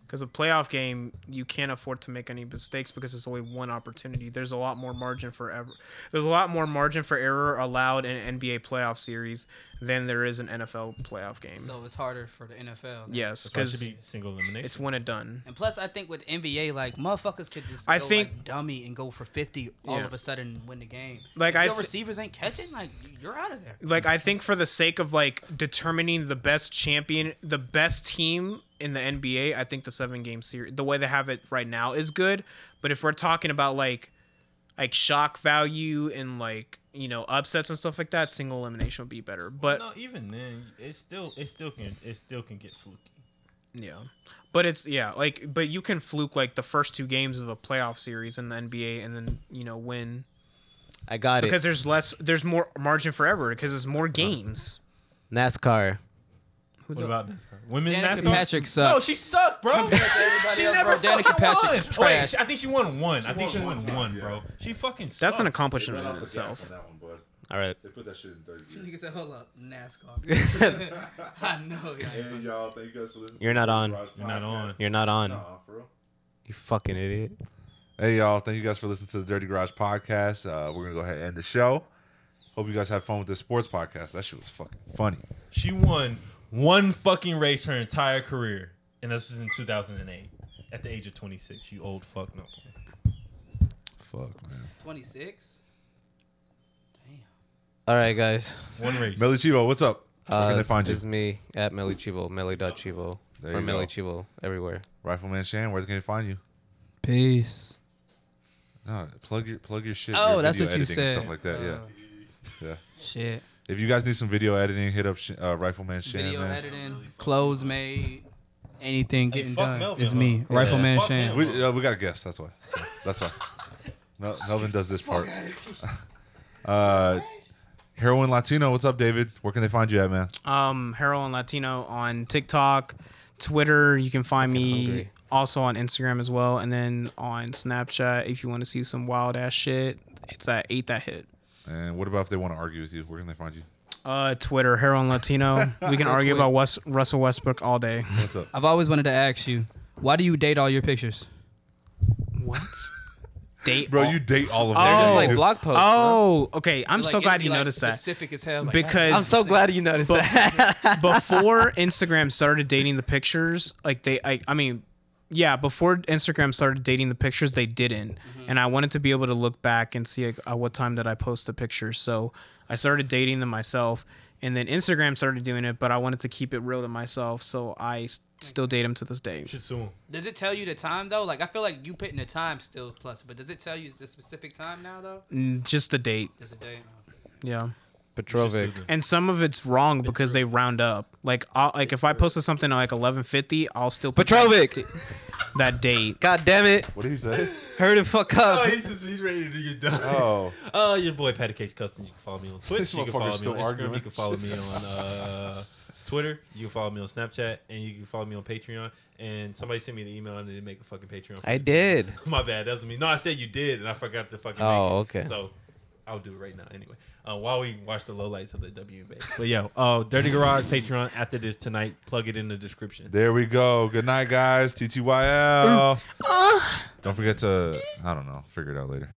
S3: Because a playoff game, you can't afford to make any mistakes because there's only one opportunity. There's a lot more margin for ever. There's a lot more margin for error allowed in an NBA playoff series than there is an NFL playoff game.
S1: So it's harder for the NFL. now.
S3: yes,
S5: Because it
S3: because
S5: should be single elimination.
S3: it's one and done.
S1: And plus, I think with NBA, like motherfuckers could just
S3: I
S1: go,
S3: think-
S1: like, dummy and go for fifty all
S3: Yeah.
S1: of a sudden and win the game.
S3: Like,
S1: if
S3: I
S1: your
S3: thi-
S1: receivers ain't catching, like you're out of there.
S3: Like I think for the sake of like determining the best champion, the best team in the NBA, I think the seven game series, the way they have it right now, is good. But if we're talking about like like shock value and like you know upsets and stuff like that, single elimination would be better. But
S5: no, even then, it still it still can it still can get fluky.
S3: Yeah. But it's yeah, like but you can fluke like the first two games of a playoff series in the NBA and then, you know, win
S8: I got
S3: because there's less there's more margin for error because there's more games.
S8: it. NASCAR.
S5: What about NASCAR? Women
S1: Danica
S5: NASCAR?
S1: Patrick sucks.
S5: No, she sucked, bro. she
S1: else,
S5: never
S1: bro, Danica
S5: fucking
S1: Patrick
S5: won.
S1: is
S5: Oh, wait,
S1: trash.
S5: she, I think she won one. I think she won one, bro. She fucking sucked.
S3: That's an accomplishment in
S2: itself.
S3: itself.
S8: All right.
S2: They put that shit in third gear.
S1: (laughs) Nigga said, "Hold up, NASCAR." (laughs)
S3: (laughs)
S1: I know. Yeah.
S2: Hey, y'all, thank you guys for listening.
S8: You're not on.
S5: You're not on.
S8: You're not on.
S2: for real.
S8: You fucking idiot.
S2: Hey, y'all. Thank you guys for listening to the Dirty Garage podcast. Uh, we're going to go ahead and end the show. Hope you guys had fun with this sports podcast. That shit was fucking funny.
S5: She won one fucking race her entire career, and this was in 2008 at the age of 26. You old fuck, no.
S2: Fuck, man.
S1: Twenty six.
S8: All right, guys.
S5: One race.
S2: Melly Chivo, what's up? Where
S8: Uh,
S2: can they find you?
S8: It's me at Melly Chivo, Melly.Chivo,
S2: There
S8: or
S2: you
S8: Melly
S2: go.
S8: Chivo everywhere.
S2: Rifleman Shan, where can they find you?
S1: Peace.
S2: No, plug your plug your shit.
S1: Oh,
S2: your
S1: that's
S2: video
S1: what you
S2: editing and
S1: said.
S2: Stuff like that. Yeah.
S1: Oh.
S2: Yeah.
S1: Shit.
S2: If you guys need some video editing, hit up Sh- uh, Rifleman Shan.
S1: Video
S2: man.
S1: editing, clothes made, anything
S5: Hey,
S1: getting
S5: fuck
S1: done.
S5: Melvin,
S1: it's me,
S5: huh?
S1: Rifleman
S5: Yeah. Fuck
S1: Shan.
S5: him.
S2: We, uh, we got a guest. That's why. So, that's why. No, Melvin does this part. (laughs) uh, Heroin Latino, what's up, David? Where can they find you at, man?
S3: Um Heroin Latino on TikTok, Twitter, you can find me
S8: hungry.
S3: also on Instagram as well and then on Snapchat if you want to see some wild ass shit. It's at 8 that hit.
S2: And what about if they want to argue with you? Where can they find you?
S3: Uh, Twitter, Heroin Latino.
S2: (laughs)
S3: We can argue about West, Russell Westbrook all day.
S2: What's up?
S1: I've always wanted to ask you, why do you date all your pictures?
S3: What? Date
S2: Bro,
S3: all-
S2: you date all of them.
S3: Oh. They're just
S2: dude.
S3: like
S8: blog posts.
S3: Oh, okay. I'm so
S1: Like, it'd
S3: glad
S1: be,
S3: you
S1: like,
S3: noticed that
S1: Specific as hell. Like,
S3: because
S8: I'm so glad you noticed
S3: (laughs)
S8: that.
S3: before Instagram started dating the pictures, like they, I, I mean, yeah, before Instagram started dating the pictures, they didn't, and I wanted to be able to look back and see like, uh, what time did I post the pictures. So I started dating them myself, and then Instagram started doing it, but I wanted to keep it real to myself, so I s- still date them to this day.
S5: Should sue him.
S1: Does it tell you the time though? Like I feel like you put in the time still plus, but does it tell you the specific time now though?
S3: Mm, Just the date,
S1: Does it date?
S3: yeah.
S8: Petrovic.
S3: and some of it's wrong because they round up. Like, I'll, like if I posted something at like eleven fifty, I'll still put that
S8: Petrovic.
S3: d- that date.
S8: God damn it.
S2: What did he say?
S8: Hurry the fuck up.
S5: (laughs) Oh, he's, just, he's ready to get done. (laughs)
S2: Oh,
S5: Uh, your boy Patty Cakes Custom. You can follow (laughs) me on
S2: This
S5: Twitch. You can follow me
S2: motherfucker's still
S5: on Instagram.
S2: arguing.
S5: You can follow me on uh, (laughs) Twitter. You can follow me on Snapchat, and you can follow me on Patreon. And somebody sent me the email, and they didn't make a fucking Patreon.
S8: I did.
S5: (laughs) My bad. That wasn't me. No, I said you did, and I forgot to fucking.
S8: Oh,
S5: make it.
S8: okay.
S5: So I'll do it right now anyway. Uh, while we watch the lowlights of the WNBA. But yeah, uh, Dirty Garage Patreon after this tonight. Plug it in the description.
S2: there we go.
S3: Uh.
S2: Good night, guys. TTYL. Don't forget to, I don't know, figure it out later.